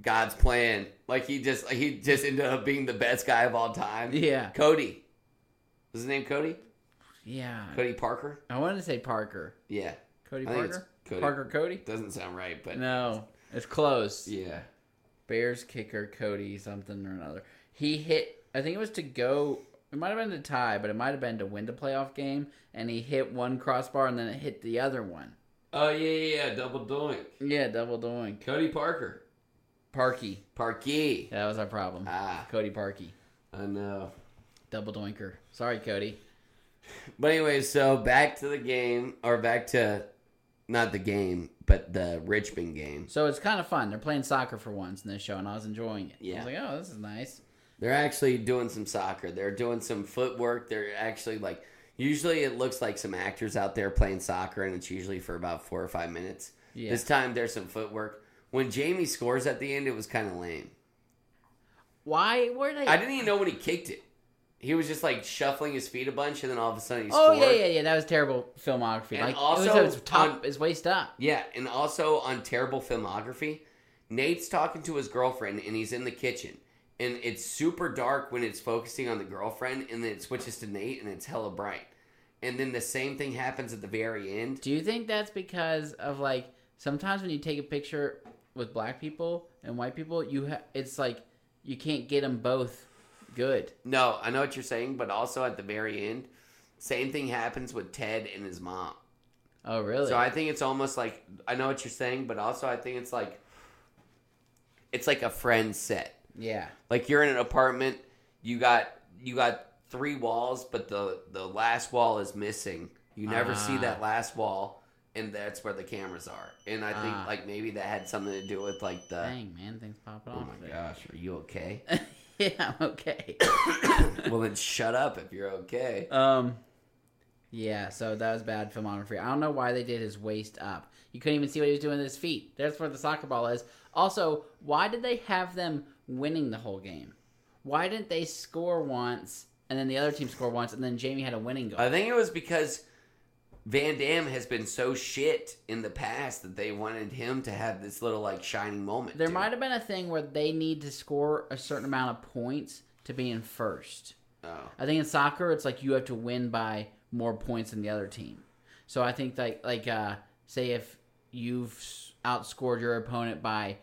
Speaker 1: God's plan." Like he just he just ended up being the best guy of all time.
Speaker 2: Yeah.
Speaker 1: Cody. Was his name Cody?
Speaker 2: Yeah.
Speaker 1: Cody Parker.
Speaker 2: I wanted to say Parker.
Speaker 1: Yeah.
Speaker 2: Cody
Speaker 1: I think it's
Speaker 2: Parker?
Speaker 1: Cody.
Speaker 2: Parker Cody?
Speaker 1: Doesn't sound right, but
Speaker 2: No, it's close.
Speaker 4: Yeah.
Speaker 2: Bears kicker Cody something or another. He hit. I think it was to go. It might have been to tie, but it might have been to win the playoff game. And he hit one crossbar and then it hit the other one.
Speaker 4: Oh yeah, yeah, yeah. Double doink.
Speaker 2: Yeah, double doink.
Speaker 4: Cody Parker.
Speaker 2: Parkey.
Speaker 1: Parkey.
Speaker 2: That was our problem.
Speaker 1: Ah.
Speaker 2: Cody Parkey.
Speaker 4: I know.
Speaker 2: Double doinker. Sorry, Cody.
Speaker 1: But anyway, so back to the game, or back to not the game, but the Richmond game.
Speaker 2: So it's kind of fun. They're playing soccer for once in this show, and I was enjoying it. I
Speaker 1: Yeah.
Speaker 2: was like, oh, this is nice.
Speaker 1: They're actually doing some soccer. They're doing some footwork. They're actually like usually it looks like some actors out there playing soccer, and it's usually for about four or five minutes.
Speaker 2: Yeah.
Speaker 1: This time there's some footwork. When Jamie scores at the end, it was kind of lame.
Speaker 2: Why? Where did
Speaker 1: I
Speaker 2: I?
Speaker 1: didn't even know when he kicked it. He was just like shuffling his feet a bunch, and then all of a sudden he
Speaker 2: oh
Speaker 1: scored.
Speaker 2: yeah, yeah, yeah. That was terrible filmography.
Speaker 1: And
Speaker 2: like it
Speaker 1: also
Speaker 2: was his top,
Speaker 1: on-
Speaker 2: his waist up.
Speaker 1: Yeah, and also on terrible filmography, Nate's talking to his girlfriend and he's in the kitchen. And it's super dark when it's focusing on the girlfriend, and then it switches to Nate and it's hella bright. And then the same thing happens at the very end.
Speaker 2: Do you think that's because of like sometimes when you take a picture with black people and white people, you ha- it's like you can't get them both good.
Speaker 1: No, I know what you're saying, but also at the very end, same thing happens with Ted and his mom.
Speaker 2: Oh, really?
Speaker 1: So I think it's almost like I know what you're saying, but also I think it's like it's like a friend set.
Speaker 2: yeah.
Speaker 1: like you're in an apartment you got you got three walls but the the last wall is missing you never see
Speaker 2: Ah.
Speaker 1: that last wall and that's where the cameras are and i think
Speaker 2: Ah.
Speaker 1: like maybe that had something to do with like the
Speaker 2: Dang, man, things popping
Speaker 1: Uh, oh
Speaker 2: off.
Speaker 1: my
Speaker 2: there.
Speaker 1: gosh are you okay
Speaker 2: [laughs]
Speaker 1: [laughs]
Speaker 2: yeah, I'm okay.
Speaker 1: well then shut up if you're okay
Speaker 2: um, yeah. So that was bad filmography. I don't know why they did his waist up. You couldn't even see what he was doing with his feet. That's where the soccer ball is. Also, why did they have them winning the whole game? Why didn't they score once and then the other team score once and then Jamie had a winning goal?
Speaker 1: i think it was because van damme has been so shit in the past that they wanted him to have this little like shining moment
Speaker 2: There
Speaker 1: to
Speaker 2: might
Speaker 1: him.
Speaker 2: have been a thing where they need to score a certain amount of points to be in first.
Speaker 1: oh.
Speaker 2: I think in soccer, it's like you have to win by more points than the other team. So I think like like uh, say if you've s- outscored your opponent by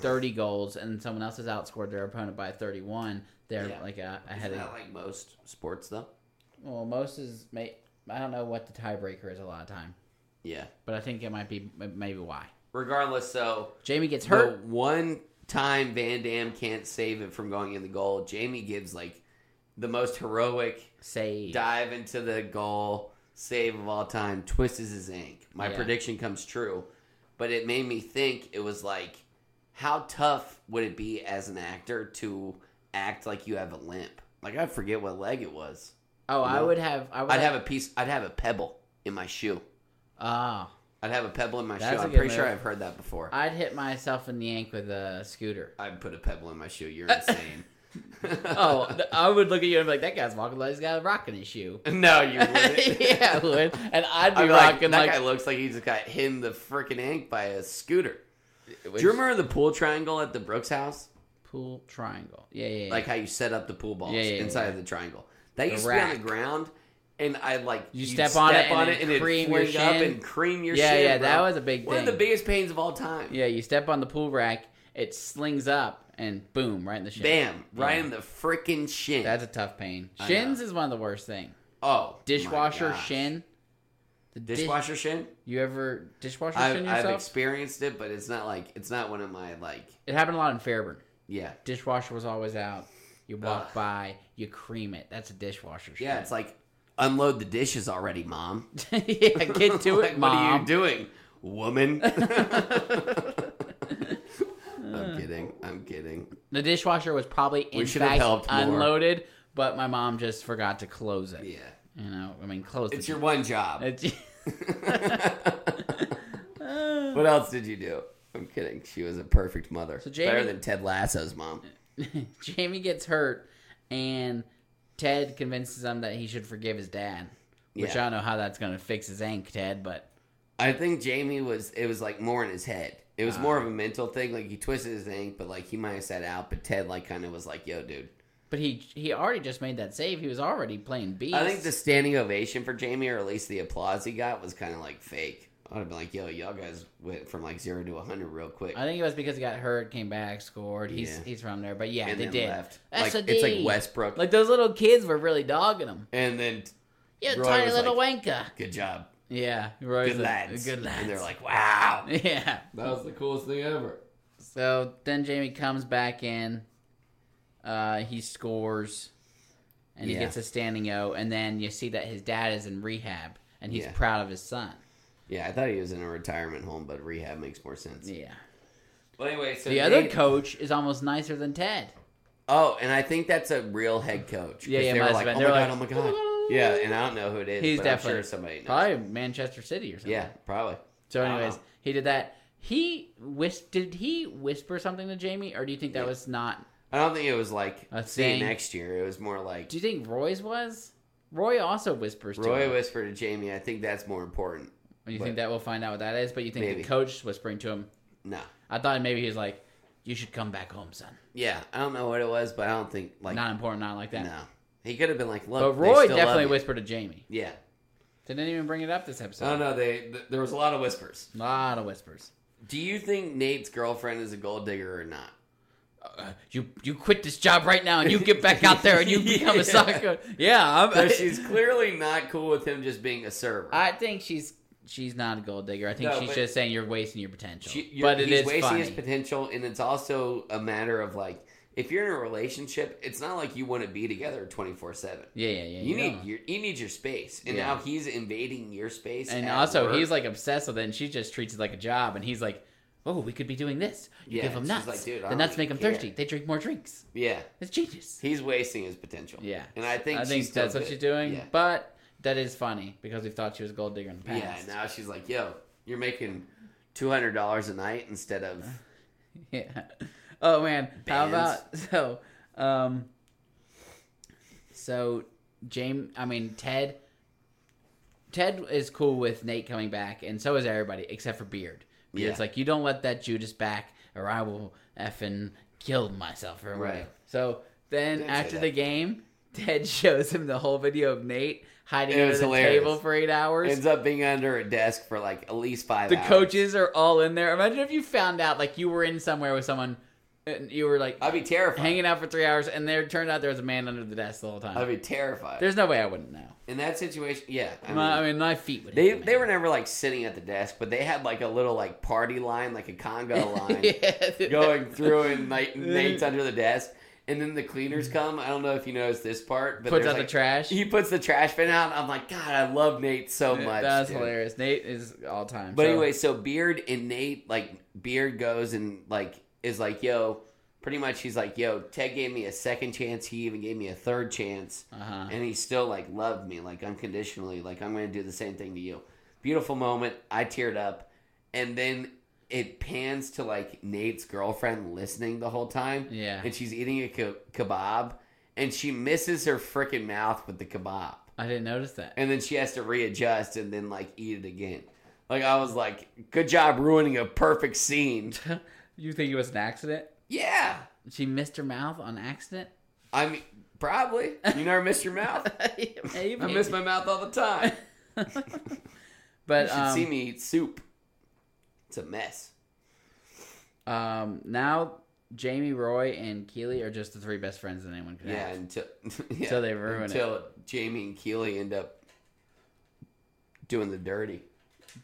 Speaker 2: thirty goals and someone else has outscored their opponent by thirty one, they're
Speaker 1: Yeah.
Speaker 2: like uh, ahead
Speaker 1: Isn't
Speaker 2: of.
Speaker 1: that like most sports though
Speaker 2: well, most is may I don't know what the tiebreaker is a lot of time,
Speaker 1: yeah
Speaker 2: but I think it might be m- maybe why
Speaker 1: regardless so
Speaker 2: Jamie gets
Speaker 1: Her
Speaker 2: hurt.
Speaker 1: one time Van Dam can't save it from going in the goal. Jamie gives like the most heroic
Speaker 2: Save.
Speaker 1: dive into the goal save of all time, twists his ankle. My
Speaker 2: Yeah.
Speaker 1: prediction comes true, but it made me think it was like how tough would it be as an actor to act like you have a limp? Like I forget what leg it was.
Speaker 2: Oh, I
Speaker 1: No.
Speaker 2: would have. I would
Speaker 1: I'd have a piece I'd have a pebble in my shoe.
Speaker 2: Ah,
Speaker 1: I'd have a pebble in my
Speaker 2: That's
Speaker 1: shoe.
Speaker 2: a
Speaker 1: I'm
Speaker 2: good
Speaker 1: pretty sure
Speaker 2: move.
Speaker 1: I've heard that before.
Speaker 2: I'd hit myself in the ankle with a scooter.
Speaker 1: I'd put a pebble in my shoe. You're insane.
Speaker 2: [laughs]
Speaker 1: [laughs]
Speaker 2: Oh, th- I would look at you and be like, "That guy's walking like he's got a rock in his shoe."
Speaker 1: No, you
Speaker 2: [laughs]
Speaker 1: wouldn't.
Speaker 2: yeah, I would, and I'd be
Speaker 1: I'm like,
Speaker 2: rocking
Speaker 1: that
Speaker 2: like.
Speaker 1: guy looks like he just got hit in the freaking ankle by a scooter.
Speaker 2: which-
Speaker 1: Do you remember the pool triangle at the Brooks house?
Speaker 2: pool triangle? Yeah, yeah, yeah.
Speaker 1: Like how you set up the pool balls
Speaker 2: Yeah, yeah,
Speaker 1: inside
Speaker 2: yeah.
Speaker 1: of the triangle. That used to be on
Speaker 2: rack.
Speaker 1: the ground, and I like
Speaker 2: You
Speaker 1: you'd
Speaker 2: step on it and then
Speaker 1: it'd
Speaker 2: cream your
Speaker 1: fling up
Speaker 2: shin.
Speaker 1: and cream your
Speaker 2: Yeah,
Speaker 1: shin.
Speaker 2: yeah,
Speaker 1: bro.
Speaker 2: that was a big
Speaker 1: One of
Speaker 2: thing.
Speaker 1: the biggest pains of all time.
Speaker 2: yeah, you step on the pool rack, it slings up, and boom, right in the shin.
Speaker 1: Bam, right
Speaker 2: Yeah.
Speaker 1: in the freaking shin.
Speaker 2: That's a tough pain.
Speaker 1: I
Speaker 2: Shins is one of the worst thing.
Speaker 1: oh, my
Speaker 2: Dishwasher
Speaker 1: gosh.
Speaker 2: shin. The dish-
Speaker 1: Dishwasher shin.
Speaker 2: you ever dishwasher
Speaker 1: I've,
Speaker 2: shin
Speaker 1: I've
Speaker 2: yourself?
Speaker 1: experienced it, but it's not like it's not one of my like.
Speaker 2: it happened a lot in Fairburn.
Speaker 1: Yeah,
Speaker 2: Dishwasher was always out. You walk
Speaker 1: Ugh.
Speaker 2: by, you cream it. That's a dishwasher. Shin.
Speaker 1: yeah. It's like unload the dishes already, mom. [laughs]
Speaker 2: [laughs] yeah, get to
Speaker 1: Like,
Speaker 2: it,
Speaker 1: [laughs]
Speaker 2: mom.
Speaker 1: What are you doing, woman? I'm I'm kidding. I'm kidding.
Speaker 2: The dishwasher was probably in
Speaker 1: should have
Speaker 2: fact
Speaker 1: helped more.
Speaker 2: unloaded, but my mom just forgot to close it.
Speaker 1: Yeah.
Speaker 2: You know, I mean, close
Speaker 1: It's
Speaker 2: the
Speaker 1: your one job.
Speaker 2: [laughs] It's-
Speaker 1: [laughs] What else did you do? I'm kidding. She was a perfect mother.
Speaker 2: Jamie-
Speaker 1: Better than Ted Lasso's mom.
Speaker 2: Jamie gets hurt, and Ted convinces him that he should forgive his dad. Which
Speaker 1: Yeah.
Speaker 2: I don't know how that's going to fix his ankh, Ted, but
Speaker 1: I think Jamie was. It was like more in his head. It was more of a mental thing. Like he twisted his ankle, but like he might have sat out. But Ted like kind of was like, "Yo, dude."
Speaker 2: but he he already just made that save. He was already playing beast.
Speaker 1: I think the standing ovation for Jamie, or at least the applause he got, was kind of like fake. I'd have been like, "Yo, y'all guys went from like zero to hundred real quick."
Speaker 2: I think it was because he got hurt, came back, scored. He's
Speaker 1: Yeah.
Speaker 2: he's from there, but yeah,
Speaker 1: and
Speaker 2: they
Speaker 1: then
Speaker 2: did.
Speaker 1: left.
Speaker 2: That's
Speaker 1: like,
Speaker 2: a
Speaker 1: it's like
Speaker 2: D.
Speaker 1: Westbrook.
Speaker 2: Like those little kids were really dogging him.
Speaker 1: and then,
Speaker 2: You
Speaker 1: Roy
Speaker 2: tiny
Speaker 1: was
Speaker 2: little wanker.
Speaker 1: good job,
Speaker 2: Yeah, Roy's
Speaker 1: good
Speaker 2: a-
Speaker 1: lads,
Speaker 2: Good lads.
Speaker 1: And they're like, "Wow."
Speaker 2: [laughs] yeah.
Speaker 4: That was the coolest thing ever.
Speaker 2: So then Jamie comes back in. Uh, he scores, and he
Speaker 1: Yeah.
Speaker 2: gets a standing O. And then you see that his dad is in rehab, and he's
Speaker 1: Yeah.
Speaker 2: proud of his son.
Speaker 1: Yeah, I thought he was in a retirement home, but rehab makes more sense.
Speaker 2: Yeah.
Speaker 1: Well, anyway, so
Speaker 2: The other
Speaker 1: they-
Speaker 2: coach is almost nicer than Ted.
Speaker 1: Oh, and I think that's a real head coach. 'cause
Speaker 2: Yeah, yeah,
Speaker 1: They were
Speaker 2: might as
Speaker 1: like,
Speaker 2: well.
Speaker 1: oh
Speaker 2: They're
Speaker 1: my
Speaker 2: like,
Speaker 1: god, oh my god. Yeah, and I don't know who it is.
Speaker 2: He's
Speaker 1: but
Speaker 2: definitely
Speaker 1: I'm sure somebody. Knows.
Speaker 2: probably Manchester City or something.
Speaker 1: Yeah, probably.
Speaker 2: So,
Speaker 1: I don't
Speaker 2: anyways,
Speaker 1: know.
Speaker 2: he did that. He whis- did he whisper something to Jamie, or do you think that
Speaker 1: Yeah.
Speaker 2: was not?
Speaker 1: I don't think it was like
Speaker 2: A
Speaker 1: see
Speaker 2: thing.
Speaker 1: you next year. It was more like
Speaker 2: Do you think Roy's was? Roy also whispers. to
Speaker 1: Roy
Speaker 2: him.
Speaker 1: whispered to Jamie. I think that's more important.
Speaker 2: You
Speaker 1: But-
Speaker 2: think that we'll find out what that is? But you think
Speaker 1: Maybe.
Speaker 2: the coach is whispering to him?
Speaker 1: No.
Speaker 2: I thought maybe he was like, "You should come back home, son."
Speaker 1: Yeah, I don't know what it was, but I don't think like
Speaker 2: not important, not like that.
Speaker 1: no. He could have been like,
Speaker 2: But
Speaker 1: look, they
Speaker 2: Roy
Speaker 1: still love
Speaker 2: definitely
Speaker 1: you.
Speaker 2: whispered to Jamie.
Speaker 1: Yeah.
Speaker 2: Didn't even bring it up this episode.
Speaker 1: I don't know. They th- there was a lot of whispers.
Speaker 2: A lot of whispers.
Speaker 1: Do you think Nate's girlfriend is a gold digger or
Speaker 2: [laughs]
Speaker 1: not?
Speaker 2: Uh, you you quit this job right now and you get back out there
Speaker 1: [laughs]
Speaker 2: and you become
Speaker 1: Yeah.
Speaker 2: a soccer. [laughs] Yeah, I'm,
Speaker 1: So she's clearly not cool with him just being a server.
Speaker 2: [laughs] I think she's she's not a gold digger. I think
Speaker 1: No,
Speaker 2: she's
Speaker 1: but-
Speaker 2: just saying you're wasting your potential.
Speaker 1: She- you're-
Speaker 2: but it
Speaker 1: he's
Speaker 2: is
Speaker 1: wasting
Speaker 2: funny.
Speaker 1: his potential, and it's also a matter of like, if you're in a relationship, it's not like you want to be together twenty four seven.
Speaker 2: yeah, yeah, yeah.
Speaker 1: You need
Speaker 2: know.
Speaker 1: your you need your space, and
Speaker 2: Yeah.
Speaker 1: now he's invading your space.
Speaker 2: and
Speaker 1: at
Speaker 2: also
Speaker 1: work.
Speaker 2: he's like obsessed with it. and She just treats it like a job, and he's like, "Oh, we could be doing this. You
Speaker 1: Yeah,
Speaker 2: give them
Speaker 1: she's
Speaker 2: nuts.
Speaker 1: like, "Dude, I
Speaker 2: the
Speaker 1: don't
Speaker 2: nuts
Speaker 1: really
Speaker 2: make them
Speaker 1: care."
Speaker 2: thirsty. They drink more drinks.
Speaker 1: yeah,
Speaker 2: It's genius."
Speaker 1: he's wasting his potential.
Speaker 2: Yeah,
Speaker 1: and I think
Speaker 2: I think
Speaker 1: she's still
Speaker 2: that's what
Speaker 1: good.
Speaker 2: she's doing.
Speaker 1: Yeah.
Speaker 2: But that is funny because we thought she was a gold digger in the past.
Speaker 1: yeah, now she's like, yo, you're making two hundred dollars a night instead of
Speaker 2: [laughs] Yeah. Oh man, how about [laughs]
Speaker 1: Bands.
Speaker 2: so? Um, so James, I mean Ted. Ted is cool with Nate coming back, and so is everybody except for Beard. Beard's
Speaker 1: Yeah.
Speaker 2: like, you don't let that Judas back, or I will effing kill myself or whatever.
Speaker 1: Right.
Speaker 2: So then
Speaker 1: Didn't say
Speaker 2: after
Speaker 1: that.
Speaker 2: the game, Ted [laughs] shows him the whole video of Nate hiding
Speaker 1: It
Speaker 2: under
Speaker 1: was
Speaker 2: the
Speaker 1: hilarious.
Speaker 2: table for eight hours.
Speaker 1: ends up being under a desk for like at least five.
Speaker 2: The
Speaker 1: hours.
Speaker 2: coaches are all in there. Imagine if you found out like you were in somewhere with someone and you were like
Speaker 1: I'd be terrified.
Speaker 2: hanging out for three hours and there turned out there was a man under the desk the whole time.
Speaker 1: I'd be terrified.
Speaker 2: There's no way I wouldn't know.
Speaker 1: in that situation, yeah. I
Speaker 2: My, I mean my feet would
Speaker 1: They
Speaker 2: hit the
Speaker 1: they
Speaker 2: man.
Speaker 1: were never like sitting at the desk, but they had like a little like party line, like a
Speaker 2: [laughs]
Speaker 1: conga line
Speaker 2: yeah,
Speaker 1: going through, and
Speaker 2: [laughs]
Speaker 1: like Nate's under the desk, and then the cleaners come. I don't know if you noticed this part, but
Speaker 2: puts
Speaker 1: there's,
Speaker 2: out
Speaker 1: like-
Speaker 2: the
Speaker 1: [laughs]
Speaker 2: trash.
Speaker 1: He puts the trash bin out. and I'm like, God, I love Nate so much.
Speaker 2: That's
Speaker 1: dude."
Speaker 2: hilarious. Nate is all time.
Speaker 1: But
Speaker 2: so-
Speaker 1: anyway, so Beard and Nate, like Beard goes and like is like, yo, pretty much he's like, yo, Ted gave me a second chance. He even gave me a third chance
Speaker 2: uh-huh.
Speaker 1: and he still like loved me like unconditionally like i'm gonna do the same thing to you beautiful moment i teared up and then it pans to like nate's girlfriend listening the whole time
Speaker 2: Yeah.
Speaker 1: and she's eating a ke- kebab and she misses her freaking mouth with the kebab
Speaker 2: I didn't notice that.
Speaker 1: and then she has to readjust and then like eat it again like i was like good job ruining a perfect scene
Speaker 2: you think it was an accident?
Speaker 1: yeah
Speaker 2: She missed her mouth on accident? [laughs]
Speaker 1: i mean probably you never miss your mouth
Speaker 2: Maybe.
Speaker 1: [laughs] i miss my mouth all the time
Speaker 2: but
Speaker 1: You should
Speaker 2: um,
Speaker 1: see me eat soup. It's a mess.
Speaker 2: um now Jamie, Roy, and Keely are just the three best friends that anyone could
Speaker 1: Yeah,
Speaker 2: have.
Speaker 1: until [laughs] yeah,
Speaker 2: Till they ruin it.
Speaker 1: until Jamie and Keely end up doing the dirty.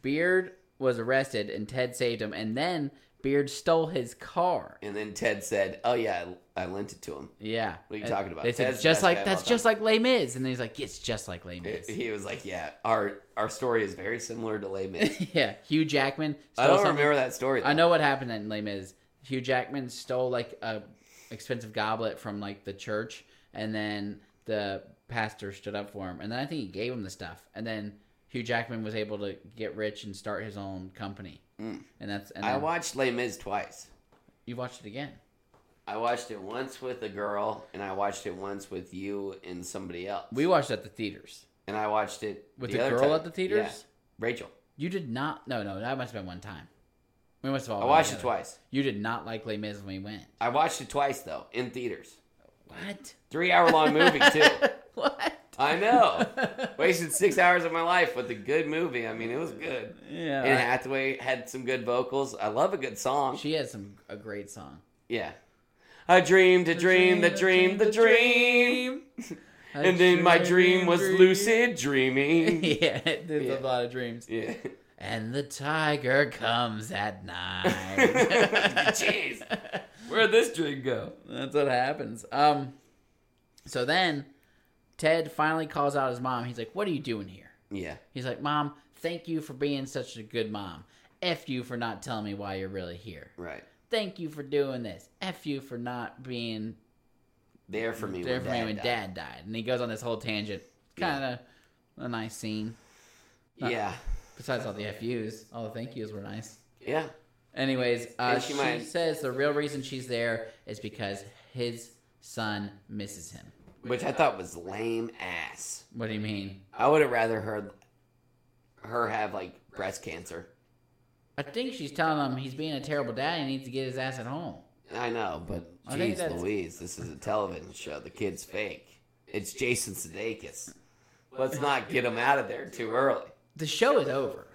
Speaker 2: Beard was arrested and Ted saved him, and then Beard stole his car.
Speaker 1: And then Ted said, "Oh yeah, I, I lent it to him."
Speaker 2: Yeah.
Speaker 1: What are you
Speaker 2: And
Speaker 1: talking about?
Speaker 2: They said,
Speaker 1: Ted's the
Speaker 2: just
Speaker 1: best guy
Speaker 2: like
Speaker 1: of
Speaker 2: that's
Speaker 1: all
Speaker 2: just like Les Mis, and then he's like, it's just like Les
Speaker 1: It-
Speaker 2: Mis.
Speaker 1: he was like, "Yeah, our our story is
Speaker 2: [laughs]
Speaker 1: very similar to Les Mis."
Speaker 2: [laughs] yeah. Hugh Jackman. Stole
Speaker 1: I don't
Speaker 2: something-
Speaker 1: remember that story.
Speaker 2: I know what happened in Les Mis. Hugh Jackman stole like a expensive goblet from like the church, and then the pastor stood up for him, and then I think he gave him the stuff, and then Hugh Jackman was able to get rich and start his own company, and that's and
Speaker 1: Mm. I
Speaker 2: then
Speaker 1: watched Les Mis twice.
Speaker 2: you watched it again.
Speaker 1: I watched it once with a girl, and I watched it once with you and somebody else.
Speaker 2: We watched it at the theaters
Speaker 1: and I watched it
Speaker 2: with
Speaker 1: the
Speaker 2: the,
Speaker 1: other
Speaker 2: girl
Speaker 1: time.
Speaker 2: at the theaters.
Speaker 1: Yeah. Rachel.
Speaker 2: You did not. No, no, that must have been one time. We must have all.
Speaker 1: I
Speaker 2: gone
Speaker 1: watched it
Speaker 2: together.
Speaker 1: twice.
Speaker 2: You did not like Les Mis when we went.
Speaker 1: I watched it twice though in theaters.
Speaker 2: What?
Speaker 1: Three hour long movie too.
Speaker 2: [laughs] what?
Speaker 1: I know. Wasted six hours of my life with a good movie. I mean, it was good.
Speaker 2: Yeah.
Speaker 1: Anne Hathaway had some good vocals. I love a good song.
Speaker 2: She had some a great song.
Speaker 1: yeah. I dreamed a dream, the dream, the dream. And then my dream was lucid dreaming.
Speaker 2: [laughs] yeah, there's
Speaker 1: Yeah.
Speaker 2: a lot of dreams.
Speaker 1: Yeah.
Speaker 2: And the tiger comes at night.
Speaker 1: [laughs] Jeez.
Speaker 4: Where'd this dream go?
Speaker 2: That's what happens. Um, so then Ted finally calls out his mom. He's like, "What are you doing here?"
Speaker 1: Yeah.
Speaker 2: He's like, "Mom, thank you for being such a good mom. F you for not telling me why you're really here.
Speaker 1: Right.
Speaker 2: Thank you for doing this. F you for not being
Speaker 1: There for me.
Speaker 2: there for me when
Speaker 1: died.
Speaker 2: Dad died." And he goes on this whole tangent. Kind of a nice scene.
Speaker 1: Yeah.
Speaker 2: Besides all the FUs, all the thank yous were nice.
Speaker 1: Yeah.
Speaker 2: Anyways, uh,
Speaker 1: she
Speaker 2: she,
Speaker 1: might-
Speaker 2: says the real reason she's there is because his son misses him.
Speaker 1: Which I thought was lame ass.
Speaker 2: What do you mean?
Speaker 1: I would have rather heard her have like breast cancer.
Speaker 2: I think she's telling him he's being a terrible dad and he needs to get his ass at home.
Speaker 1: I know, but
Speaker 2: I think
Speaker 1: geez,
Speaker 2: that's-
Speaker 1: Louise, this is a television show. The kid's fake. It's Jason Sudeikis. Let's not get him out of there too early.
Speaker 2: The show is over.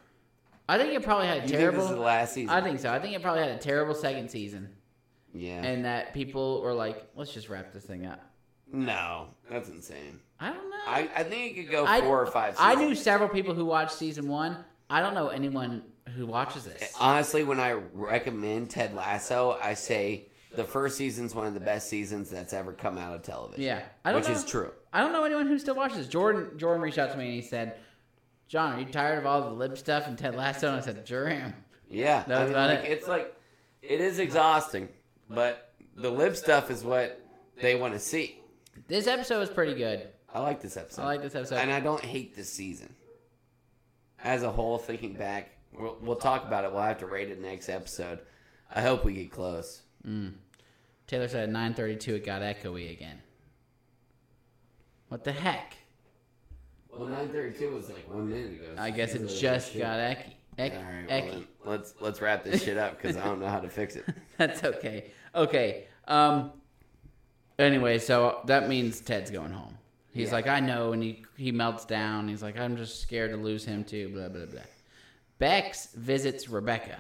Speaker 2: I think it probably had a
Speaker 1: You think this is the
Speaker 2: terrible.
Speaker 1: last season?
Speaker 2: I think so. I think it probably had a terrible second season,
Speaker 1: Yeah.
Speaker 2: and that people were like, "Let's just wrap this thing up."
Speaker 1: no, that's insane.
Speaker 2: I don't know.
Speaker 1: I, I think it could go
Speaker 2: I-
Speaker 1: four or five.
Speaker 2: I
Speaker 1: Seasons.
Speaker 2: knew several people who watched season one. I don't know anyone who watches this.
Speaker 1: Honestly, when I recommend Ted Lasso, I say the first season's one of the best seasons that's ever come out of television.
Speaker 2: Yeah, I don't
Speaker 1: which
Speaker 2: know.
Speaker 1: is true.
Speaker 2: I don't know anyone who still watches. Jordan Jordan reached out to me and he said, "John, are you tired of all the lib stuff and Ted Lasso?" And I said, "Sure am."
Speaker 1: Yeah,
Speaker 2: That was
Speaker 1: I mean,
Speaker 2: about
Speaker 1: like,
Speaker 2: it.
Speaker 1: It's like it is exhausting, but the lib stuff is what they want to see.
Speaker 2: This episode was pretty good.
Speaker 1: I like this episode.
Speaker 2: I like this episode.
Speaker 1: and I don't hate this season as a whole. Thinking back, we'll, we'll talk about it. We'll have to rate it next episode. I hope we get close.
Speaker 2: Taylor said at 9:32 it got echoey again. What the heck?
Speaker 1: Well, nine thirty-two was like one minute ago.
Speaker 2: I guess it just got ecky. Ecky.
Speaker 1: All right, well,
Speaker 2: ecky.
Speaker 1: then, let's let's wrap this shit up because I don't know how to fix it.
Speaker 2: [laughs] That's okay. Okay. Um. Anyway, so that means Ted's going home. He's
Speaker 1: Yeah.
Speaker 2: like, I know, and he he melts down. He's like, I'm just scared to lose him too. Blah blah blah. Bex visits Rebecca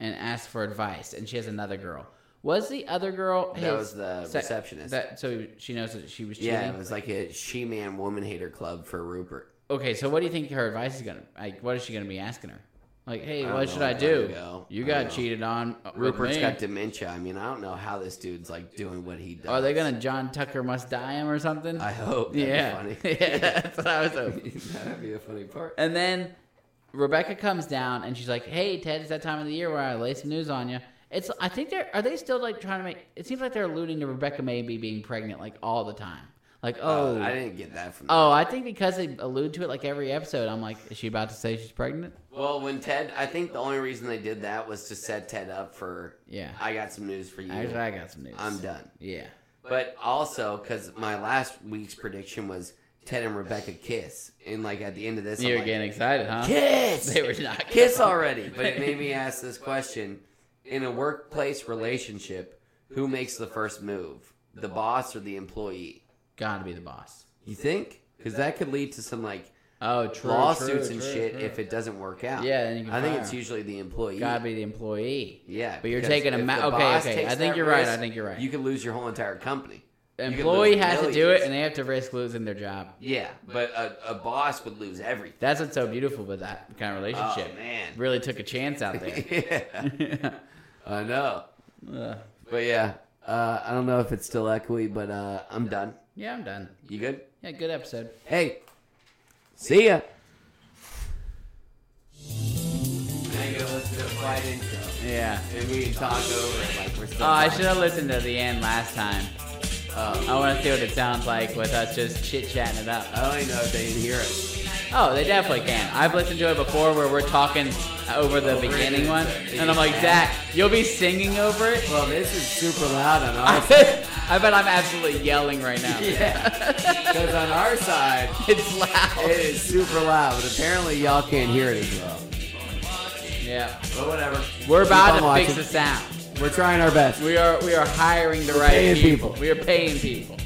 Speaker 2: and asks for advice, and she has another girl. Was the other girl?
Speaker 1: That was the
Speaker 2: sec-
Speaker 1: receptionist.
Speaker 2: That so she knows that she was cheating.
Speaker 1: yeah, it was like a she-man woman-hater club for Rupert.
Speaker 2: Okay, so what do you think her advice is gonna like? What is she gonna be asking her? Like, hey,
Speaker 1: I
Speaker 2: what
Speaker 1: don't
Speaker 2: should
Speaker 1: know,
Speaker 2: I
Speaker 1: I gotta
Speaker 2: do?
Speaker 1: go.
Speaker 2: You
Speaker 1: I
Speaker 2: got
Speaker 1: know.
Speaker 2: cheated on. with
Speaker 1: Rupert's
Speaker 2: me.
Speaker 1: got dementia. I mean, I don't know how this dude's like doing what he does.
Speaker 2: Are they gonna John Tucker must die him or something?
Speaker 1: I hope. That'd
Speaker 2: yeah.
Speaker 1: Be funny.
Speaker 2: [laughs] yeah,
Speaker 1: [laughs]
Speaker 2: that's what I was hoping.
Speaker 4: That'd be a funny part.
Speaker 2: And then Rebecca comes down and she's like, "Hey, Ted, it's that time of the year where I lay some news on you." It's I think they're are they still like trying to make it seems like they're alluding to Rebecca maybe being pregnant like all the time. Like, oh,
Speaker 1: I didn't get that from.
Speaker 2: oh, I think because they allude to it like every episode, I'm like, is she about to say she's pregnant?
Speaker 1: Well, when Ted, I think the only reason they did that was to set Ted up for.
Speaker 2: Yeah.
Speaker 1: I got some news for you.
Speaker 2: Actually, I got some news.
Speaker 1: I'm done.
Speaker 2: Yeah.
Speaker 1: But also, because my last week's prediction was Ted and Rebecca kiss, and like at the end of this,
Speaker 2: You're
Speaker 1: I'm
Speaker 2: getting
Speaker 1: like,
Speaker 2: excited, huh?
Speaker 1: kiss.
Speaker 2: [laughs] They were not
Speaker 1: [laughs] kiss already. But it made me ask this question: In a workplace relationship, who makes the first move, the boss or the employee?
Speaker 2: Gotta be the boss.
Speaker 1: You think? Because that could lead to some like
Speaker 2: Oh, true.
Speaker 1: lawsuits
Speaker 2: true,
Speaker 1: and
Speaker 2: true,
Speaker 1: shit
Speaker 2: true.
Speaker 1: if it doesn't work out.
Speaker 2: Yeah, then you can
Speaker 1: I think
Speaker 2: fire
Speaker 1: it's
Speaker 2: him.
Speaker 1: usually the employee.
Speaker 2: gotta be the employee.
Speaker 1: Yeah,
Speaker 2: but you're
Speaker 1: because
Speaker 2: taking a
Speaker 1: if
Speaker 2: ma-
Speaker 1: the
Speaker 2: okay,
Speaker 1: boss
Speaker 2: okay,
Speaker 1: takes
Speaker 2: I think
Speaker 1: that
Speaker 2: you're right,
Speaker 1: risk,
Speaker 2: I think you're right.
Speaker 1: You could lose your whole entire company. You could
Speaker 2: employee
Speaker 1: lose
Speaker 2: has to do
Speaker 1: millions.
Speaker 2: it, and they have to risk losing their job.
Speaker 1: yeah, but a, a boss would lose everything.
Speaker 2: That's what's so beautiful with that kind of relationship.
Speaker 1: Oh, man.
Speaker 2: really took a chance out
Speaker 1: [laughs]
Speaker 2: there. [laughs]
Speaker 1: yeah, I know. But yeah, uh, I don't know if it's still echoey, but uh, I'm done.
Speaker 2: yeah, I'm done.
Speaker 1: You good?
Speaker 2: Yeah, good episode.
Speaker 1: Hey, see ya. should have listened to the flight intro.
Speaker 2: Yeah.
Speaker 1: And we can talk over it like we're still.
Speaker 2: Oh, I
Speaker 1: talking.
Speaker 2: should have listened to the end last time. I want to see what it sounds like with us just chit chatting it up.
Speaker 1: I don't even know if they can hear us.
Speaker 2: Oh, they definitely can. I've listened to it before where we're talking over the
Speaker 1: Over it
Speaker 2: beginning
Speaker 1: is,
Speaker 2: one,
Speaker 1: uh,
Speaker 2: and I'm like, Zach, you'll be singing over it. [laughs]
Speaker 1: Well, this is super loud on
Speaker 2: I
Speaker 1: our side.
Speaker 2: bet, I bet I'm absolutely yelling right now.
Speaker 1: Because on our side,
Speaker 2: [laughs] it's loud.
Speaker 1: it is super loud, but apparently y'all can't hear it as well.
Speaker 2: Yeah,
Speaker 1: But whatever.
Speaker 2: we're
Speaker 1: Keep
Speaker 2: about
Speaker 1: on
Speaker 2: to fix
Speaker 1: watching.
Speaker 2: the sound.
Speaker 1: We're trying our best.
Speaker 2: We are we are hiring the
Speaker 1: We're
Speaker 2: right
Speaker 1: paying people.
Speaker 2: We are paying people.